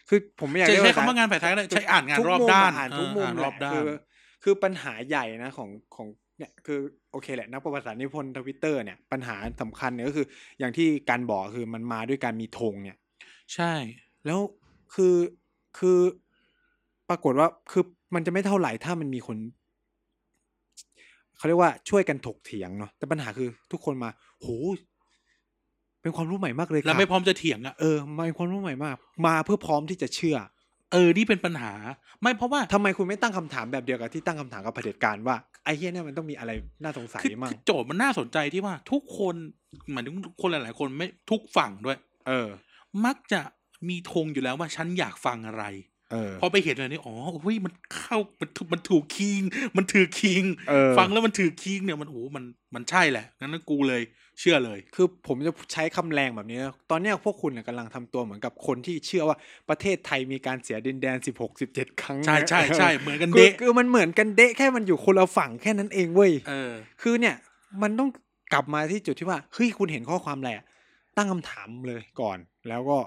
S2: คือผมไม่อยาก
S1: จะ
S2: เรียก
S1: ใช้
S2: ว่
S1: คำว่างานฝ่ายท้ายเลยใช้อ่านงาน
S2: ทุก
S1: รอบ
S2: มุม
S1: ด้าน
S2: อ่านทุกมุ
S1: เออ
S2: ม
S1: อ่านรอบด้า
S2: แห
S1: น
S2: ละคือ คือปัญหาใหญ่นะของของ เนี่ย คือ โอเคแหละ นักประวัติศาสตร์นิพนธ์ทวิตเตอร์เนี่ย ปัญหาสำคัญเนี่ยก็คือ อย่างที่การบอกคือมันมาด้วยการมีธงเนี่ย
S1: ใช่
S2: แล้วคือคือปรากฏว่าคือมันจะไม่เท่าไหร่ถ้ามันมีคนเขาเรียกว่าช่วยกันถกเถียงเนาะแต่ปัญหาคือทุกคนมาโหเป็นความรู้ใหม่มากเลยค
S1: แล้
S2: รั
S1: ว
S2: บ
S1: ไม่พร้อมจะเถียงอ่ะ
S2: เออมาเป็นความรู้ใหม่มาก มาเพื่อพร้อมที่จะเชื่อ
S1: เออ นี่เป็นปัญหา ไม่เพราะว่า
S2: ทำไมคุณไม่ตั้งคำถามแบบเดียวกับที่ตั้งคำถามกับเผด็จการว่าไอ้เฮียเนี่ยมันต้องมีอะไรน่าสงสัย
S1: คือ
S2: มั่ง
S1: คือโจทย์มันน่าสนใจที่ว่า ทุกคนหมายถึงคนหลาย ๆ คนไม่ทุกฝั่งด้วย
S2: เออ
S1: มักจะมีธงอยู่แล้วว่าฉันอยากฟังอะไร
S2: เออ
S1: พอไปเห็นอะไรนี่อ๋อเฮ้ยมันเข้ามันถูกมันถูกคิง มันถือคิง
S2: เออ
S1: ฟังแล้วมันถือคิงเนี่ยมันโอ้มันมันใช่แหละงั้นกูเลย เชื่อเลย
S2: คือผมจะใช้คำแรงแบบนี้นะตอนเนี้ยพวกคุณน่ะกำลังทำตัวเหมือนกับคนที่เชื่อว่าประเทศไทยมีการเสียดินแดน 16 17 ครั้ง
S1: ใช่ใช่ใช่เหมือนกัน
S2: คือ
S1: เดะ
S2: คือมันเหมือนกันเดะแค่มันอยู่คนละฝั่งแค่นั้นเองเว้ย
S1: เออ
S2: คือเนี่ยมันต้องกลับมาที่จุดที่ว่าเฮ้ยคุณเห็นข้อความอะไรอะตั้งคำถามเลยก่อน แล้วก็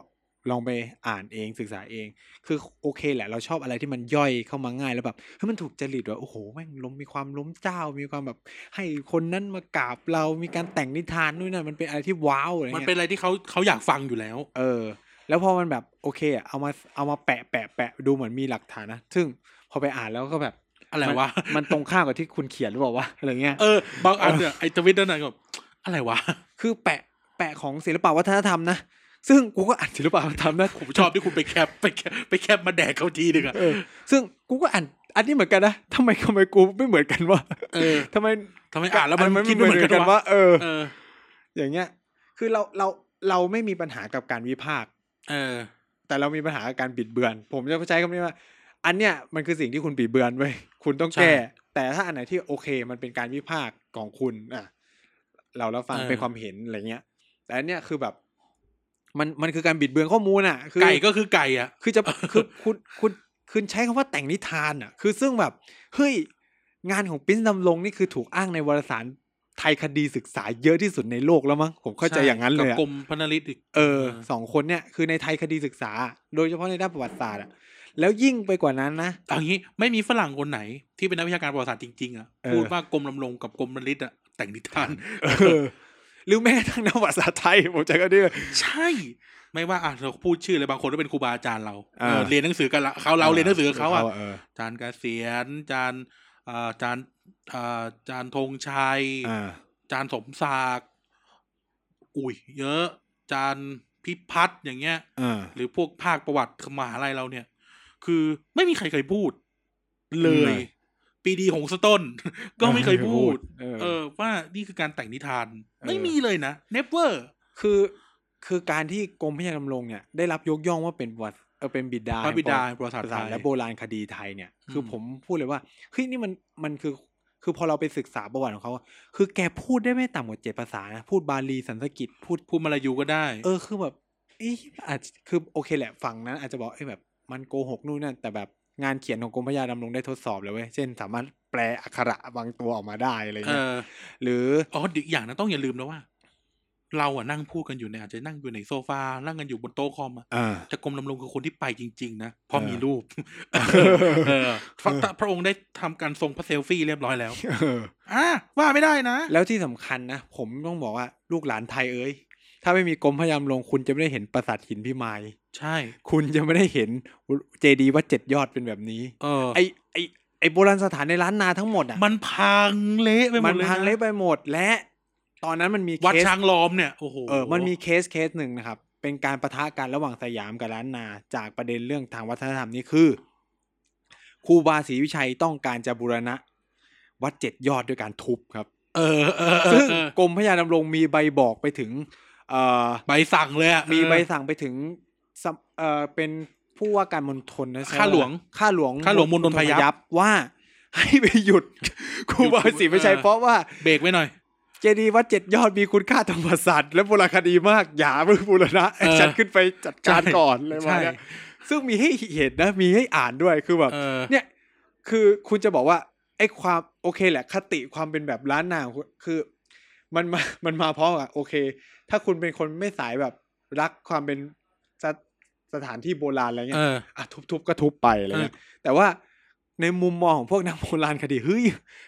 S2: ลองไปอ่านเองศึกษาเอง คือโอเคแหละ เราชอบอะไรที่มันย่อยเข้ามาง่ายแล้วแบบเฮ้ยมันถูกจริตว่าโอ้โหแม่งล้มมีความล้มเจ้า มีความแบบให้คนนั้นมากราบเรามีการแต่งนิทานนู่นนั่นมันเป็นอะไรที่ว้าวอะไร
S1: มัน
S2: เงี้ย
S1: เป็นอะไรที่เขาเขาอยากฟังอยู่แล้ว
S2: เออ แล้วพอมันแบบโอเคอะเอามาเอามาแปะแปะแปะดูเหมือนมีหลักฐานนะ ซึ่งพอไปอ่านแล้วก็แบบ
S1: อะไร
S2: มัน
S1: วะ
S2: มันตรงข้ามกับที่คุณเขียนหรือเปล่าวะอะไรเงี้ย
S1: เออบางอันเนี่ยไอ้ทวิตนั่นน่ะก็อะไร วะ
S2: คือแปะแปะของศิลปวัฒนธรรมนะ ซึ่งกูก็อ่านศิลปวัฒนธรรมนะ
S1: ผมชอบที่คุณไปแคปไปแคปไปแคปมาแดกเขาทีหนึ่งอะ
S2: เออ ซึ่งกูก็อ่านอันนี้เหมือนกันนะทำไมทำไมกูไม่เหมือนกันวะ
S1: เออ
S2: ทำไม
S1: ทำไมอ่านแล้วมัน
S2: ไ
S1: คิดไม่เหมือนกันวะ
S2: เออ
S1: เออ
S2: อย่างเงี้ย คือเราเราเราไม่มีปัญหากับการวิพากษ์
S1: เออ
S2: แต่เรามีปัญหากับการบิดเบือน ผมจะใช้คำนี้ว่า อันเนี้ยมันคือสิ่งที่คุณบิดเบือนไว้ยคุณต้องแก้
S1: ใช่
S2: แต่ถ้าอันไหนที่โอเค มันเป็นการวิพากษ์ของคุณอ่ะเรารับฟัง
S1: เออ
S2: เป็นความเห็นอะไรเงี้ย แต่อันเนี้ยคือแบบ มันมันคือการบิดเบือนข้อมูลอ่ะ คือ
S1: ไก่ก็คือไก่อ่ะ
S2: คือจะคือคุณคุณคุณใช้คำว่าแต่งนิทานอ่ะ คือซึ่งแบบเฮ้ยงานของปิ้นดำรงนี่คือถูกอ้างในวารสารไทยคดีศึกษาเยอะที่สุดในโลกแล้วมั้งผมเข้าใจอย่างนั้นเลย
S1: กับ
S2: อะ
S1: กรมพันธลิตอีก
S2: เออ
S1: เออ
S2: สองคนเนี่ยคือในไทยคดีศึกษา โดยเฉพาะในด้านประวัติศาสตร์อะแล้วยิ่งไปกว่านั้นนะ
S1: เอางี้ไม่มีฝรั่งคนไหนที่เป็นนักวิชาการประวัติศาสตร์จริงๆอ่ะ
S2: เออ
S1: พูดว่ากรมลำลงกับกรมพันธลิตอ่ะแต่งนิทาน
S2: หรือแม้กระทั่งนักประวัติศาสตร์ไทย ผมใจก็ดีเลย
S1: ใช่ ไม่ว่าอ่ะเราพูดชื่อเลยบางคนก็เป็นครูบาอาจารย์เรา
S2: อ่า
S1: เออเรียนหนังสือกับเราเขาเราเรียนหนังสือกับเขาอ่ะ
S2: เอ
S1: จานกเกษียณจานเอ่อจานเอ่อจานธงชัย
S2: อ่า
S1: จานสมศักดิ์อุ้ยเยอะ จานพิพัฒน์อย่างเงี้ย
S2: อ่า
S1: หรือพวกภาคประวัติมหาลัยเราเนี่ย คือไม่มีใครเคยพูด เลย
S2: ไม่
S1: ปีดีหงสต้น ก็ไม่เคยพูด
S2: เออ
S1: เออ ว่านี่คือการแต่งนิทาน
S2: เออ
S1: ไม่มีเลยนะ เนเวอร์
S2: คือคือการที่กรมพระยาดำรงเนี่ยได้รับยกย่องว่าเป็นประวัติเออเป็นบิดา
S1: พระบิดา
S2: แห่ง
S1: ประวัติศาสตร์ไทย
S2: และโบราณคดีไทยเนี่ย คืออ
S1: ม
S2: ผมพูดเลยว่าเฮ้ยนี่มันมันคือคือพอเราไปศึกษาประวัติของเขาอะคือแกพูดได้ไม่ต่ำกว่าเจ็ดภาษานะพูดบาลีสันสกฤตพูด
S1: พูดมาลายูก็ได้
S2: เออคือแบบเอีอาจคือโอเคแหละฝั่งนั้น อาจจะบอกไอ้ยแบบมันโกหกนู่นนั่นแต่แบบงานเขียนของกรมพระยาดำรงได้ทดสอบเลยเว้ยเช่น สามารถแปลอักขระบางตัวออกมาได้อะไร
S1: เอ
S2: เงี้ย
S1: อ
S2: หรือ
S1: อ๋อเดี๋ยวอย่างนั้นต้องอย่าลืมนะว่า เราอะนั่งพูดกันอยู่ในยอาจจะนั่งอยู่ในโซฟา นั่งกันอยู่บนโต๊ะคอมอะ
S2: อ่ า
S1: แต่กรมลำลงคือคนที่ไปจริง ๆ นะเพราะ
S2: เออ
S1: มีรูป
S2: เออ
S1: เออพระพระองค์ได้ทำการทรงพระเซลฟี่เรียบร้อยแล้ว
S2: เออ
S1: อ่ะว่าไม่ได้นะ
S2: แล้วที่สำคัญนะ ผมต้องบอกว่าลูกหลานไทยเอ้ย ถ้าไม่มีกรมพระยามลงคุณจะไม่ได้เห็นปราสาทหินพิมาย
S1: ใช่
S2: คุณจะไม่ได้เห็นเจดีย์วัดเจ็ดยอดเป็นแบบนี้
S1: เออ
S2: ไอไอไอโบราณสถานในร้านนาทั้งหมดอ่ะ
S1: มันพังเละไปหม
S2: มั
S1: ด
S2: น
S1: เลยนะ
S2: พังเละไปหมดและ ตอนนั้นมันมี
S1: วัด
S2: เคส
S1: ช้างล้อมเนี่ยโอ้โห
S2: เออมันมีเคสเคสหนึ่งนะครับ เป็นการประทะกันระหว่างสยามกับล้านนา จากประเด็นเรื่องทางวัฒนธรรมนี่คือครูบาศรีวิชัยต้องการจะบูรณะ วัดเจ็ดยอดด้วยการทุบครับ
S1: เออเออเอ
S2: ซึ่ง
S1: อเออก
S2: รมพระยาดำรงมีใบบอกไปถึงเอ่อ
S1: ใบสั่งเลยอะ
S2: มีใบ
S1: เออ
S2: สั่งไปถึงสำเอ่อเป็นผู้ว่าการมณฑลนะใช่ไม
S1: ข้าหลวง
S2: ข้าหลวง
S1: ข้าหลวงมณฑลพยัพ
S2: ว่าให้ไปหยุด ครูบาศรีไม่ใช่
S1: เออ
S2: เพราะว่า
S1: เบรกไว้หน่อย
S2: เจดีย์วัดเจ็ดยอดมีคุณค่าทางประวัติศาสตร์และโบราณคดีมาก อย่าเพิ่งบูรณะ
S1: เออ
S2: ฉันขึ้นไปจัดการ
S1: ใช่
S2: ก่อนเลยว่า
S1: ใช่
S2: เนี่ยซึ่งมีให้เห็นนะมีให้อ่านด้วยคือแบบ
S1: เออ
S2: เนี่ยคือคุณจะบอกว่าไอ้ความโอเคแหละคติความเป็นแบบล้านนาของคุณคือ มัน มา มันมาพร้อมกับโอเค ถ้าคุณเป็นคนไม่สายแบบรักความเป็นสถสถานที่โบราณอะไร
S1: เอ
S2: เงี้ย
S1: อ
S2: อ่ะทุบๆก็ทุบไปอะไรเงี้ยแต่ว่าในมุมมองของพวกนักโบราณคดีเฮ้ย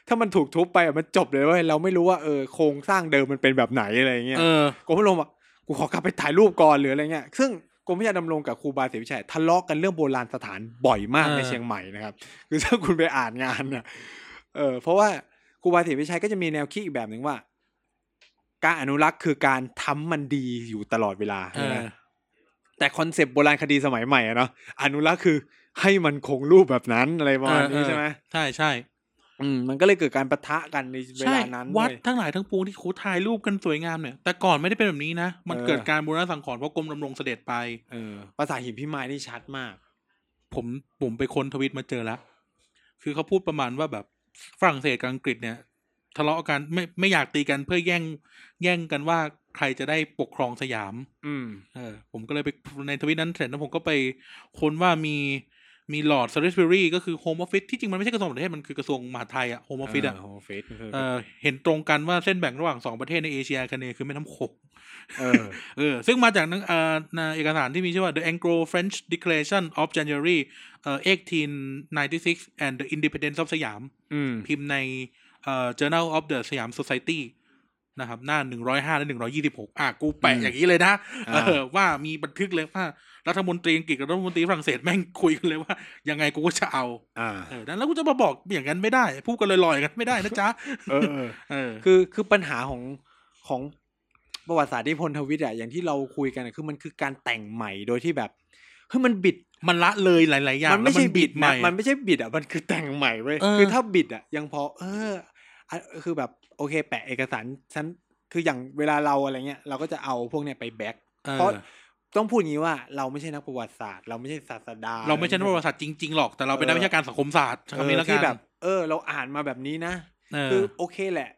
S2: ถ้ามันถูกทุบไปอ่ะมันจบเลยเว้ยเราไม่รู้ว่าเออโครงสร้างเดิมมันเป็นแบบไหนอะไรเงี้ย
S1: เออ
S2: กรมพระลงบอกกูขอกลับไปถ่ายรูปก่อนหรืออะไรเงี้ย ซึ่งกรมพระยาดำรงกับครูบาศรีวิชัยทะเลาะกันเรื่องโบราณสถานบ่อยมาก
S1: เออ
S2: ในเชียงใหม่นะครับ คือถ้าคุณไปอ่านงานเนี่ยเออเพราะว่าครูบาศรีวิชัยก็จะมีแนวคิดอีกแบบหนึ่งว่า การอนุรักษ์คือการทำมันดีอยู่ตลอดเวลา
S1: เอ
S2: ใช่ไหม
S1: อ
S2: แต่คอนเซปต์โบราณคดีสมัยใหม่อะเนาะอนุรักษ์คือให้มันคงรูปแบบนั้นอะไรประมาณนี้
S1: เออเออ
S2: ใช่ไหม
S1: ใช่ใช่
S2: อืมมันก็เลยเกิดการปะทะกันในเว
S1: ใช่
S2: ลานั้น
S1: วัด
S2: เย
S1: ทั้งหลายทั้งปวงที่เขาถ่ายรูปกันสวยงามเนี่ย แต่ก่อนไม่ได้เป็นแบบนี้นะ มัน
S2: เออ
S1: เกิดการบูรณะสังขรณ์เพราะกรมดำรงเสด็จไป
S2: เออภาษาหินพิมายนี่ชัดมาก
S1: ผมผมไปค้นทวิตมาเจอแล้วคือเขาพูดประมาณว่าแบบฝรั่งเศสกับอังกฤษเนี่ย ทะเลาะกันไม่ไม่อยากตีกันเพื่อแย่งแย่งกันว่าใครจะได้ปกครองสยาม
S2: อืม
S1: เออ ผมก็เลยไปในทวิตนั้นเสร็จแล้วผมก็ไปค้นว่ามีมีลอร์ดซาริสเบรีก็คือโฮมออฟฟิศที่จริงมันไม่ใช่กระทรวงต่างประเทศมันคือกระทรวงมหาดไทยอะโฮมออฟฟิศอะ
S2: โฮมฟิต
S1: เออเห็นตรงกันว่าเส้นแบ่งระหว่างสองประเทศในเอเชียอาคเนย์คือแม่น้ำโขง
S2: เออ
S1: เออซึ่งมาจากหนังเอ่อในเอกสารที่มีชื่อว่า The Anglo-French Declaration of January เอ่อ1896 and the Independence of Siam
S2: อืม
S1: พิมพ์ในเอ่อ Journal of the Siam Society นะครับ หน้า 105 และ 126 อ่ะ กูแปะ
S2: อืม
S1: อย่างนี้เลยนะ
S2: อ่า
S1: เออว่ามีบันทึกเลยว่ารัฐมนตรีอังกฤษกับรัฐมนตรีฝรั่งเศสแม่งคุยกันเลยว่า ยังไงกูก็จะเอา
S2: อ่า
S1: เออนั้นแล้วกูจะมาบอกอย่างนั้นไม่ได้พูดกันลอยๆกันไม่ได้นะจ๊ะ
S2: เออเออ
S1: เออ
S2: คือคือปัญหาของของประวัติศาสตร์ที่พลทวิตอะอย่างที่เราคุยกันอะคือมันคือการแต่งใหม่โดยที่แบบเฮ้ยมันบิด
S1: มันละเลยหลาย ๆ อย่าง
S2: มันไม่
S1: แล้ว
S2: ใช่บิด
S1: ให
S2: นะ
S1: ม่
S2: มันไม่ใช่บิดอะมันคือแต่งใหม่เว้ย
S1: เออ
S2: คือถ้าบิดอะยังพอ เอออ่ะคือแบบโอเค แปะเอกสารฉันคืออย่างเวลาเราอะไรเงี้ยเราก็จะเอาพวกเนี้ยไปแบ็ก
S1: เออ
S2: เพราะ ต้องพูดอย่างงี้ว่าเราไม่ใช่นักประวัติศาสตร์ เราไม่ใช่ศาสดา
S1: เราไม่ใช่นักประวัติศาสตร์จริง ๆ หรอกแต่เราเป็น
S2: เออ
S1: นักวิชาการสังคมศาสตร์ใช้คำ
S2: เอ
S1: นี้
S2: อ
S1: แล้วกั
S2: ที่
S1: น
S2: แบบเออ เราอ่านมาแบบนี้นะ
S1: เออ
S2: คือโอเคแหละ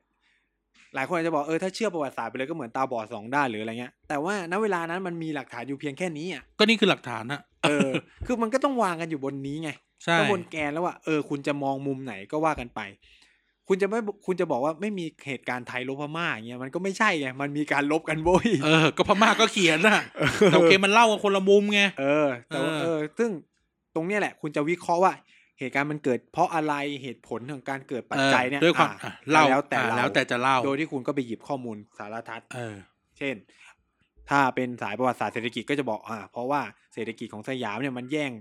S2: หลายคนอาจจะบอกเออถ้าเชื่อประวัติศาสตร์ไปเลยก็เหมือนตาบอดสองด้านหรืออะไรเงี้ย แต่ว่าณเวลานั้นมันมีหลักฐานอยู่เพียงแค่นี้อ่ะ
S1: ก็นี่คือหลักฐานนะ
S2: เอ อ คือมันก็ต้องวางกันอยู่บนนี้ไง
S1: ใช่
S2: ก็บนแกนแล้วว่าเออคุณจะมองมุมไหนก็ว่ากันไป คุณจะไม่คุณจะบอกว่าไม่มีเหตุการณ์ไทยลบพม่าอย่างเงี้ยมันก็ไม่ใช่ไง มันมีการลบกันโว้ย
S1: เออ ก็พม่าก็เขียนนะแต่โอเคมันเล่ากันคนละมุมไง
S2: เออแต่ว่า
S1: เออ
S2: เออ ซึ่งตรงเนี้ยแหละ คุณจะวิเคราะห์ว่า เหตุการณ์มันเกิด เพราะอะไรเหตุผลของการเกิดปัจจัยเนี่ย
S1: ออด้วยความ
S2: อ่ะ
S1: อ่ะเล่า
S2: แล้วแต่
S1: อ่ะ
S2: เรา
S1: แล้วแต่จะเล่า
S2: โดยที่คุณก็ไปหยิบข้อมูลสารทัด
S1: เออ
S2: เช่น ถ้าเป็นสายประวัติศาสตร์เศรษฐกิจก็จะบอกอ่าเพราะว่าเศรษฐกิจของสยามเนี่ยมันแย่ง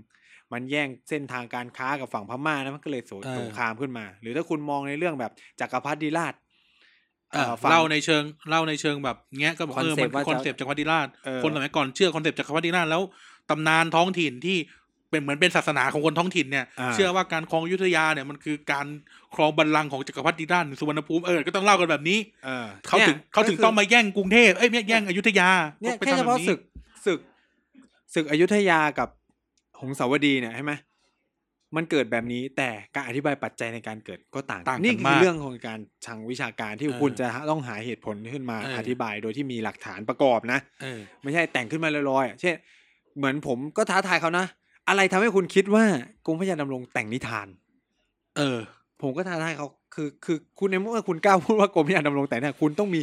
S2: มันแย่งเส้นทางการค้ากับฝั่งพม่านะมันก็เลยสง
S1: เออ
S2: สงครามขึ้นมา หรือถ้าคุณมองในเรื่องแบบจักรพรรดิราช
S1: เอ่อ
S2: ฝั่ง
S1: เล่าในเชิงเล่าในเชิงแบบเงี้ยก็บอกเออ
S3: concept
S1: มันคือ
S3: ว่าจะ
S1: คอนเซปต์จักรวรรดิราช
S2: เออ
S1: คนสมัยก่อนเชื่อคอนเซปต์จักรวรรดิราชแล้วตำนานท้องถิ่นที่เป็นเหมือนเป็นศาสนาของคนท้องถิ่นเนี่ย
S2: อ่า
S1: เชื่อว่าการครองอยุธยาเนี่ยมันคือการครองบัลลังก์ของจักรวรรดิราชสุวรรณภูมิเออก็ต้องเล่ากันแบบนี้
S2: ออ
S1: เขาถึง
S2: นี่ย
S1: เขาถึง
S2: ก็คื
S1: ต้องมาแย่งกรุงเทพเอ้ยไม่ใช่แย่งอยุธยา
S2: เนี่ย
S1: ไป
S2: แค่
S1: ทำแบ
S2: เฉ
S1: บ
S2: พาะ
S1: นี้
S2: ศึกศึกศึกอยุธยากับหงสาวดีเนี่ยใช่ไหมมันเกิดแบบนี้แต่การอธิบายปัจจัยในการเกิดก็ต่าง
S1: ต่างกัน
S2: นี่คื
S1: มา
S2: อก เรื่องของการทางวิชาการที่
S1: เออ
S2: คุณจะต้องหาเหตุผลขึ้นมา
S1: เออ
S2: อ
S1: อ
S2: ธิบายโดยที่มีหลักฐานประกอบนะ
S1: เออ
S2: ไม่ใช่แต่งขึ้นมาลอยๆอ่ะเช่น เหมือนผมก็ท้าทายเขานะ อะไรทำให้คุณคิดว่ากรมพระยาดำรงแต่งนิทาน
S1: เออ
S2: ผมก็ท้าทายเขาคือคือคุณในเมื่อคุณกล้าพูดว่ากรมพระยาดำรงแต่งเนี่ยคุณต้องมี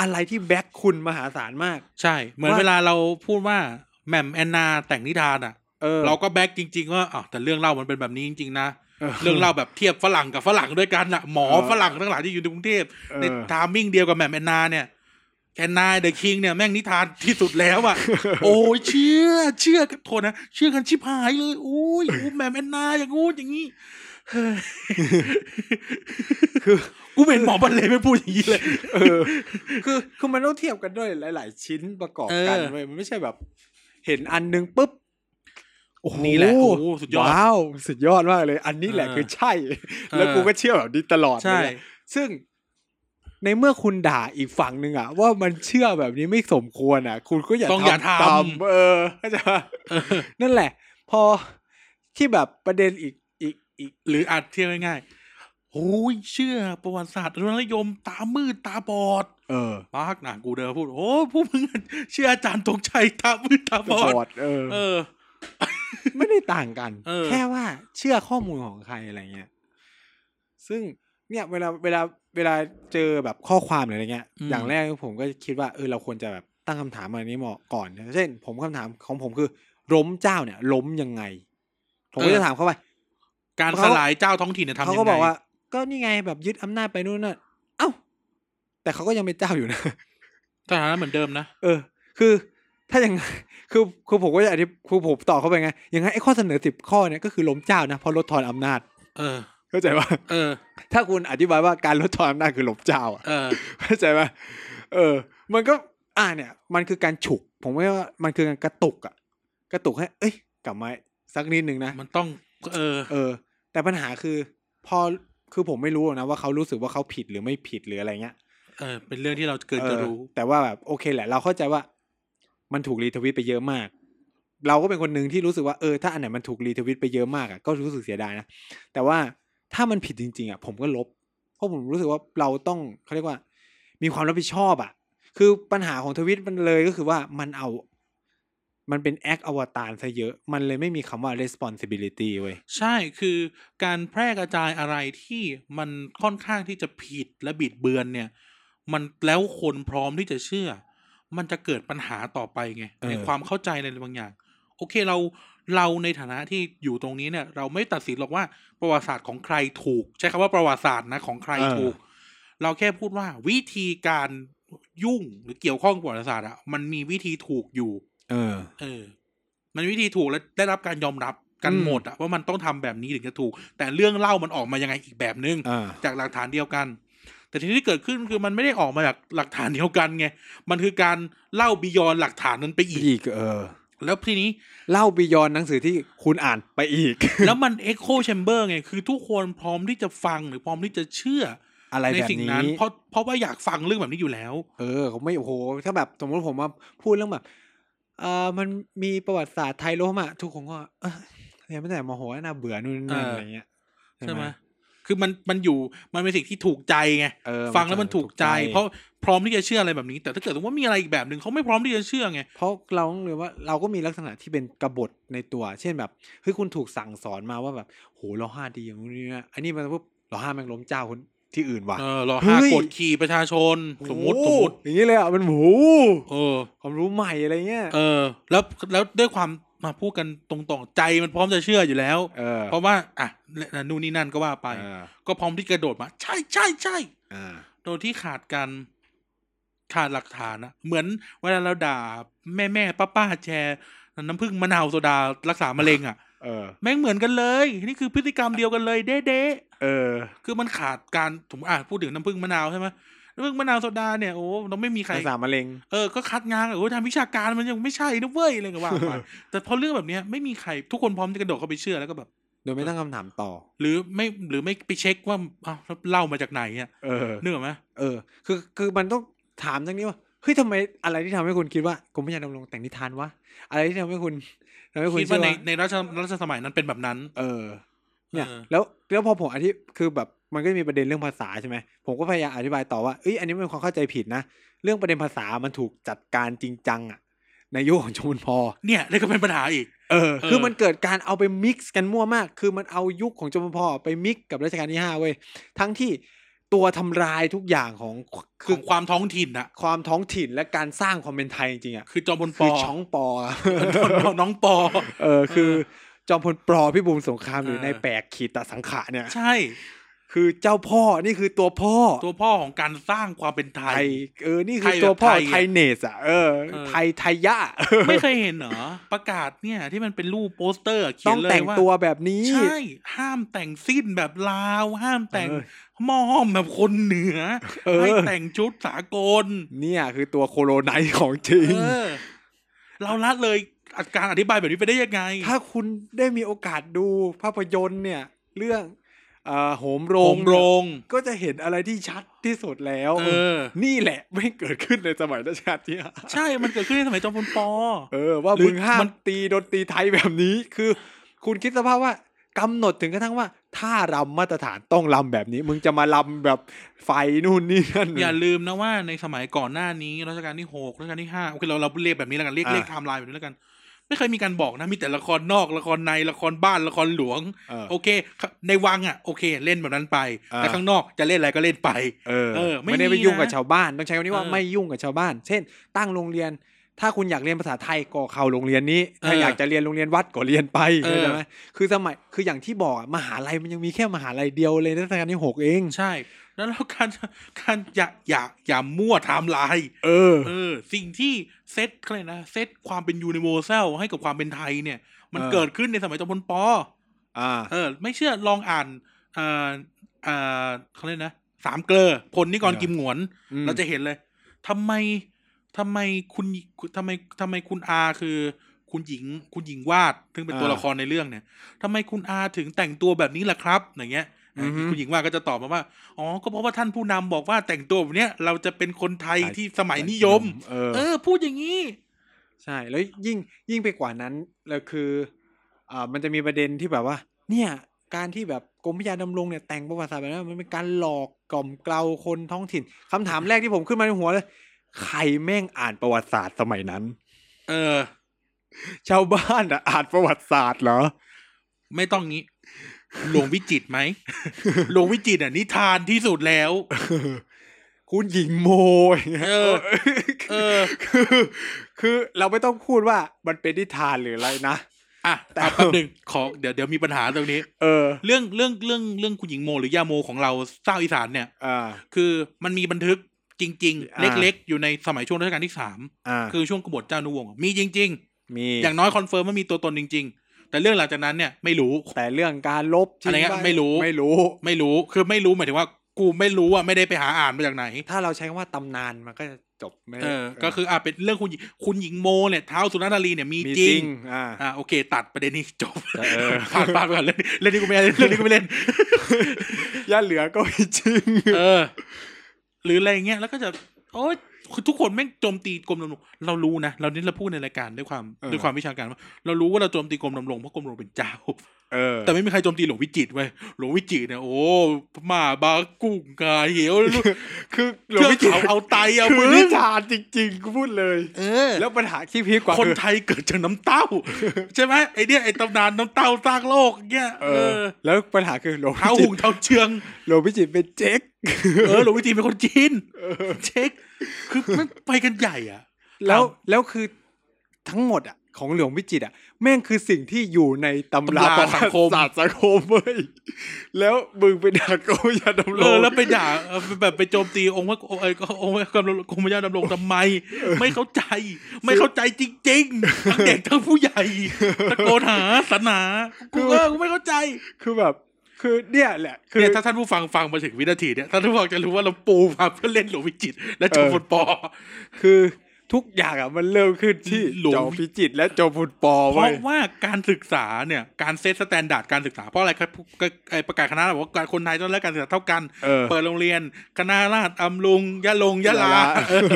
S2: อะไรที่แบ็คคุณมหาศาลมาก
S1: ใช่ เหมือน
S2: ว่า
S1: เวลาเราพูดว่าแหม่มแอนนาแต่งนิทานอ่ะ
S2: เออ
S1: เราก็แบกจริง ๆ ว่าอ้าวแต่เรื่องเล่ามันเป็นแบบนี้จริง ๆ นะ
S2: เออ
S1: เรื่องเล่าแบบเทียบฝรั่งกับฝรั่งด้วยกันอะหมอ
S2: เออ
S1: ฝรั่งทั้งหลายที่อยู่ในกรุงเทพ
S2: เออ
S1: ในทามมิ่งเดียวกับแหม่มแอนนาเนี่ยแอนนาเดอะคิงเนี่ยแม่งนิทานที่สุดแล้ว อะ โอ้ยเชื่อ เชื่อกันโทษนะเชื่อกันชิบหายเลยโอ้ยโอ้ยแหม่มแอนนาอย่างงู้นอย่างงี้ เฮ้ย
S2: คือ
S1: กูเป็นหมอบรรเลงไม่พูดอย่างนี้ เลย
S2: เออคือคือมันต้องเทียบกันด้วยหลาย ๆ ชิ้นประกอบกัน
S1: เออ
S2: เว้ยมันไม่ใช่แบบ เห็นอันนึงปุ๊บโอ้โห
S1: นี่แหละโอ้โหสุดยอด
S2: ว้าวสุดยอดมากเลย อันนี้แหละ
S1: เออ
S2: คือใช่ แล้ว
S1: เออ
S2: กูก็เชื่อแบบนี้ตลอด
S1: ใช่
S2: เลย ซึ่งในเมื่อคุณด่าอีกฝั่งหนึ่งอะว่ามันเชื่อแบบนี้ไม่สมควรอะคุณก็อย่า
S1: ต้องอย่าท
S2: ตามเออเข้าใจปะ
S1: ำเออ
S2: นั่นแหละ พอที่แบบประเด็นอีกอีกอีก
S1: หรืออาจเทียบง่ายๆโอ้ยเชื่อประวัติศาสตร์อนุรักษ์นิยมตามืดตาบอด
S2: เออ
S1: มากหนังกูเดินมาพูด โอ้พวกมึง เชื่ออาจารย์ธงชัยตามืดตาบอด
S2: ดเออ
S1: เออ
S2: ไม่ได้ต่างกัน
S1: เออ
S2: แค่ว่าเชื่อข้อมูลของใครอะไรเงี้ยซึ่งเนี่ยเวลาเวลาเวลาเจอแบบข้อความหรืออะไรเงี้ย
S1: อืม
S2: อย่างแรกผมก็คิดว่าเออเราควรจะแบบตั้งคำถามอันนี้เหมาะก่อนนะเช่น ผมคำถามของผมคือล้มเจ้าเนี่ย ล้มยังไง ผมก็จะถามเขาไป
S1: การสลายเจ้าท้องถิ่นเนี่ยทำยัง
S2: เขา
S1: ไง
S2: ก็บอกว่า ก็นี่ไงแบบยึดอำนาจไปนู่นน่ะเอ้า แต่เขาก็ยังเป็นเจ้าอยู่นะ
S1: สถานะเหมือนเดิมนะ
S2: เออ คือถ้าอย่าง คือคือผมก็จะอธิบคือผมตอบเขาไปไงอย่างไงไอ้ข้อเสนอสิบข้อเนี่ยก็คือล้มเจ้านะเพราะลดทอนอำนาจ
S1: เออ
S2: เข้าใจว่า
S1: เออ
S2: ถ้าคุณอธิบายว่าการลดทอนอำนาจคือล้มเจ้าอะ
S1: เออ
S2: เข้าใจป่ะเออ มันก็อ่าเนี่ย มันคือการฉุก ผมว่ามันคือการกระตุกอะกระตุกให้ เอ้ย กลับมาสักนิดนึงนะ
S1: มันต้อง เออ
S2: เออ แต่ปัญหาคือ พอคือผมไม่รู้หรอกนะว่าเขารู้สึกว่าเขาผิดหรือไม่ผิดหรืออะไรเงี้ย
S1: เออ เป็นเรื่องที่เราเกินจะรู้
S2: เออแต่ว่าแบบโอเคแหละ เราเข้าใจว่ามันถูกรีทวิตไปเยอะมาก เราก็เป็นคนหนึ่งที่รู้สึกว่าเออถ้าอันไหนมันถูกรีทวิตไปเยอะมากอะก็รู้สึกเสียดายนะแต่ว่าถ้ามันผิดจริงๆอะผมก็ลบ เพราะผมรู้สึกว่าเราต้องเขาเรียกว่า มีความรับผิดชอบอะคือปัญหาของทวิตมันเลยก็คือว่ามันเอา มันเป็นแอคอวตารซะเยอะ มันเลยไม่มีคำว่า responsibility เว้ย
S1: ใช่ คือการแพร่กระจายอะไรที่มันค่อนข้างที่จะผิดและบิดเบือนเนี่ย มันแล้วคนพร้อมที่จะเชื่อ มันจะเกิดปัญหาต่อไปไงในความเข้าใจอะไรบางอย่าง โอเคเราเราในฐานะที่อยู่ตรงนี้เนี่ย เราไม่ตัดสินหรอกว่าประวัติศาสตร์ของใครถูก ใช้คำว่าประวัติศาสตร์นะของใครถูก เราแค่พูดว่าวิธีการยุ่งหรือเกี่ยวข้องกับประวัติศาสตร์อะมันมีวิธีถูกอยู่
S2: เออ
S1: เออ มันวิธีถูกและได้รับการยอมรับกัน
S2: อืม
S1: หมดอะว่ามันต้องทำแบบนี้ถึงจะถูก แต่เรื่องเล่ามันออกมายังไงอีกแบบนึง
S2: อ่า
S1: จากหลักฐานเดียวกัน แต่ทีที่เกิดขึ้นคือมันไม่ได้ออกมาจากหลักฐานเดียวกันไงมันคือการเล่าบียอนหลักฐานนั้นไปอีก
S2: อีกเออ
S1: แล้วที นี้
S2: เล่าบียอนหนังสือที่คุณอ่านไปอีก
S1: แล้วมันเอ็กโคแชมเบอร์ไงคือทุกคนพร้อมที่จะฟังหรือพร้อมที่จะเชื่อ
S2: อะไร
S1: ใน
S2: แบบ
S1: สิ่ง
S2: นี้
S1: นั้น เพราะเพราะว่าอยากฟังเรื่องแบบนี้อยู่แล้ว
S2: เออผมไม่โอ้โหถ้าแบบสมมติผมมาพูดเรื่องแบบเออมันมีประวัติศาสตร์ไทยโรมอ่ะทุกคนก็เอ้ยเรียนไม่แต่มโหน่าเบื่อนู่นนี่นั่น
S1: เอออ
S2: อะไรเงี้ย
S1: ใช่ไหมคือมันมันอยู่มันเป็นสิ่งที่ถูกใจไง
S2: เออ
S1: ฟังแล้วมันถูกใจ เพราะพร้อมที่จะเชื่ออะไรแบบนี้ แต่ถ้าเกิดสมมติว่ามีอะไรอีกแบบหนึ่งเขาไม่พร้อมที่จะเชื่อไง
S2: เพราะเราต้องเลยนว่าเราก็มีลักษณะที่เป็นกบฏในตัว เช่นแบบเฮ้ยคุณถูกสั่งสอนมาว่าแบบโหเราห้าดีอย่างนู้นนี่นะอันนี้มันปุ๊บเราห้าแม่งล้มเจ้าคนที่อื่นว่ะ
S1: เออรอ
S2: เฮ้
S1: ห้าย กดขี่ประชาชน สมมติส
S2: โอ้
S1: ม
S2: โห
S1: มติ
S2: อย่างนี้เลยอ่ะมันโห
S1: เออ
S2: ความรู้ใหม่อะไรเงี้ย
S1: เออ แล้วแล้วด้วยความมาพูดกันตรงๆใจมันพร้อมจะเชื่ออยู่แล้ว
S2: เออ
S1: เพราะว่าอ่ะนู่นนี่นั่นก็ว่าไป
S2: เออ
S1: ก็พร้อมที่กระโดดมา ใช่ใช่ใช่
S2: อ่า
S1: โดยที่ขาดการ ขาดหลักฐานนะเหมือนเวลาเราด่าแม่แม่ป้าป้าๆแชร์น้ำผึ้งมะนาวโซดารักษามะเร็งอ่ะ
S2: เออ
S1: แม่งเหมือนกันเลย นี่คือพฤติกรรมเดียวกันเลยเด๊ะ
S2: เออ
S1: ๆคือมันขาดการถมอ่ะพูดถึงน้ำผึ้งมะนาวใช่ไหมน้ำผึ้งมะนาวโซดาเนี่ยโอ้เราไม่มีใคร
S2: ภาษามะเร็ง
S1: เออ ก็คัดงานโอ้ยทางวิชาการมันยังไม่ใช่นะเว้ยอะไรก็ว่าไป แต่พอเรื่องแบบเนี้ยไม่มีใครทุกคนพร้อมจะกระโดดเข้าไปเชื่อแล้วก็แบบ
S2: โดยไม่ตั้งคำถามต่อ
S1: หรือไม่หรือไม่ไปเช็คว่าอ้าวแล้วเล่ามาจากไหนอ่ะ
S2: เออ
S1: นึกออกไหม
S2: เออ คือ คือมันต้องถามตรงนี้ว่า เฮ้ยทำไมอะไรที่ทำให้คุณคิดว่ากรมพระยาดำรงแต่งนิทานวะ อะไรที่ทำให้คุณทำให้คุณ
S1: คิด
S2: เชื่
S1: ว่า
S2: อ
S1: ใน
S2: ว่า
S1: ในรัชรัชสมัยนั้นเป็นแบบนั้น
S2: เออ เนี่ย
S1: เออ
S2: แล้ว แล้วพอผมอธิคือแบบ มันก็จะมีประเด็นเรื่องภาษาใช่ไหม ผมก็พยายามอธิบายต่อว่า เอ้ย อันนี้มันเป็นความเข้าใจผิดนะ เรื่องประเด็นภาษา มันถูกจัดการจริงจังอะในยุคของชมพล
S1: เนี่ยนี่ก็เป็นปัญหาอีก
S2: เออ
S1: เออ
S2: คือมันเกิดการเอาไปมิกซ์กันมั่วมาก คือมันเอายุคของจอมพลไปมิกซ์กับรัชกาลที่ห้าเว้ย ทั้งที่ตัวทำลายทุกอย่างของ
S1: ข
S2: คือ
S1: องความท้องถิ่นอะ
S2: ความท้องถิ่นและการสร้างความเป็นไทยจริงๆอ่ะ
S1: คือจอมพลป
S2: คือ
S1: อ
S2: ช้องปอ
S1: น้องปอ
S2: เออ คือจอมพลปลอพิบูลสงครามหรือ
S1: เออ
S2: นายแปกขีตสังขะเนี่ย
S1: ใช่
S2: คือเจ้าพ่อ นี่คือตัวพ่อ
S1: ตัวพ่อของการสร้างความเป็นไท
S2: ไท
S1: ย
S2: ย เออ นี่คื
S1: ไท
S2: อย
S1: แบบ
S2: ตัวพ่อ
S1: ไทยอะ
S2: ไทยเนสอ่ะ เออ
S1: เออ
S2: ไทยไทยยะ
S1: ไม่เคยเห็นเหรอ ประกาศเนี่ย ที่มันเป็นรูปโปสเตอร์เขี
S2: ต้
S1: ย
S2: อนง
S1: เลย
S2: แต่ง
S1: ว่า
S2: ตัวแบบนี้
S1: ใช่ ห้ามแต่งสิ้นแบบลาว ห้ามแต่ง
S2: เออ
S1: หม้อมแบบคนเหนือ
S2: เออ
S1: ให้แต่งชุดสากล
S2: เนี่ยคือตัวโคโรไนท์ของจริง
S1: เออ เราละเลยอาการอธิบายแบบนี้ไปได้ยังไง
S2: ถ้าคุณได้มีโอกาสดูภาพยนตร์เนี่ย เรื่องเอ่อโหมโร
S1: โรง งโรง
S2: ก็จะเห็นอะไรที่ชัดที่สุดแล้ว
S1: เออ
S2: นี่แหละไม่เกิดขึ้นในสมัยรัชกาลที่ห้า
S1: ใช่มันเกิดขึ้นในสมัยจอมพลปอ
S2: เออว่า
S1: หรือ
S2: มึงห้าม
S1: มัน
S2: ตีดนตรีไทยแบบนี้ คือ คุณคิดสภาพว่ากำหนดถึงกระทั่งว่า ถ้ารำมาตรฐานต้องรำแบบนี้ มึงจะมารำแบบไฟนู่นนี่นั่น
S1: อย่าลืมนะว่าในสมัยก่อนหน้านี้รัชกาลที่หกรัชกาลที่ห้าโอเคเราเราเรียกแบบนี้แล้วกันเรียก
S2: อ่า
S1: เรียกไทม์ไลน์แบบนี้แล้วกัน ไม่เคยมีการบอกนะ มีแต่ละครนอกละครในละครบ้านละครหลวง
S2: เออ
S1: โอเค ในวังอ่ะโอเค เล่นแบบนั้นไป
S2: อ่า
S1: แต่ข้างนอกจะเล่นอะไรก็เล่นไป
S2: เออ
S1: เออไม่
S2: ไม่ได้
S1: มี
S2: ไปยุ่งกับ
S1: นะ
S2: ชาวบ้านต้องใช้คำนี้ว่า
S1: เออ
S2: ไม่ยุ่งกับชาวบ้าน เช่น ตั้งโรงเรียน ถ้าคุณอยากเรียนภาษาไทยก็เข้าโรงเรียนนี้ ถ้า
S1: เออ
S2: อยากจะเรียนโรงเรียนวัดก็เรียนไป
S1: เออ
S2: เข้าใช่ไหมคือสมัยคืออย่างที่บอกอะมหาลัยมันยังมีแค่มหาลัยเดียวเลยในรัชกาลที่หกเอง
S1: ใช่ แล้วแล้วการการอย่าอย่าอย่ามั่วไทม์ไลน์
S2: เออ
S1: เออ สิ่งที่เซตเขาเลยกนะเซตความเป็นยูนิเวอร์แซลให้กับความเป็นไทยเนี่ย มัน
S2: เออ
S1: เกิดขึ้นในสมัยจอมพลปอ
S2: อ่า
S1: เออไม่เชื่อลองอ่านเอ่อเอ่อเขาเรียกนะสามเกลอพลนิกร
S2: เออ
S1: กิมหงวน
S2: อืม
S1: เราจะเห็นเลยทำไมทำไมคุณทำไมทำไมคุณอาคือ คุณหญิงคุณหญิงวาด ซึ่งเป็นตัวละครในเรื่องเนี่ยทำไมคุณอาถึงแต่งตัวแบบนี้ล่ะครับอย่างเงี้ย
S2: อือฮึ
S1: คุณหญิงวาดก็จะตอบมาว่าอ๋อก็เพราะว่าท่านผู้นำบอกว่าแต่งตัวแบบเนี้ยเราจะเป็นคนไทย
S2: ไทย
S1: ที่สมัยนิยม
S2: เออ
S1: เออ พูดอย่างนี้
S2: ใช่ แล้วยิ่งยิ่งไปกว่านั้นแล้วคืออ่ามันจะมีประเด็นที่แบบว่า เนี่ย การที่แบบกรมพิยาดำรงเนี่ยแต่งประวัติศาสตร์แบบนั้นมันเป็นการหลอกกล่อมเกลาคนท้องถิ่นคำถามแรกที่ผมขึ้นมาในหัวเลย ใครแม่งอ่านประวัติศาสตร์สมัยนั้น
S1: เออ
S2: ชาวบ้านอะอ่านประวัติศาสตร์เหรอ
S1: ไม่ต้องงี้ หลวงวิจิตรไห ม หลวงวิจิตรอ่ะนิทานที่สุดแล้ว
S2: คุณหญิงโมยางงี้ย
S1: เออ เออ
S2: คือคือเราไม่ต้องพูดว่ามันเป็นนิทานหรืออะไรนะ
S1: อ่ะ
S2: แต่
S1: แต่แป๊บหนึ่งขอเดี๋ยวเดี๋ยวมีปัญหาตรงนี้
S2: เออ
S1: เรื่องเรื่องเรื่องเรื่องคุณหญิงโมหรือย่าโมของเราเศร้าวอีสานเนี่ย
S2: อ่า
S1: คือมันมีบันทึกจริง ๆ
S2: อ่า
S1: เล็กๆ อยู่ในสมัยช่วงรัชกาลที่สาม
S2: อ่า
S1: คือช่วงกบฏเจ้านุวงศ์มีจริง
S2: มี
S1: ๆ อย่างน้อยคอนเฟิร์มว่ามีตัวตนจริง ๆ แต่เรื่องหลังจากนั้นเนี่ยไม่รู้
S2: แต่เรื่องการลบ
S1: อะไรเงี้ย
S2: ทิ้บ้าน
S1: ไม่รู้
S2: ไม่รู้
S1: ไม่รู้คือไม่รู้หมายถึงว่ากูไม่รู้อ่ะไม่ได้ไปหาอ่านมาจากไหน
S2: ถ้าเราใช้คำว่าตำนานมันก็จะจบไม่
S1: เออ ก็คืออ่ะเป็นเรื่องคุณหญิงคุณหญิงโมเนี่ยเท้าสุนันทารีเนี่ยมี
S2: มี
S1: จ
S2: จ
S1: ริ
S2: ริ
S1: ง
S2: ง อ่า
S1: อ่ะโอเค ตัดประเด็นนี้จบ
S2: เออ
S1: ผ่านผ่านไปก่อนเล่นเล่นนี้กูไม่เล่นเล่นนี้กูไม่เล่น
S2: ย่าเหลือก็มีจริง
S1: เออ หรืออะไรเงี้ยแล้วก็จะโอ๊ยคือทุกคนแม่งโจมตีกรมดำรงเรารู้นะเรานี่เราพูดในรายการด้วยความ
S2: เออ
S1: ด้วยความวิชาการว่าเรารู้ว่าเราโจมตีกรมดำรงเพราะกรมดำรงเป็นเจ้า
S2: เออ
S1: แต่ไม่มีใครโจมตีหลวงวิจิตรเว้ยหลวงวิจิตรเนี่ยโอ้พม่าบากุ้งกาเหวลูก
S2: คือหล
S1: เทือ
S2: วง
S1: ก
S2: วิจิต
S1: เขา
S2: ร
S1: เอาไตเอา
S2: คือ
S1: มึ
S2: นิ
S1: ง
S2: ทานจริง ๆ กูพูดเลย
S1: เออ
S2: แล้วปัญหาที่พีคกว่า
S1: คน
S2: คือ
S1: ไทยเกิดจากน้ำเต้า ใช่ไหมไอเนี้ยไอตำนานน้ำเต้าสร้างโลกเงี้ย
S2: เอ
S1: เอ
S2: อ
S1: อ
S2: แล้วปัญหาคือหลวงวิ
S1: เท้า
S2: จิ
S1: หุ
S2: ต
S1: ง
S2: ร
S1: เท้าเชือง
S2: หลวงวิจิตรเป็นเจ๊ก
S1: เออหลวงวิจิตรเป็นคนจีนเช็ค คือมันไปกันใหญ่อ่ะ
S2: แล้ว
S1: ครับ
S2: แล้วคือทั้งหมดอ่ะ ของหลวงวิจิตรอ่ะแม่งคือสิ่งที่อยู่ในตำ
S1: ตำ
S2: รา
S1: รา
S2: ประวั
S1: สัง
S2: ติ
S1: คม
S2: ศาสตร์สังคมเว้ยแล้วมึงไปด่าโกรมพระยาดำรง
S1: เออแล้วไปด่าเออแบบไปโจมตีองค์พระเออองค์พระกรมกรมพระยาดำรงทำไม ไม่เข้าใจ ไม่เข้าใจจริงๆทั้งเด็กทั้งผู้ใหญ่ตะโกนหาสนากูเออกูไม่เข้าใจ
S2: คือแบบ คือเนี่ยแหละ คือ
S1: เนี่ยถ้าท่านผู้ฟังฟังมาถึงวินาทีเนี่ยท่านผู้ฟังจะรู้ว่าเราปูมาเพื่อเล่นหลวงวิจิตรและจอมพลปอ
S2: คือทุกอย่างอ่ะมันเริ่มขึ้นที่
S1: หลวง
S2: จอมพิจิตรและจอมพลปอ
S1: เพ
S2: เว้ย
S1: ราะว่าการศึกษาเนี่ยการเซตสแตนดาร์ดการศึกษาเพราะอะไรครับก็ไอ้ประกาศคณะบอกว่าการคนไทยต้องได้รับการศึกษาเท่ากัน
S2: เออ
S1: เปิดโรงเรียนคณะราษฎรอำลุงยะลงยะลาย
S2: ะลา
S1: เออ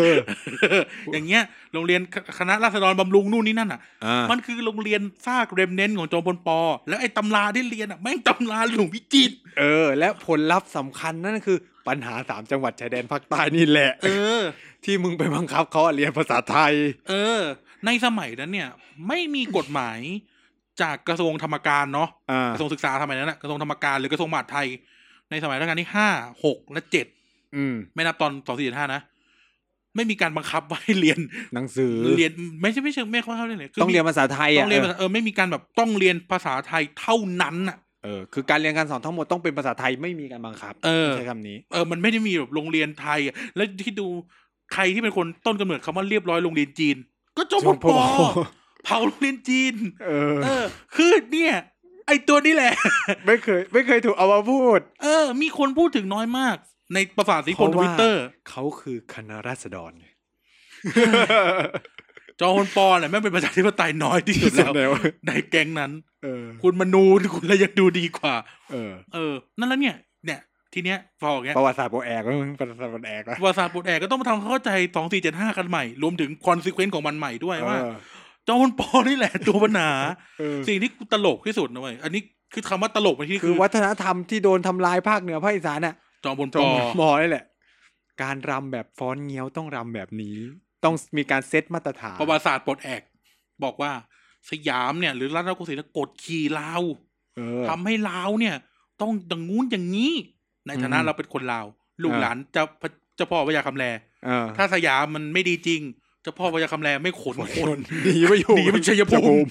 S1: อย่างเงี้ยโรงเรียนคณะราษฎรบำรุงนู่นนี่นั่นอ่ะ
S2: อ่า
S1: มันคือโรงเรียนซากเรมเน้นท์ของจอมพลปอ แล้วไอ้ตำราที่เรียนอ่ะแม่งตำราหลวงวิจิตร
S2: เออ และผลลัพธ์สำคัญนั่นคือปัญหาสามจังหวัดชายแดนภาคใต้นี่แหละ
S1: เออ
S2: ที่มึงไปบังคับเขาเรียนภาษาไทย
S1: เออ ในสมัยนั้นเนี่ย ไม่มีกฎหมายจากกระทรวงธรรมการเนาะ
S2: อ่าก
S1: ระทรวงศึกษาสมัยนั้นนะกระทรวงธรรมการหรือกระทรวงมหาดไทย ในสมัยรัชกาลที่ห้าหกและเจ็ด
S2: อืม
S1: ไม่นับตอนสองสี่เจ็ดห้านะ ไม่มีการบังคับว่าให้เรียน
S2: หนังสือ
S1: เรียนไม่ใช่ไม่เชิงไม่ค่อยเข้าเรียนเลยคื
S2: ต้องเรียน
S1: มี
S2: ภาษาไทย
S1: ต้
S2: อ่ะ
S1: องเรียนภาษาเออไม่มีการแบบต้องเรียนภาษาไทยเท่านั้นอ่ะ
S2: เออ คือการเรียนการสอนทั้งหมดต้องเป็นภาษาไทยไม่มีการบังคับ
S1: เออ
S2: ใช้คำนี้
S1: เออมันไม่ได้มีแบบโรงเรียนไทยอะแล้วที่ดูใครที่เป็นคนต้นกำเนิดคำว่าเรียบร้อยโรงเรียนจีน ก็จอมพลปอเผาโรงเรียนจีน
S2: เออ
S1: เออ คือเนี่ย ไอตัวนี้แหละ
S2: ไม่เคย ไม่เคยถูกเอามาพูด
S1: เออ มีคนพูดถึงน้อยมาก ในประสาทสีพลท
S2: เพราะว่า
S1: วิตเตอร์
S2: เขาคือคณะราษฎร
S1: จอมพลปอเนี่ยแม่งเป็นประชาธิปไตยน้อยที่สุด
S2: ที่สุดแล้
S1: แล้ว ว ในแก๊งนั้น
S2: เออ
S1: คุณมนูนคุณอะไรยังดูดีกว่า
S2: เออ
S1: เออ นั่นแล้วเนี่ย เนี่ย ทีเนี้ยพออย่างเงี้ย
S2: ประวัติศาสตร์โปรแอกแล้วมึงประวัติศาสตร์โปรแอกแล้ว
S1: ประวัติศาสตร์ปวดแอกก็ต้องมาทำความเข้าใจสองสี่เจ็ดห้ากันใหม่ รวมถึงคอนซีเควนต์ของมันใหม่ด้วยว่า
S2: เออ
S1: จอมพลปอนี่แหละตัวปัญ หา
S2: เออ
S1: สิ่งที่กูตลกที่สุดนะเว้ย อันนี้คือคำว่าตลกในที่นี้
S2: คื
S1: คือ อ
S2: วัฒนธรรมที่โดนทำลายภาคเหนือภาคอีสานน่ะ
S1: จอมพล
S2: จ
S1: ป
S2: ง
S1: อ
S2: หมอนี่แหละ การรำแบบฟ้อนเงี้ยวต้องรำแบบนี้ ต้องมีการเซตมาตรฐาน
S1: ประวัติศาสตร์ปลดแอกบอกว่าสยามเนี่ย หรือรัตนโกสินทร์กดขี่ลาว
S2: เออ
S1: ทำให้ลาวเนี่ย ต้องดังงู้นอย่างนี้ ในฐานะ
S2: อืม
S1: เราเป็นคนลาว ลูกหลานเจ้าพระเจ้าพ่อพระยาคำแล
S2: เออ
S1: ถ้าสยามมันไม่ดีจริง เจ้าพ่อพระยาคำแลไม่ขนคน
S2: หนีไปอยู่
S1: หนีไปชัยภูมิ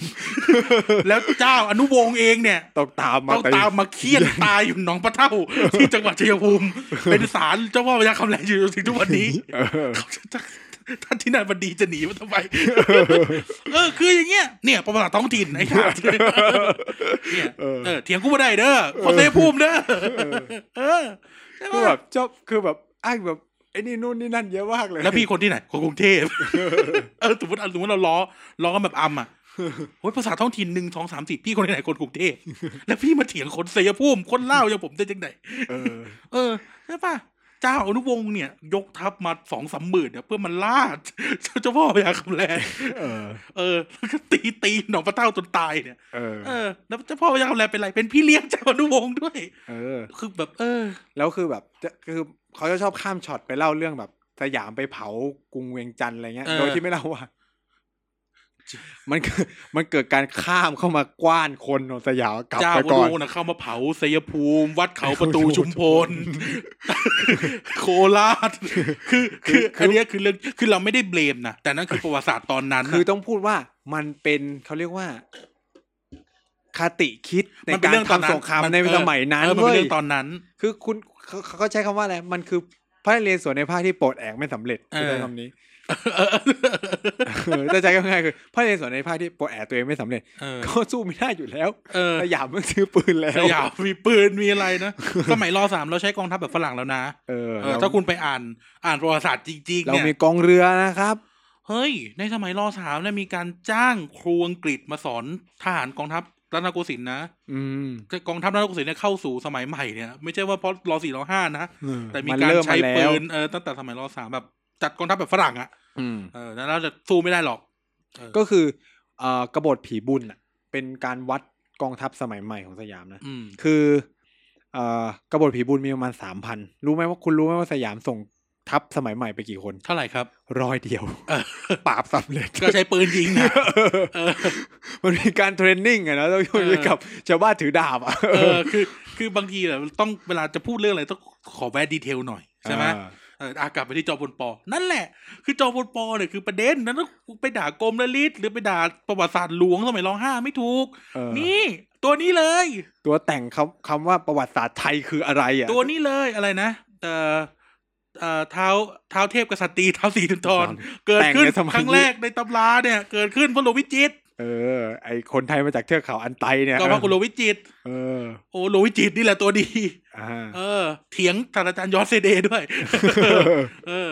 S1: แล้วเจ้าอนุวงศ์เองเนี่ย
S2: ต้องตามมา
S1: ต้องตามมาเคี่ยนตายอยู่หนองปะเท่า ที่จังหวัดชัยภูมิ เป็นศาลเจ้าพ่อพระยาคำแลอยู่จนถึงทุกวัน นี้
S2: เออ
S1: ท่านที่นายบดีจะหนีมาทำไม เออ คืออย่างเงี้ย เนี่ยประวัติท้อง ถิ่นไอ้ห่าเนี่ย
S2: เออ
S1: เออเถียงกูไม่ได้เด้อคนเต้ภูมิเด้อ เออใช่ไหม
S2: คือแบบชอบคือแบบอ้างแบบไอ้นี่นู่นนี่นั่นเยอะมากเลย
S1: แล้วพี่คนที่ไหนคนกรุงเทพ เออสมมติอ่ะสมมติเราล้อล้อกันแบบอัมอ่ะโอ้ยภาษาท้องถิ่นหนึ่งสองสามสี่พี่คนที่ไหนคนกรุงเทพ แล้วพี่มาเถียงคนเซยภูมิคนเล่าวอย่างผมได้จังไหน
S2: เออ
S1: เออใช่ปะเจ้าอนุวงศ์เนี่ย ยกทัพมาสองสามหมื่นเนี่ยเพื่อมันล่า เจ้าเจ้าพ่อพญาคำแล
S2: เออ
S1: เออ แล้วก็ตีตีหนองปลาเต้าจนตายเนี่ย
S2: เออ
S1: เออ แล้วเจ้าพ่อพญาคำแลเป็นไร เป็นพี่เลี้ยงเจ้าอนุวงศ์ด้วย
S2: เออ
S1: คือแบบ เออ
S2: แล้วคือแบบจะคือเขาจะชอบข้ามช็อตไปเล่าเรื่องแบบสยามไปเผากรุงเวียงจันทร์อะไรเงี้ย
S1: เออ
S2: โดยที่ไม่เล่า ว่า มันเกิดมันเกิดการข้ามเข้ามากว้านคนของสยามกลับ
S1: เจ้า
S2: ไป
S1: อ
S2: ก่
S1: นุว
S2: อน
S1: งศ์นะเข้ามาเผาสยภูมิ วัดเขาประตูชุมพ ล โคราช คือคือ
S2: คืออั
S1: อันเนี้ยคือเรื่องคือเราไม่ได้เบลมนะแต่นั่นคือประวัติศาสตร์ตอนนั้น
S2: คือ
S1: น่ะ
S2: ต้องพูดว่ามันเป็นเขาเรียกว่า คติคิดใน
S1: มันเป็น
S2: การ
S1: เรื่องตอนนั้น
S2: ทำสงคราม
S1: มัน
S2: ใน
S1: เออ
S2: สมัยนั้น
S1: เออมันเป็น
S2: เว้ย
S1: เรื่องตอน นั้น
S2: คือคุณเขาเขาก็ใช้คำว่าอะไรมันคือพระนเรศวรในภาคที่โปรดแอกไม่สำเร็จ
S1: เออ
S2: ใช้คำนี้ เออแต่ใจก็ง่ายๆคือพระนเรศวรในภาคที่โปรดแอกตัวเองไม่สำเร็จ
S1: เออ
S2: ก็สู้ไม่ได้อยู่แล้ว
S1: เออ
S2: สยามมันซื้อปืนแล้ว
S1: สยามมีปืนมีอะไรนะ สมัยรอสามเราใช้กองทัพแบบฝรั่งแล้วนะ
S2: เออ
S1: เออถ้าคุณไปอ่านอ่านประวัติศาสตร์จริงๆ
S2: เรา
S1: เนี่ย
S2: มีกองเรือนะครับ
S1: เฮ้ย ในสมัยรอสามเนี่ยมีการจ้างครูอังกฤษมาสอนทหารกองทัพรัตนโกสินทร์นะ
S2: อืม
S1: แต่กองทัพรัตนโกสินทร์เนี่ยเข้าสู่สมัยใหม่เนี่ยไม่ใช่ว่าเพราะรอสี่รอห้านะ
S2: เออ
S1: แต่มี
S2: น
S1: การ
S2: เริ่
S1: ใช้
S2: แล้ว
S1: ปืนเออตั้งแต่สมัยรอสามแบบจัดกองทัพแบบฝรั่งอะ
S2: อืม
S1: เออแล้วเราจะสู้ไม่ได้หรอกเออ
S2: ก็คือเอ่อกบฏผีบุญน่ะเป็นการวัดกองทัพสมัยใหม่ของสยามนะ
S1: อืม
S2: คือเอ่อกบฏผีบุญมีประมาณสามพันรู้ไหมว่าคุณรู้ไหมว่าสยามส่งทัพสมัยใหม่ไปกี่คน
S1: เท่าไหร่ครับ
S2: ร้อยเดียว
S1: เออ
S2: ปราบสำเร็จ
S1: ก็ใช้ปืนยิงนะเออ
S2: มันมีการเทรนนิ่งอะนะต้องอยู่กับชาวบ้านถือดาบอะ
S1: เออคือคือบางทีเนี่ยต้องเวลาจะพูดเรื่องอะไรต้องขอแวะดีเทลหน่อยใช่ไหม
S2: อ่า
S1: เ เอออากลับไปที่จอมพลปอ นั่นแหละ คือจอมพลปอเนี่ยคือประเด็นนั้นต้องไปด่ากรมละลิศหรือไปด่าประวัติศาสตร์หลวงสมัยรองห้าไม่ถูก
S2: เออ
S1: นี่ ตัวนี้เลย
S2: ตัวแต่งคำคำว่าประวัติศาสตร์ไทยคืออะไรอ่ะ
S1: ตัวนี้เลยอะไรนะเอ่อเอ่อเท้าเท้าเทพกษัตรีเท้าสีทุนทร เกิดขึ้น
S2: แต่ใสมัย
S1: ครั้งแรกในตำราเนี่ย เกิดขึ้นเพราะหลวงวิจิตร
S2: เออ ไอคนไทยมาจากเทือกเขาอันไตเนี่ย
S1: ก็เพราะคุณหลวงวิจิตร
S2: เออ
S1: โอ้หลวงวิจิตรนี่แหละตัวดี
S2: อ่า
S1: เออ เถียงศาสตราจารย์ยอสเซเดย์ด้วย เออ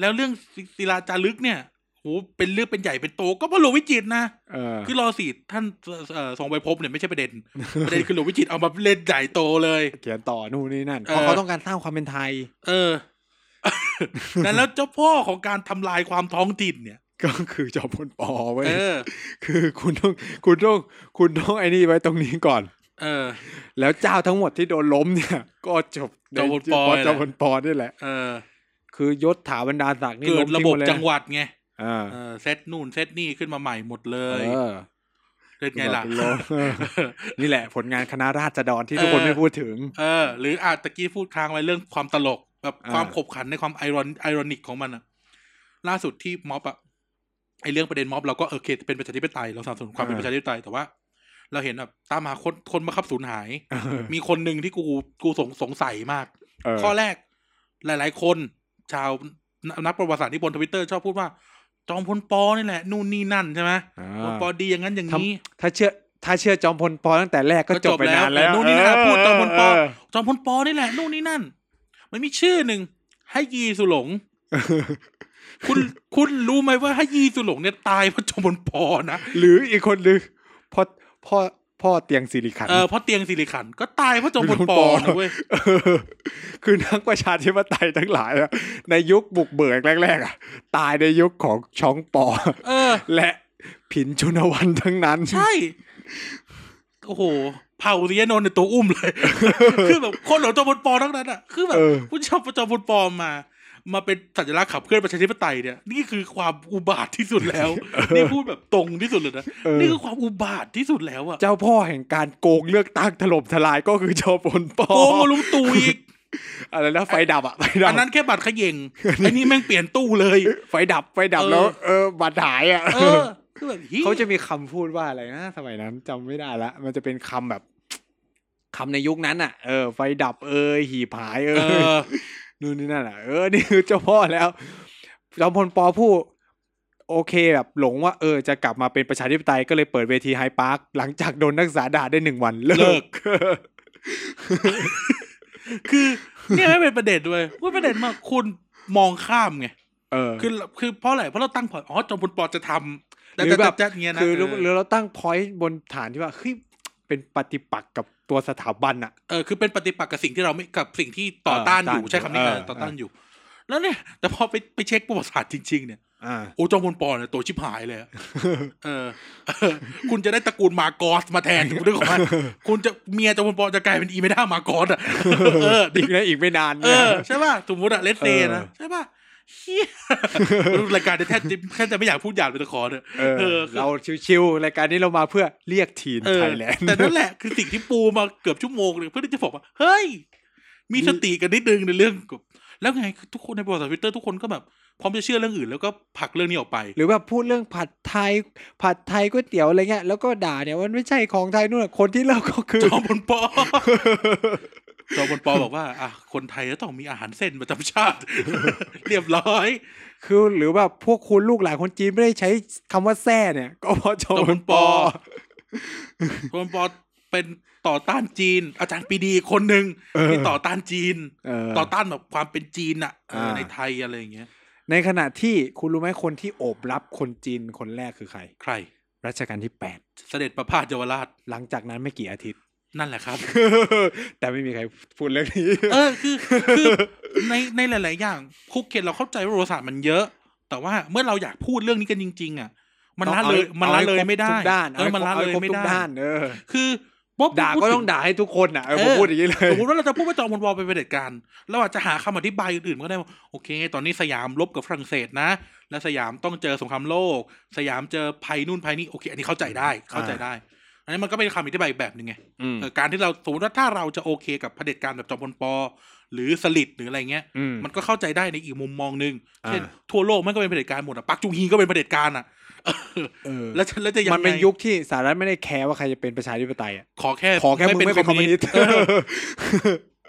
S1: แล้วเรื่องศิศิลาจารึกเนี่ยโหเป็นเรื่องเป็นใหญ่เป็นโตก็เพราะหลวงวิจิตรนะ
S2: เออ
S1: คือรอสิท่านเอ่อทรงไปพบเนี่ยไม่ใช่ประเด็น ประเด็นคือหลวงวิจิตรเอามาเล่นใหญ่โตเลย
S2: เขียนต่อนู่นนี่นั่น
S1: เออ
S2: เพราะเขาต้องการสร้างความเป็นไทย
S1: เอ อ นั้นแล้วเจ้าพ่อของการทำลายความท้องถิ่นเนี่ย
S2: ก็คือจอมพลปอเว้ย
S1: เออ
S2: คือคุณต้องคุณต้องคุณต้องไอ้นี่ไว้ตรงนี้ก่อน
S1: เออ
S2: แล้วเจ้าทั้งหมดที่โดนล้มเนี่ย ก็จบ
S1: จอมพลปอ
S2: จอมพลปอนี่แหละ
S1: เออ
S2: คือยศถาบรรดาศักดิ์นี่
S1: เกิ
S2: ล้
S1: ด
S2: ม
S1: ระ
S2: ทิ้ง
S1: บ
S2: ห
S1: บ
S2: มดเลย
S1: จังหวัดไง
S2: อ่า
S1: เออ เซตนู่นเซตนี่ขึ้นมาใหม่หมดเล
S2: เอย อ
S1: เป็นไงล่ะ
S2: ม นี่แหละ ผลงานคณะราษฎรที่ทุกคน
S1: เออ
S2: ไม่พูดถึง
S1: เออ หรืออาจตะกี้พูดค้างไว้เรื่องความตลกแบบ
S2: อ่า
S1: ความขบขันในความไอรอนไอรอนิกของมันอะล่าสุดที่ม็อบอะไอเรื่องประเด็นม็อบเราก็เออโอเคเป็นประชาธิปไตยเราสนับสนุนความเป็นประชาธิปไตยแต่ว่า เราเห็นแบบตามหาคนคนมาคับสูญหาย
S2: เออ
S1: มีคนหนึ่งที่กูกูสงสงสัยมาก
S2: เออ
S1: ข้อแรก หลาย ๆ คนชาวนักประวัติศาสตร์ที่บนทวิตเตอร์ชอบพูดว่า จอมพลปอนี่แหละนู่นนี่นั่นใช่ไหม
S2: อ่า
S1: พลปอดีอย่างนั้นอย่างนี้
S2: ถ้าเชื่อ ถ้าเชื่อจอมพลปอตั้งแต่แรกก็
S1: ก็
S2: จ
S1: จ
S2: บบ ไปนาน
S1: แล้
S2: แล้ว ว
S1: นู่นนี่นั่น
S2: เ
S1: พูดจอมพลป
S2: เ
S1: จอมพลปอนี่แหละนู่นนี่นั่น มันมีชื่อหนึ่งให้ยีสุหลง คุณคุณรู้ไหมว่าให้ยีสุหลงเนี่ยตายเพราะจอมพลปอนะ
S2: หรืออีกคนหนึ่งพ่อพ่อพ่อเตียงสิริขันธ์
S1: เออเพราะเตียงสิริขันธ์ก็ตายเพราะจอมพลปอนะเว้ย
S2: เออคือนักประชาธิปไตยทั้งหลายอะในยุคบุกเบิกแรกๆอะตายในยุคของช้องปอ
S1: เออ
S2: และผินชุนวันทั้งนั้น
S1: ใช่ โอ้โห เผาสิยนนท์ในยตัวอุ้มเลย คือแบบคนเหล่าจอมพลปอทั้งนั้นอ่ะ คือแบบ
S2: เออ
S1: ผู้ชอบจอมพลปอมา มาเป็นสัญลักษณ์ขับเคลื่อนประชาธิปไตยเนี่ย นี่คือความอุบาทที่สุด แล้ว นี่พูดแบบตรงที่สุดเลยนะ
S2: เออ
S1: นี่คือความอุบาทที่สุดแล้วอะ
S2: เจ้าพ่อแห่งการโกงเลือกตั้งถล่มทลายก็คือจอมพลปอ
S1: โกงมาลุงตู่ อีก
S2: อะไรนะไฟดับอะไฟดับ
S1: อันนั้นแค่บัตรเขย่งไอ้นี่แม่งเปลี่ยนตู้เลย
S2: ไฟดับไฟดับ
S1: เออ
S2: แล้ว เออบัดหายอะ
S1: เออ คือแบบเหี้ย
S2: เขาจะมีคำพูดว่าอะไรนะสมัยนั้นจำไม่ได้ละ มันจะเป็นคำแบบคำในยุคนั้นอะเออไฟดับเอยหีผายเอ
S1: เออ
S2: ยนู่นนี่นั่นอะเอ อนี่คือเจ้าพ่อแล้วจอมพลปอผู้ โอเคแบบหลงว่าเออจะกลับมาเป็นประชาธิปไตยก็เลยเปิดเวทีไฮพาร์คหลังจากโดนนักศึกษาด่าได้หนึ่งวันเลิ
S1: เลิ
S2: ก
S1: ก คือ เนี่ยไม่เป็นประเด็นด้วยว่าประเด็นมากคุณมองข้ามไง
S2: เออ
S1: คือคือเพราะอะไรเพราะเราตั้งพอยอ๋อจอมพลปอจะทำแล้ว
S2: หรื
S1: จะ
S2: อแบบ
S1: จัดอย่างเงี้ยนะ
S2: คือเรา
S1: เออ
S2: เราตั้งพอยต์บนฐานที่ว่าเฮ้ยเป็นปฏิปักษ์กับตัวสถาบันอะ
S1: เออคือเป็นปฏิปักษ์กับสิ่งที่เราไม่กับสิ่งที่ต่อต้านอยู่
S2: เออ
S1: ใช้คำนี้
S2: เออ
S1: นะต่อต้าน
S2: เอออ
S1: อยู่ แล้วเนี่ย แต่พอไปไปเช็คประวัติศาสตร์จริง ๆ เนี่ย
S2: อ่า
S1: โอ้จอมพลปอเนี่ยตัวชิบหายเลย อะเออเออ คุณจะได้ตระกูลมาโกอสมาแทนคุณนึกออกไหมคุณจะเมียจอมพลปอจะกลายเป็นอีเมด้ามาโกอสอ่ะ เออ
S2: อีกนะอีกไม่นาน
S1: เอ
S2: เนี่ย
S1: อใช่ป่ะสมมติอะเลสเดย์นะ
S2: เออ
S1: ใช่ป่ะเฮี ยรายการเนี่ยแทบจะแทบจะไม่อยากพูดหยาบเลยตะขอเถอะ
S2: เออ
S1: เออ
S2: เราชิวๆรายการนี้เรามาเพื่อเรียกทีม
S1: เออ
S2: ไทยแลนด์
S1: แต่นั่นแหละคือสิ่งที่ปูมาเกือบชั่วโมงเลยเพื่อที่จะบอกว่า เฮ้ย มีสติกันนิดนึงในเรื่องกับแล้วไงคือทุกคนในบอร์ดทวิตเตอร์ทุกคนก็แบบพร้อมจะเชื่อเรื่องอื่น แล้วก็ผลักเรื่องนี้ออกไป
S2: หรือว่าพูดเรื่องผัดไทยผัดไทยก๋วยเตี๋ยวอะไรเงี้ยแล้วก็ด่าเนี่ยมันไม่ใช่ของไทยนู่นนะคนที่เล่าก็คือ
S1: จอมพลปอ จอมพลปอบอกว่าอ่ะคนไทยก็ต้องมีอาหารเส้นประจำชาติ เรียบร้อย
S2: คือหรือว่าพวกคุณลูกหลานคนจีนไม่ได้ใช้คำว่าแซ่เนี่ย ก็เพราะจอมพลปอ
S1: จอมพลปอเป็นต่อต้านจีน อาจารย์ปรีดีคนหนึ่ง
S2: เออ
S1: ที่ต่อต้านจีน
S2: เออ
S1: ต่อต้านแบบความเป็นจีนอะเออ
S2: อ่า
S1: ในไทยอะไรอย่างเงี้ย
S2: ในขณะที่คุณรู้ไหมคนที่โอบรับคนจีนคนแรกคือใคร
S1: ใคร
S2: รัชกาลที่ 8
S1: เสด็จประพาสเยาวราช
S2: หลังจากนั้นไม่กี่อาทิตย์
S1: นั่นแหละครับ
S2: แต่ไม่มีใครพูดเรื่องนี้
S1: เออคือคือในในหลาย ๆ อย่างคุกเคนเราเข้าใจว่าประวัติศาสตร์มันเยอะ แต่ว่าเมื่อเราอยากพูดเรื่องนี้กันจริง ๆ อ่ะ มันละเลย
S2: อา
S1: มันละเลยไม่ได้
S2: อาให้
S1: เออ
S2: ครบทุกด้าน
S1: มันละเลยไม่
S2: อาให้ครบทุก
S1: ได้
S2: ด้านเออ
S1: คือบ๊อบ
S2: ด่า
S1: พู
S2: ก็
S1: ถึ
S2: ต้องด่าให้ทุกคนอ่ะเออผมพูดอย่างนี้เลย
S1: สมมติว่าเราจะพูดว่าจอมพลวอลเป็นเผด็จการเราอาจจะหาคำอธิบายอื่นๆก็ได้ว่าโอเค ตอนนี้สยามลบกับฝรั่งเศสนะ และสยามต้องเจอสงครามโลก สยามเจอภัยนู่นภัยนี่โอเค อันนี้เข้าใจได้เข้าใจได้ อันนี้มันก็เป็นคำอธิบายอีกแบบหนึ่งไง เออการที่เราสมมติว่าถ้าเราจะโอเคกับเผด็จการแบบจอมพลปอ หรือสลิดหรืออะไรเงี้ย
S2: อืม
S1: มันก็เข้าใจได้ในอีกมุมมองหนึ่ง
S2: อ่า
S1: เช่นทั่วโลกมันก็เป็นเผด็จการหมดอ่ะปักจุงฮีก็เป็นเผด็จการอ่ะ เออ
S2: เออ
S1: แล้วจะแล้วจะยังไง
S2: มันเป็นยุคที่สหรัฐไม่ได้แคร์ว่าใครจะเป็นประชาธิปไตยอ่ะ
S1: ขอแค่
S2: ขอแค่มึงไม่เป็นคอมมิวนิสต์
S1: เออ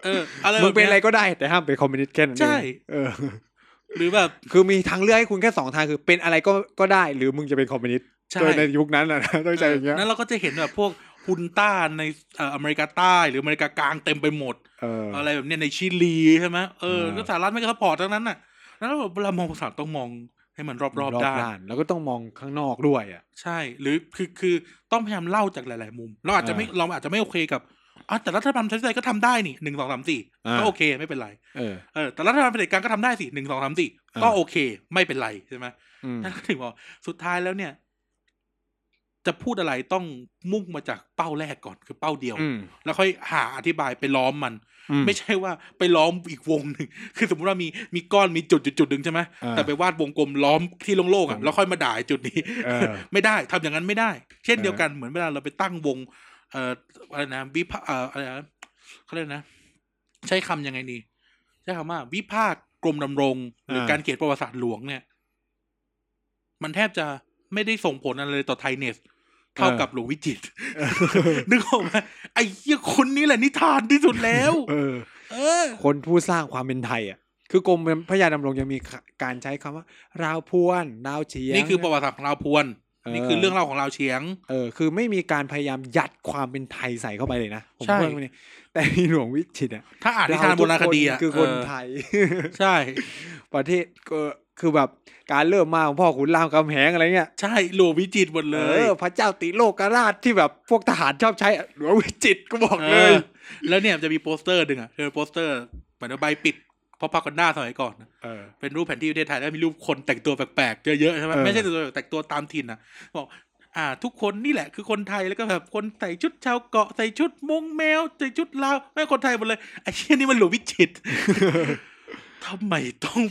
S1: เอออะไรแบบ
S2: มึงเป็นอะไร
S1: ย
S2: ก็ได้แต่ห้ามเป็นคอมมิวนิสต์แค่นั้นเอง
S1: ใช่
S2: เออ
S1: หรือแบบ
S2: คือมีทางเลือกให้คุณแค่สองทางคือเป็นอะไรก็ก็ได้ หรือมึงจะเป็นคอมมิวนิสต์
S1: ใช่
S2: โดยในยุคนั้นอ่ะนะต้องใจอย่างเงี้ย
S1: นั้นเราก็จะเห็นแบบพวกฮุนต้าในเอ่ออเมริกาใต้หรืออเมริกากลางเต็มไปหมด
S2: เออ
S1: อะไรแบบเนี้ยในชิลีใช่ไหมเออ
S2: เออ
S1: ก็สหรัฐไม่ก็สปอร์ตทั้งนั้นน่ะแล้วเวลามองภาษาต้องมองให้มันรอบๆด้าน
S2: นแล้วก็ต้องมองข้างนอกด้วยอ่ะ
S1: ใช่ หรือคือคือต้องพยายามเล่าจากหลายๆมุม เราอาจจะไม่เราอาจจะไม่โอเคกับอ่ะแต่รัฐบาลประชาธิปไตยก็ทำได้นี่หนึ่งสองสามสี่
S2: อ่า
S1: ก็โอเคไม่เป็นไร
S2: เออ
S1: เออแต่รัฐบาลเผด็จการก็ทำได้สิหนึ่งสองสามสี่
S2: อ่า
S1: ก็โอเค ไม่เป็นไรใช่ไหม
S2: อืม
S1: นั่นก็ถึงบอกสุดท้ายแล้วเนี่ย จะพูดอะไรต้องมุ่งมาจากเป้าแรกก่อนคือเป้าเดียว
S2: อืม
S1: แล้วค่อยหาอธิบายไปล้อมมัน
S2: อื
S1: ไม่ใช่ว่าไปล้อมอีกวงหนึ่ง คือสมมติว่ามีมีก้อนมีจุดจุดจุดหนึ่งใช่ไหม
S2: อ่า
S1: แต่ไปวาดวงกลมล้อมที่โล่งๆอ่ะ
S2: ผม
S1: แล้วค่อยมาด่าไอ้จุดนี้
S2: เออ
S1: ไม่ได้ทำอย่างนั้นไม่ได้ เช่นเดียวกันเหมือนเวลาเราไปตั้งวง เอ่ออะไรนะวิพาเอ่ออะไรนะเขาเรียกนะ ใช้คำยังไงดีใช้คำว่า วิพากษ์กรมดำรงหรืออา การเขียนประวัติศาสตร์หลวงเนี่ย มันแทบจะไม่ได้ส่งผลอะไรเลยต่อไทยเนส เท่ากับหลวงวิจิตรนึกออกไหมไอ้เหี้ยคนนี้แหละนิทานที่สุดแล้ว
S2: เออ
S1: เออ
S2: คนผู้สร้างความเป็นไทยอ่ะ คือกรมพระยาดำรงยังมีการใช้คำว่า ราวพวนราวเฉียง
S1: นี่คือประวัติศาสตร์ของเราวพวน
S2: เออ
S1: นี่คือเรื่องเราวของเราวเฉียง
S2: เออ คือไม่มีการพยายามยัดความเป็นไทยใส่เข้าไปเลยนะผม
S1: ใช่
S2: ว่ามันเนี่ยแต่ในหลวงวิจิตรอ่ะ
S1: ถ้าอ่านนิทานโบราณคดีอ่ะ
S2: เทุกนคือคน
S1: เออ
S2: ไทย
S1: ใช่
S2: ประเทศก็คือแบบการเริ่มมาของพ่อขุนรามคำแหงอะไรเงี้ย
S1: ใช่หลวงวิจิตรหมดเล
S2: เอย อพระเจ้าติโลกราชที่แบบพวกทหารชอบใช้อะหลวงวิจิตรก็บอก
S1: เอ
S2: เล
S1: อย แล้วเนี่ยจะมีโปสเตอร์หนึ่งอ่ะเป็นโปสเตอร์เหมือนว่าใบปิดเพราะพักกันหน้าสมัยก่อนนะ
S2: เออ
S1: เป็นรูปแผนที่ประเทศไทยแล้วมีรูปคนแต่งตัวแปลกๆเยอะๆใช่ไหม
S2: เออ
S1: ไม่ใช่แต่งตัวแต่งตัวตามถิ่นนะบอกอ่า ทุกคนนี่แหละคือคนไทยแล้วก็แบบคนใส่ชุดชาวเกาะใส่ชุดมงแมวใส่ชุดลาวแม่งคนไทยหมดเลยไอ้เชี่ยนี่มันหลวงวิจิตร ทำไมต้อง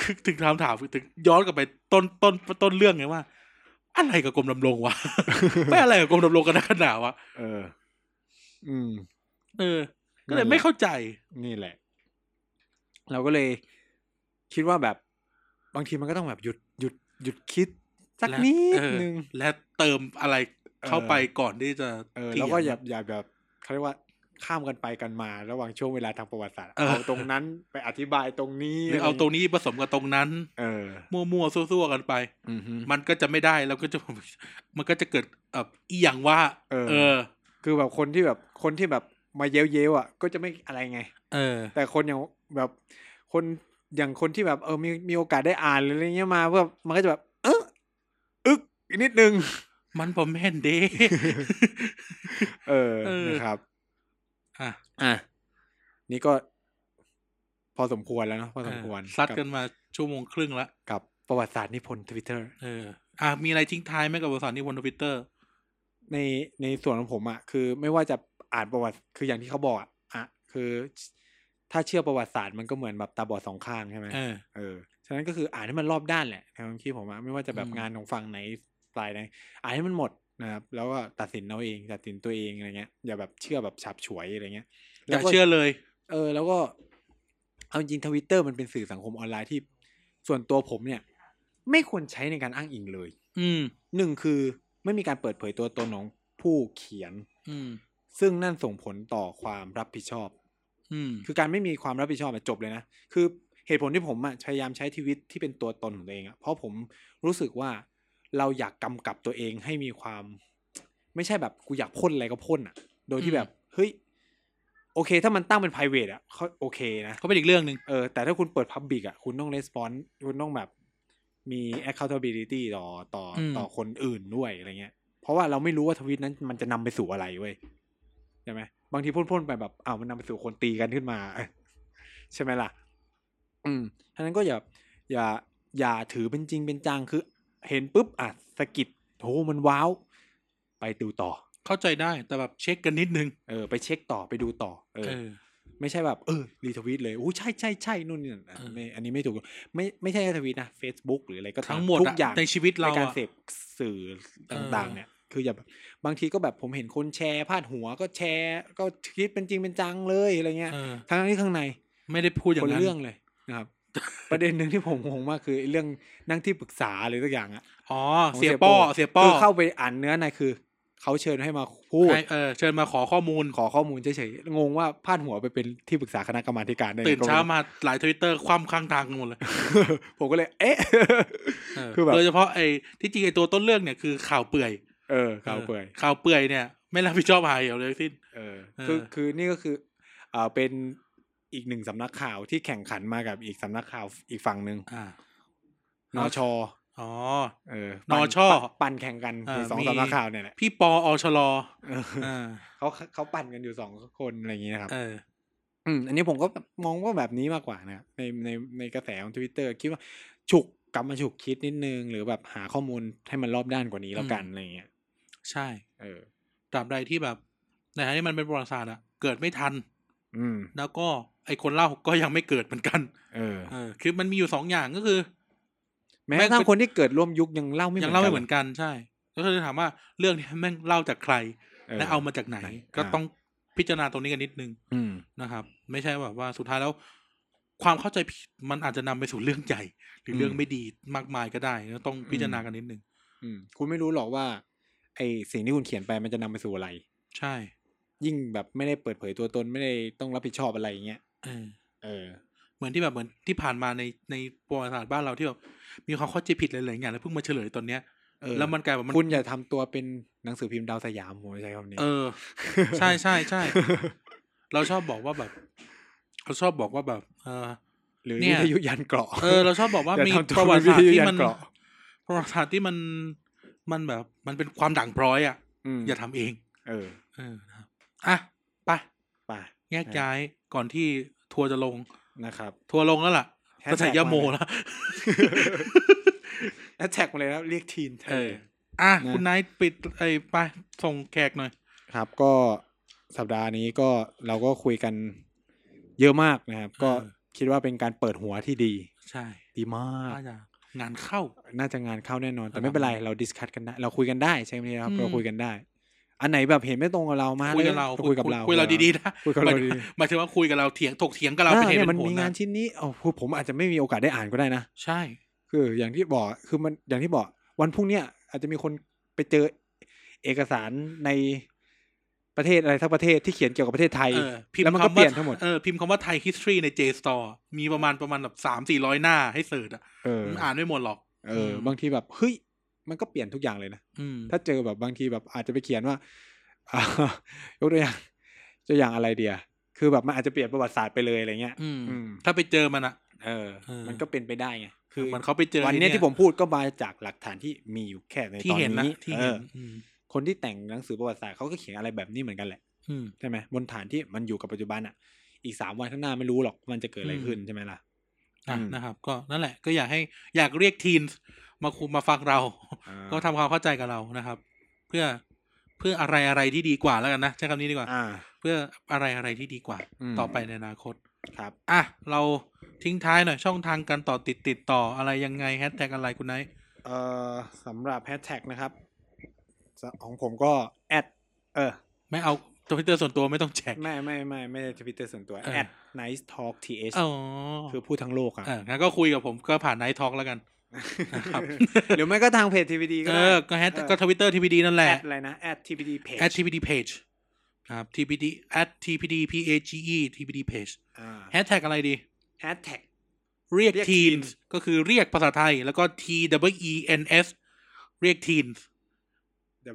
S1: คือถึงถามถามถึงย้อนกลับไปต้นต้นต้นเรื่องไงว่า อะไรกับกรมดำรงวะ ไม่อะไรกับกรมดำรงกันนะขนาวะ
S2: เออ อืม
S1: เออ ก็เลยไม่เข้าใจ
S2: นี่แหละ เราก็เลยคิดว่าแบบ บางทีมันก็ต้องแบบหยุดหยุดหยุดคิด สัก
S1: และ
S2: นิด
S1: เออ
S2: นึง
S1: และเติมอะไรเข้าไปก่อนที่จะ
S2: เออ
S1: ถีง
S2: แล้วก็อย่าอย่าแบบเขาเรียกว่าข้ามกันไปกันมา ระหว่างช่วงเวลาทางประวัติศาสตร์
S1: เออ
S2: เอาตรงนั้นไปอธิบายตรงนี้
S1: หรือเอาตรงนี้ผสมกับตรงนั้น
S2: เออ
S1: มั่วๆซั่วๆกันไป
S2: อือฮึ
S1: มันก็จะไม่ได้แล้วก็จะ มันก็จะเกิดแบบอีหยังว่า
S2: เออ
S1: เออ
S2: คือแบบคนที่แบบคนที่แบบมาเย้ยวๆอ่ะ ก็จะไม่อะไรไง
S1: เออ
S2: แต่คนอย่างแบบคนอย่างคนที่แบบเออมีมีโอกาสได้อ่านหรืออะไรเงี้ยมาเพื่อมันก็จะแบบ เอออึกอีกนิดนึง
S1: มันผมแม่นเด้
S2: เออ
S1: เออ
S2: นะครับ
S1: อ่ะ
S2: อ่ะนี่ก็ พอสมควรแล้วเนาะพอสมควร
S1: เออ ซัดกันมาชั่วโมงครึ่งละ
S2: กับประวัติศาสตร์นิพนธ์ทวิตเตอร์
S1: เออ อ่ะมีอะไรทิ้งท้ายไหมกับบริษัทนี้บนทวิตเตอร์
S2: ในในส่วนของผมอะคือไม่ว่าจะอ่านประวัติคืออย่างที่เขาบอกอะอะคือ ถ้าเชื่อประวัติศาสตร์มันก็เหมือนแบบตาบอดสองข้างใช่ไหม
S1: เออ
S2: เออฉะนั้นก็คืออ่านให้มันรอบด้านแหละในความคิดผมอะไม่ว่าจะแบบ
S1: อืม
S2: งานของฝั่งไหนสายไหนอ่านให้มันหมดนะครับแล้วก็ตัดสินเอาเองตัดสินตัวเองอะไรเงี้ยอย่าแบบเชื่อแบบฉับฉวยอะไรเงี้ย
S1: อ
S2: แล้ว
S1: ย่า
S2: ก็
S1: เชื่อเลย
S2: เออแล้วก็เอาจริงทวิตเตอร์มันเป็นสื่อสังคมออนไลน์ที่ ส่วนตัวผมเนี่ย ไม่ควรใช้ในการอ้างอิงเลย
S1: อืม
S2: หนึ่งคือไม่มีการเปิดเผยตัวตนของผู้เขียน
S1: อืม
S2: ซึ่งนั่นส่งผลต่อความรับผิดชอบ
S1: อืม
S2: คือการไม่มีความรับผิดชอบอะจบเลยนะ คือเหตุผลที่ผมอะพยายามใช้ชีวิตที่เป็นตัวตนของตัวเองอะเพราะผมรู้สึกว่าเราอยากกำกับตัวเองให้มีความ ไม่ใช่แบบกูอยากพ่นอะไรก็พ่นอะโดยที่แบบเฮ้ยโอเค ถ้ามันตั้งเป็น p r i v a t อะเขาโอเคนะ
S1: เขาเป็นอีกเรื่องหนึ่ง
S2: เออแต่ถ้าคุณเปิด Public อ่ะคุณต้อง response คุณต้องแบบมี accountability ต่อต่ออต่อคนอื่นด้วยอะไรเงี้ย เพราะว่าเราไม่รู้ว่าทวีตนั้นมันจะนำไปสู่อะไรเว้ยใช่ไหมบางทีพ่นๆไปแบบอ้าวมันนำไปสู่คนตีกันขึ้นมา ใช่ไหมล่ะ อืมฉะนั้นก็อย่า อย่าอย่าถือเป็นจริงเป็นจังคือ เห็นปุ๊บอ่ะสะกิดโหมันว้าว ไปดูต่อ
S1: เข้าใจได้แต่แบบเช็คกันนิดนึง
S2: เออ ไปเช็คต่อไปดูต่อเออ
S1: เออ
S2: ไม่ใช่แบบเออรีทวีตเลยโอ้ใช่ใช่ใช่นู่นนี่นั่นอ่ะ
S1: เออ
S2: ไม่อันนี้ไม่ถูกไม่ไม่ใช่แค่ทวีตนะ Facebook หรืออะไรก็ตา
S1: ทั้งหมด
S2: ทุ
S1: อะ
S2: กอย่าง
S1: ในชีวิตเรา
S2: ในการ
S1: อะ
S2: เสพสื่อต่า
S1: เอ
S2: งๆ
S1: อ
S2: เนี่ย คืออย่าแบบบางทีก็แบบผมเห็นคนแชร์พาดหัวก็แชร์ก็คิดเป็นจริงเป็นจังเลย อะไรเงี้ย
S1: เออ
S2: ทั้งที่ข้างใน
S1: ไม่ได้พูดอย่า
S2: คน
S1: ง
S2: ละ
S1: นั้น
S2: เรื่องเลยนะครับ ประเด็นหนึ่งที่ผมงงมากคือไอ้เรื่องนั่งที่ปรึกษาอะไรสักอย่างอะ
S1: อ๋อ
S2: ของ
S1: เสียป้อเสียป้อ
S2: คือเข้าไปอ่านเนื้อในคือเขาเชิญให้มาพูด
S1: ให้เออเชิญมาขอข้อมูล
S2: ขอข้อมูลเฉยๆงงว่าพาดหัวไปเป็นที่ปรึกษาคณะกรรมาธิการได้
S1: ตื่น
S2: ไงก็ไ
S1: เช้ามาหลายทวิตเตอร์คว่ำข้างทางกันหมดเลย
S2: ผม ก็เลย เอ๊ะ
S1: เออ
S2: คือแบบ
S1: โดยเฉพาะไอ้ที่จริงไอ้ตัวต้นเรื่องเนี่ยคือข่าวเปื่อย
S2: เออข่าวเปื่อย
S1: ข่าวเปื่อยเนี่ย ไม่รับผิดชอบหายเดียวเลยทั้งสิ้น
S2: เออ
S1: เออ
S2: คือคือนี่ก็คืออ่าเป็นอีกหนึ่งสำนักข่าวที่แข่งขันมากับอีกสำนักข่าวอีกฝั่งหนึ่ง
S1: อ่าน
S2: ช
S1: อ๋อ
S2: เออน ปั่
S1: ช
S2: ปั่ปั่นแข่งกัน
S1: เออ
S2: สอง
S1: มี
S2: สำนักข่าวเนี่ยแหละ
S1: พี่ปออชลอ
S2: เออ
S1: อ่า
S2: เขาเขาปั่นกันอยู่สองคนอะไรอย่างนี้นะครับ
S1: เออ
S2: อืมอันนี้ผมก็มองว่าแบบนี้มากกว่านะครับในในในกระแสของทวิตเตอร์คิดว่าฉุกกลับมาฉุกคิดนิดนึง หรือแบบหาข้อมูลให้มันรอบด้านกว่านี้แล้วกัน
S1: อืม
S2: อะไรอย่างเงี้ย
S1: ใช่
S2: เออ
S1: ตราบใดที่แบบในฐานะที่มันเป็นประวัติศาสตร์อะเกิดไม่ทัน
S2: อืม
S1: แล้วก็ไอ้คนเล่าก็ยังไม่เกิดเหมือนกัน
S2: เออ
S1: เออ คือมันมีอยู่สองอย่างก็คือ
S2: แม้กระทั่งคนที่เกิดร่วมยุคยังเล่าไม่
S1: ยังเล่าไม่เหมือน นกันใช่ แล้วก็เลยถามว่าเรื่องเนี้แม่งเล่าจากใคร และเอามาจากไหน
S2: ไหน
S1: ก็
S2: อ่า
S1: ต้องพิจารณาตรงนี้กันนิดนึง
S2: อืม
S1: นะครับ ไม่ใช่แบบว่าสุดท้ายแล้ว ความเข้าใจผิดมันอาจจะนำไปสู่เรื่องใหญ่หรือเรื่อง
S2: อืม
S1: ไม่ดีมากมายก็ได้ก็ต้องพิจารณา
S2: อืม
S1: กันนิดนึง
S2: อืมคุณไม่รู้หรอกว่า ไอสิ่งที่คุณเขียนไปมันจะนำไปสู่อะไร
S1: ใช่
S2: ยิ่งแบบไม่ได้เปิดเผยตัวตนไม่ได้ต้องรับผิดชอบอะไรอย่างเงี้ย
S1: เออ
S2: เออ
S1: เหมือนที่แบบเหมือนที่ผ่านมาในในประวัติศาสตร์บ้านเราที่แบบมีความเข้าใจผิดหลายๆอย่างแล้วเพิ่งมาเฉลยตอนเนี้ย
S2: เออ
S1: แล้วมันกลายแบบมัน
S2: คุณอย่าทำตัวเป็นหนังสือพิมพ์ดาวสยามผมใช้คำนี้
S1: เออ ใช่ใช่ใช่ เราชอบบอกว่าแบบเราชอบบอกว่าแบบเออ
S2: หรือ
S1: เนี่
S2: วิ
S1: ย
S2: ทยุยันเกราะ
S1: เออเราชอบบอกว่า
S2: อย่า
S1: มี
S2: ทำตัว
S1: ประวัติศาสต
S2: เป็น
S1: ร์
S2: วิท
S1: ที่
S2: ยา
S1: มัน
S2: เกราะ
S1: ประวัติศาสตร์ที่มันมันแบบ มันเป็นความด่างพร้อยอ่ะ
S2: ม
S1: อย่าทำเอง
S2: เออ
S1: เออนะครับอ่ะไป
S2: ไป
S1: แยกย้ายก่อนที่ทัวร์จะลง
S2: นะครับ
S1: ทัวร์ลงแล้วล่ะจะใส่
S2: Hashtag
S1: ยาโมแล้ว
S2: แฮชแท็กมาเลยนะเรียกทีน
S1: เออ อ่ะ
S2: นะ
S1: คุณไนท์ปิดไอ้ไปส่งแขกหน่อย
S2: ครับก็สัปดาห์นี้ก็เราก็คุยกันเยอะมากนะครับ ก็
S1: เออ
S2: คิดว่าเป็นการเปิดหัวที่ดี
S1: ใช่
S2: ดีมาก
S1: น่าจะงานเข้า
S2: น่าจะงานเข้าแน่นอน แต่
S1: ระดับ
S2: ไม่เป็นไร เราดิสคัตกันได้ เราคุยกันได้ใช่ไหมครับ
S1: อืม
S2: เราคุยกันได้ อันไหนแบบเห็นไม่ตรงกับเรามา
S1: คุยกับเรา
S2: คุยกับเรา
S1: คุยเราดีๆนะ
S2: คุยกับ
S1: หมาย
S2: เรา
S1: ถึง
S2: ดี
S1: หมายถึงว่าคุยกับเราเถียงถกเถียงกับ
S2: เรา
S1: เราเป็นเหตุ
S2: เนี่ย
S1: เป็
S2: มัน
S1: นผล
S2: มีงาน
S1: นะ
S2: ชิ้นนี้เอาพูดผมอาจจะไม่มีโอกาสได้อ่านก็ได้นะ
S1: ใช่
S2: คือ อย่างที่บอกคือมันอย่างที่บอกวันพรุ่งเนี้ยอาจจะมีคนไปเจอเอกสารในประเทศอะไรทั้งประเทศที่เขียนเกี่ยวกับประเทศไทย
S1: เออพิม
S2: แล้ว
S1: พ์
S2: มัน
S1: คำ
S2: ก็เปลี่ย
S1: ว่าน
S2: ทั้งหมด
S1: เออพิมพ์คำว่าไทย history ใน JSTOR มีประมาณประมาณแบบสามสี่ร้อยหน้าให้เสิร์ชอ่ะ
S2: เออ
S1: มันอ่านไม่หมดหรอก
S2: เออ
S1: ม
S2: บางทีแบบเฮ้ยมันก็เปลี่ยนทุกอย่างเลยนะ
S1: อืม
S2: ถ้าเจอแบบบางทีแบบอาจจะไปเขียนว่า อ่ายกตัวอย่างตัวอย่างอะไรเดียคือแบบมันอาจจะเปลี่ยนประวัติศาสตร์ไปเลยอะไรเงี้ย
S1: อืม
S2: อืม
S1: ถ้าไปเจอมันอ่ะ
S2: เออ
S1: เออ
S2: มันก็เป็นไปได้ไง
S1: คือมันเขาไปเจอ
S2: วันเนี้ยที่ผมพูดก็มาจากหลักฐานที่มีอยู่แค่ใน
S1: ที่
S2: ตอน
S1: เห็นนะ
S2: นี้
S1: ที่
S2: เอ
S1: เห็น
S2: อ
S1: อืม
S2: คนที่แต่งหนังสือประวัติศาสตร์เขาก็เขียนอะไรแบบนี้เหมือนกันแหละ
S1: อืม
S2: ใช่ไหมบนฐานที่มันอยู่กับปัจจุบันอ่ะ อีกสามวันข้างหน้าไม่รู้หรอกมันจะเกิดอะไร
S1: อืม
S2: ขึ้นใช่ไหมล่ะ
S1: อ่ะ
S2: อืม
S1: นะครับ ก็นั่นแหละก็อยากให้อยากเรียกทีนมาคุมมาฟังเรา
S2: อ่า
S1: ก็ทำความเข้าใจกับเรานะครับ เพื่อเพื่ออะไรอะไรที่ดีกว่าแล้วกันนะใช้คำนี้ดีกว่า
S2: อ่า
S1: เพื่ออะไรอะไรที่ดีกว่า
S2: อืม
S1: ต่อไปในอนาคต
S2: ครับ
S1: อ่ะ เราทิ้งท้ายหน่อยช่องทางการต่อติดติดต่ออะไรยังไงแฮชแท็กอะไรคุณไนท์
S2: เอ่อสำหรับแฮชแท็กนะครับของผมก็แอดเออ
S1: ไม่เอาทวิตเตอร์ส่วนตัวไม่ต้องแจก
S2: ไม่ไม่ไม่ไม่ได้ทวิตเตอร์ส่วนตัว
S1: เออ
S2: แอด nice talk th
S1: อ๋อ
S2: คือพูดทั้งโลกอะ
S1: เอองั้นก็คุยกับผมก็ผ่านไนท์ทอ k แล้วกัน ครับ
S2: หรือไม่ก็ทางเพจ tvd ก็
S1: เอ
S2: ได้
S1: อ ก็แฮชก็ทวิตเตอร์ทีพีดีนั่นแห
S2: แอ
S1: ละ
S2: ดอะไรนะแอด tvd page
S1: at tpd page ครับ tpd at tpd page tpd page แฮชแท็กอะไรดี
S2: แฮชแท็ก
S1: เรียก
S2: เรียก
S1: ทีน
S2: teens
S1: ก็คือเรียกภาษาไทยแล้วก็ t w e n s เรียกทีน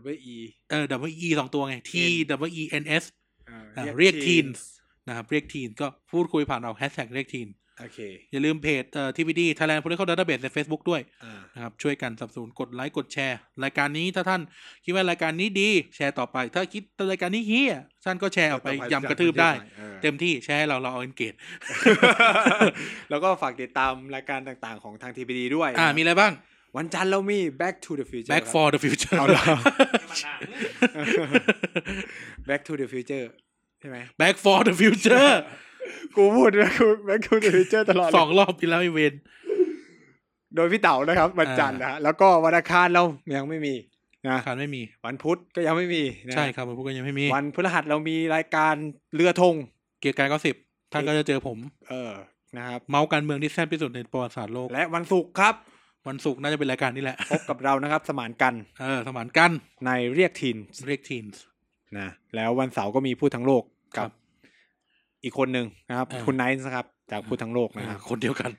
S2: w e
S1: เออ w e สองตัวไง t w e n s
S2: อ่า
S1: อ่าเรียก teens นะครับ เรียกทีน ก็พูดคุยผ่านเราแฮชแท็กเรียกทีน
S2: โอเค
S1: อย่าลืมเพจเอ่อ TPD Thailand Political Database ใน Facebook ด้วย
S2: อ่า
S1: นะครับ ช่วยกันสนับสนุนกดไลค์กดแชร์ รายการนี้ถ้าท่านคิดว่ารายการนี้ดี แชร์ต่อไป ถ้าคิดว่ารายการนี้เฮียท่านก็แชร์ออกไปยำกระทืบได้
S2: เออ
S1: เต็มที่แชร์ให้เราเราเอาเอนเกต
S2: แล้วก็ฝากติดตามรายการต่างๆของทาง tvd ด้วย
S1: อ่ามีอะไรบ้าง
S2: วันจันทร์เรามี back to the future
S1: Back
S2: ครับ
S1: for the future
S2: เอาเหรอ back to the future ใช่ไหม
S1: Back for the future
S2: กูพูด back to- back to the future ตลอดเลย
S1: สองรอบอีกแล้วไอเวน
S2: โดยพี่เต๋านะครับวันจันทร์
S1: อ่า
S2: นะฮะแล้วก็วันอังคารเรายังไม่มีนะ
S1: ขาดไม่มี
S2: วันพุธก็ยังไม่มีนะ
S1: ใช่ครับผมพูดกันยังไม่มี
S2: วันพฤหัสเรามีรายการเรือธง
S1: เกียร์กายก็สิบ ท่านก็จะเจอผม
S2: เออนะครับ
S1: เมาส์การเมืองที่แซ่บที่สุดในประวัติศาสตร์โลก
S2: และวันศุกร์ครับ
S1: วันศุกร์น่าจะเป็นรายการนี้แหละ
S2: พบกับเรานะครับ สมานกัน
S1: เออ สมานกัน
S2: ในเรียกทีน
S1: เรียกทีนส์
S2: นะแล้ววันเสาร์ก็มีพูดทั้งโลกกับ
S1: ครับ
S2: อีกคนหนึ่งนะครับ
S1: เออ
S2: คุณไนท์นะครับ จากพูดทั้งโลกนะครับ
S1: คนเดียวกัน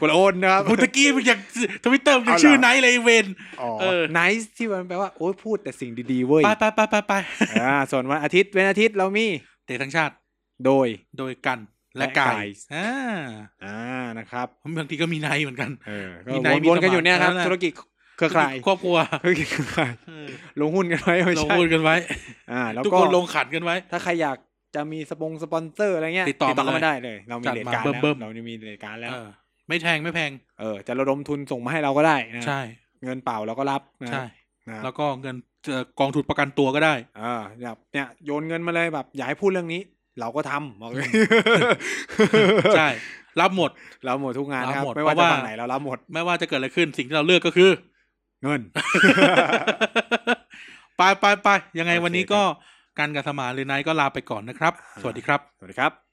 S2: คุณโอนนะครับ
S1: คุณตะกี้มันอยากทวิตเตอร์มันยัง
S2: เอาเหรอ
S1: ชื่อไหนท์เลยไอ้เวน
S2: อ๋อ
S1: เออ
S2: ไนท์ที่มันแปลว่าโอ้ยพูดแต่สิ่งดีๆเว้ย
S1: ไปไปไปไปไป
S2: อ่าส่วนวันอาทิตย์เป็นอาทิตย์เรามี
S1: เตะทั้งชาติ
S2: โดย
S1: โดยกันและ
S2: และ
S1: กาก
S2: าย ย
S1: อ่า
S2: อ่านะครับ
S1: บางทีก็มีไนท์เหมือนกัน
S2: เออก็
S1: มีไนท์มี
S2: วนๆกันอยู่เนี่ยครับ
S1: สมาน
S2: ธุรกิจเครือข่าย
S1: ครอบครัว
S2: ธุรกิจเครือข่าย
S1: เออ
S2: ลงหุ้นกันไว้ไม่
S1: ลง
S2: ใช่
S1: พูดกันไว้
S2: อ่าแล้ว
S1: ทุก
S2: ก็
S1: คนลงขันกันไว้
S2: ถ้าใครอยากจะมีสปงสปอนเซอร์อะไรเงี้ย
S1: ติดต่อมาเลย
S2: เข้ามาได้เลย เรามี
S1: จัด
S2: เดท
S1: มา
S2: การด
S1: เบิ่
S2: แล้ว
S1: มๆ
S2: เรามีเดทการดแล้ว
S1: เออไม่แพงไม่แพง
S2: เออจะระดมทุนส่งมาให้เราก็ได้นะ
S1: ใช่
S2: เงินเปล่าเราก็รับนะ
S1: ใช่
S2: นะ
S1: แล้วก็เงินเอ่อกองทุนประกันตัวก็ได้
S2: เออแบบเนี่ยโยนเงินมาเลยแบบอยากให้พูดเรื่องนี้ เราก็ทำบอกเลย
S1: ใช่ รับหมด
S2: เราหมดทุกงานนะครับ
S1: เราหมด
S2: ไม่ว่า
S1: เพ
S2: จะ
S1: ราะว่า
S2: ฝั่งไหนเรารับหมด
S1: ไม่ว่าจะเกิดอะไรขึ้นสิ่งที่เราเลือกก็ คือ
S2: เงิน
S1: ไปไปไปยังไง
S2: โอเค
S1: วันนี้ก็การกับสมานหรือไนายก็ลาไปก่อนนะครับ
S2: อ่า
S1: สวัสดีครับ
S2: สวัสดีครับ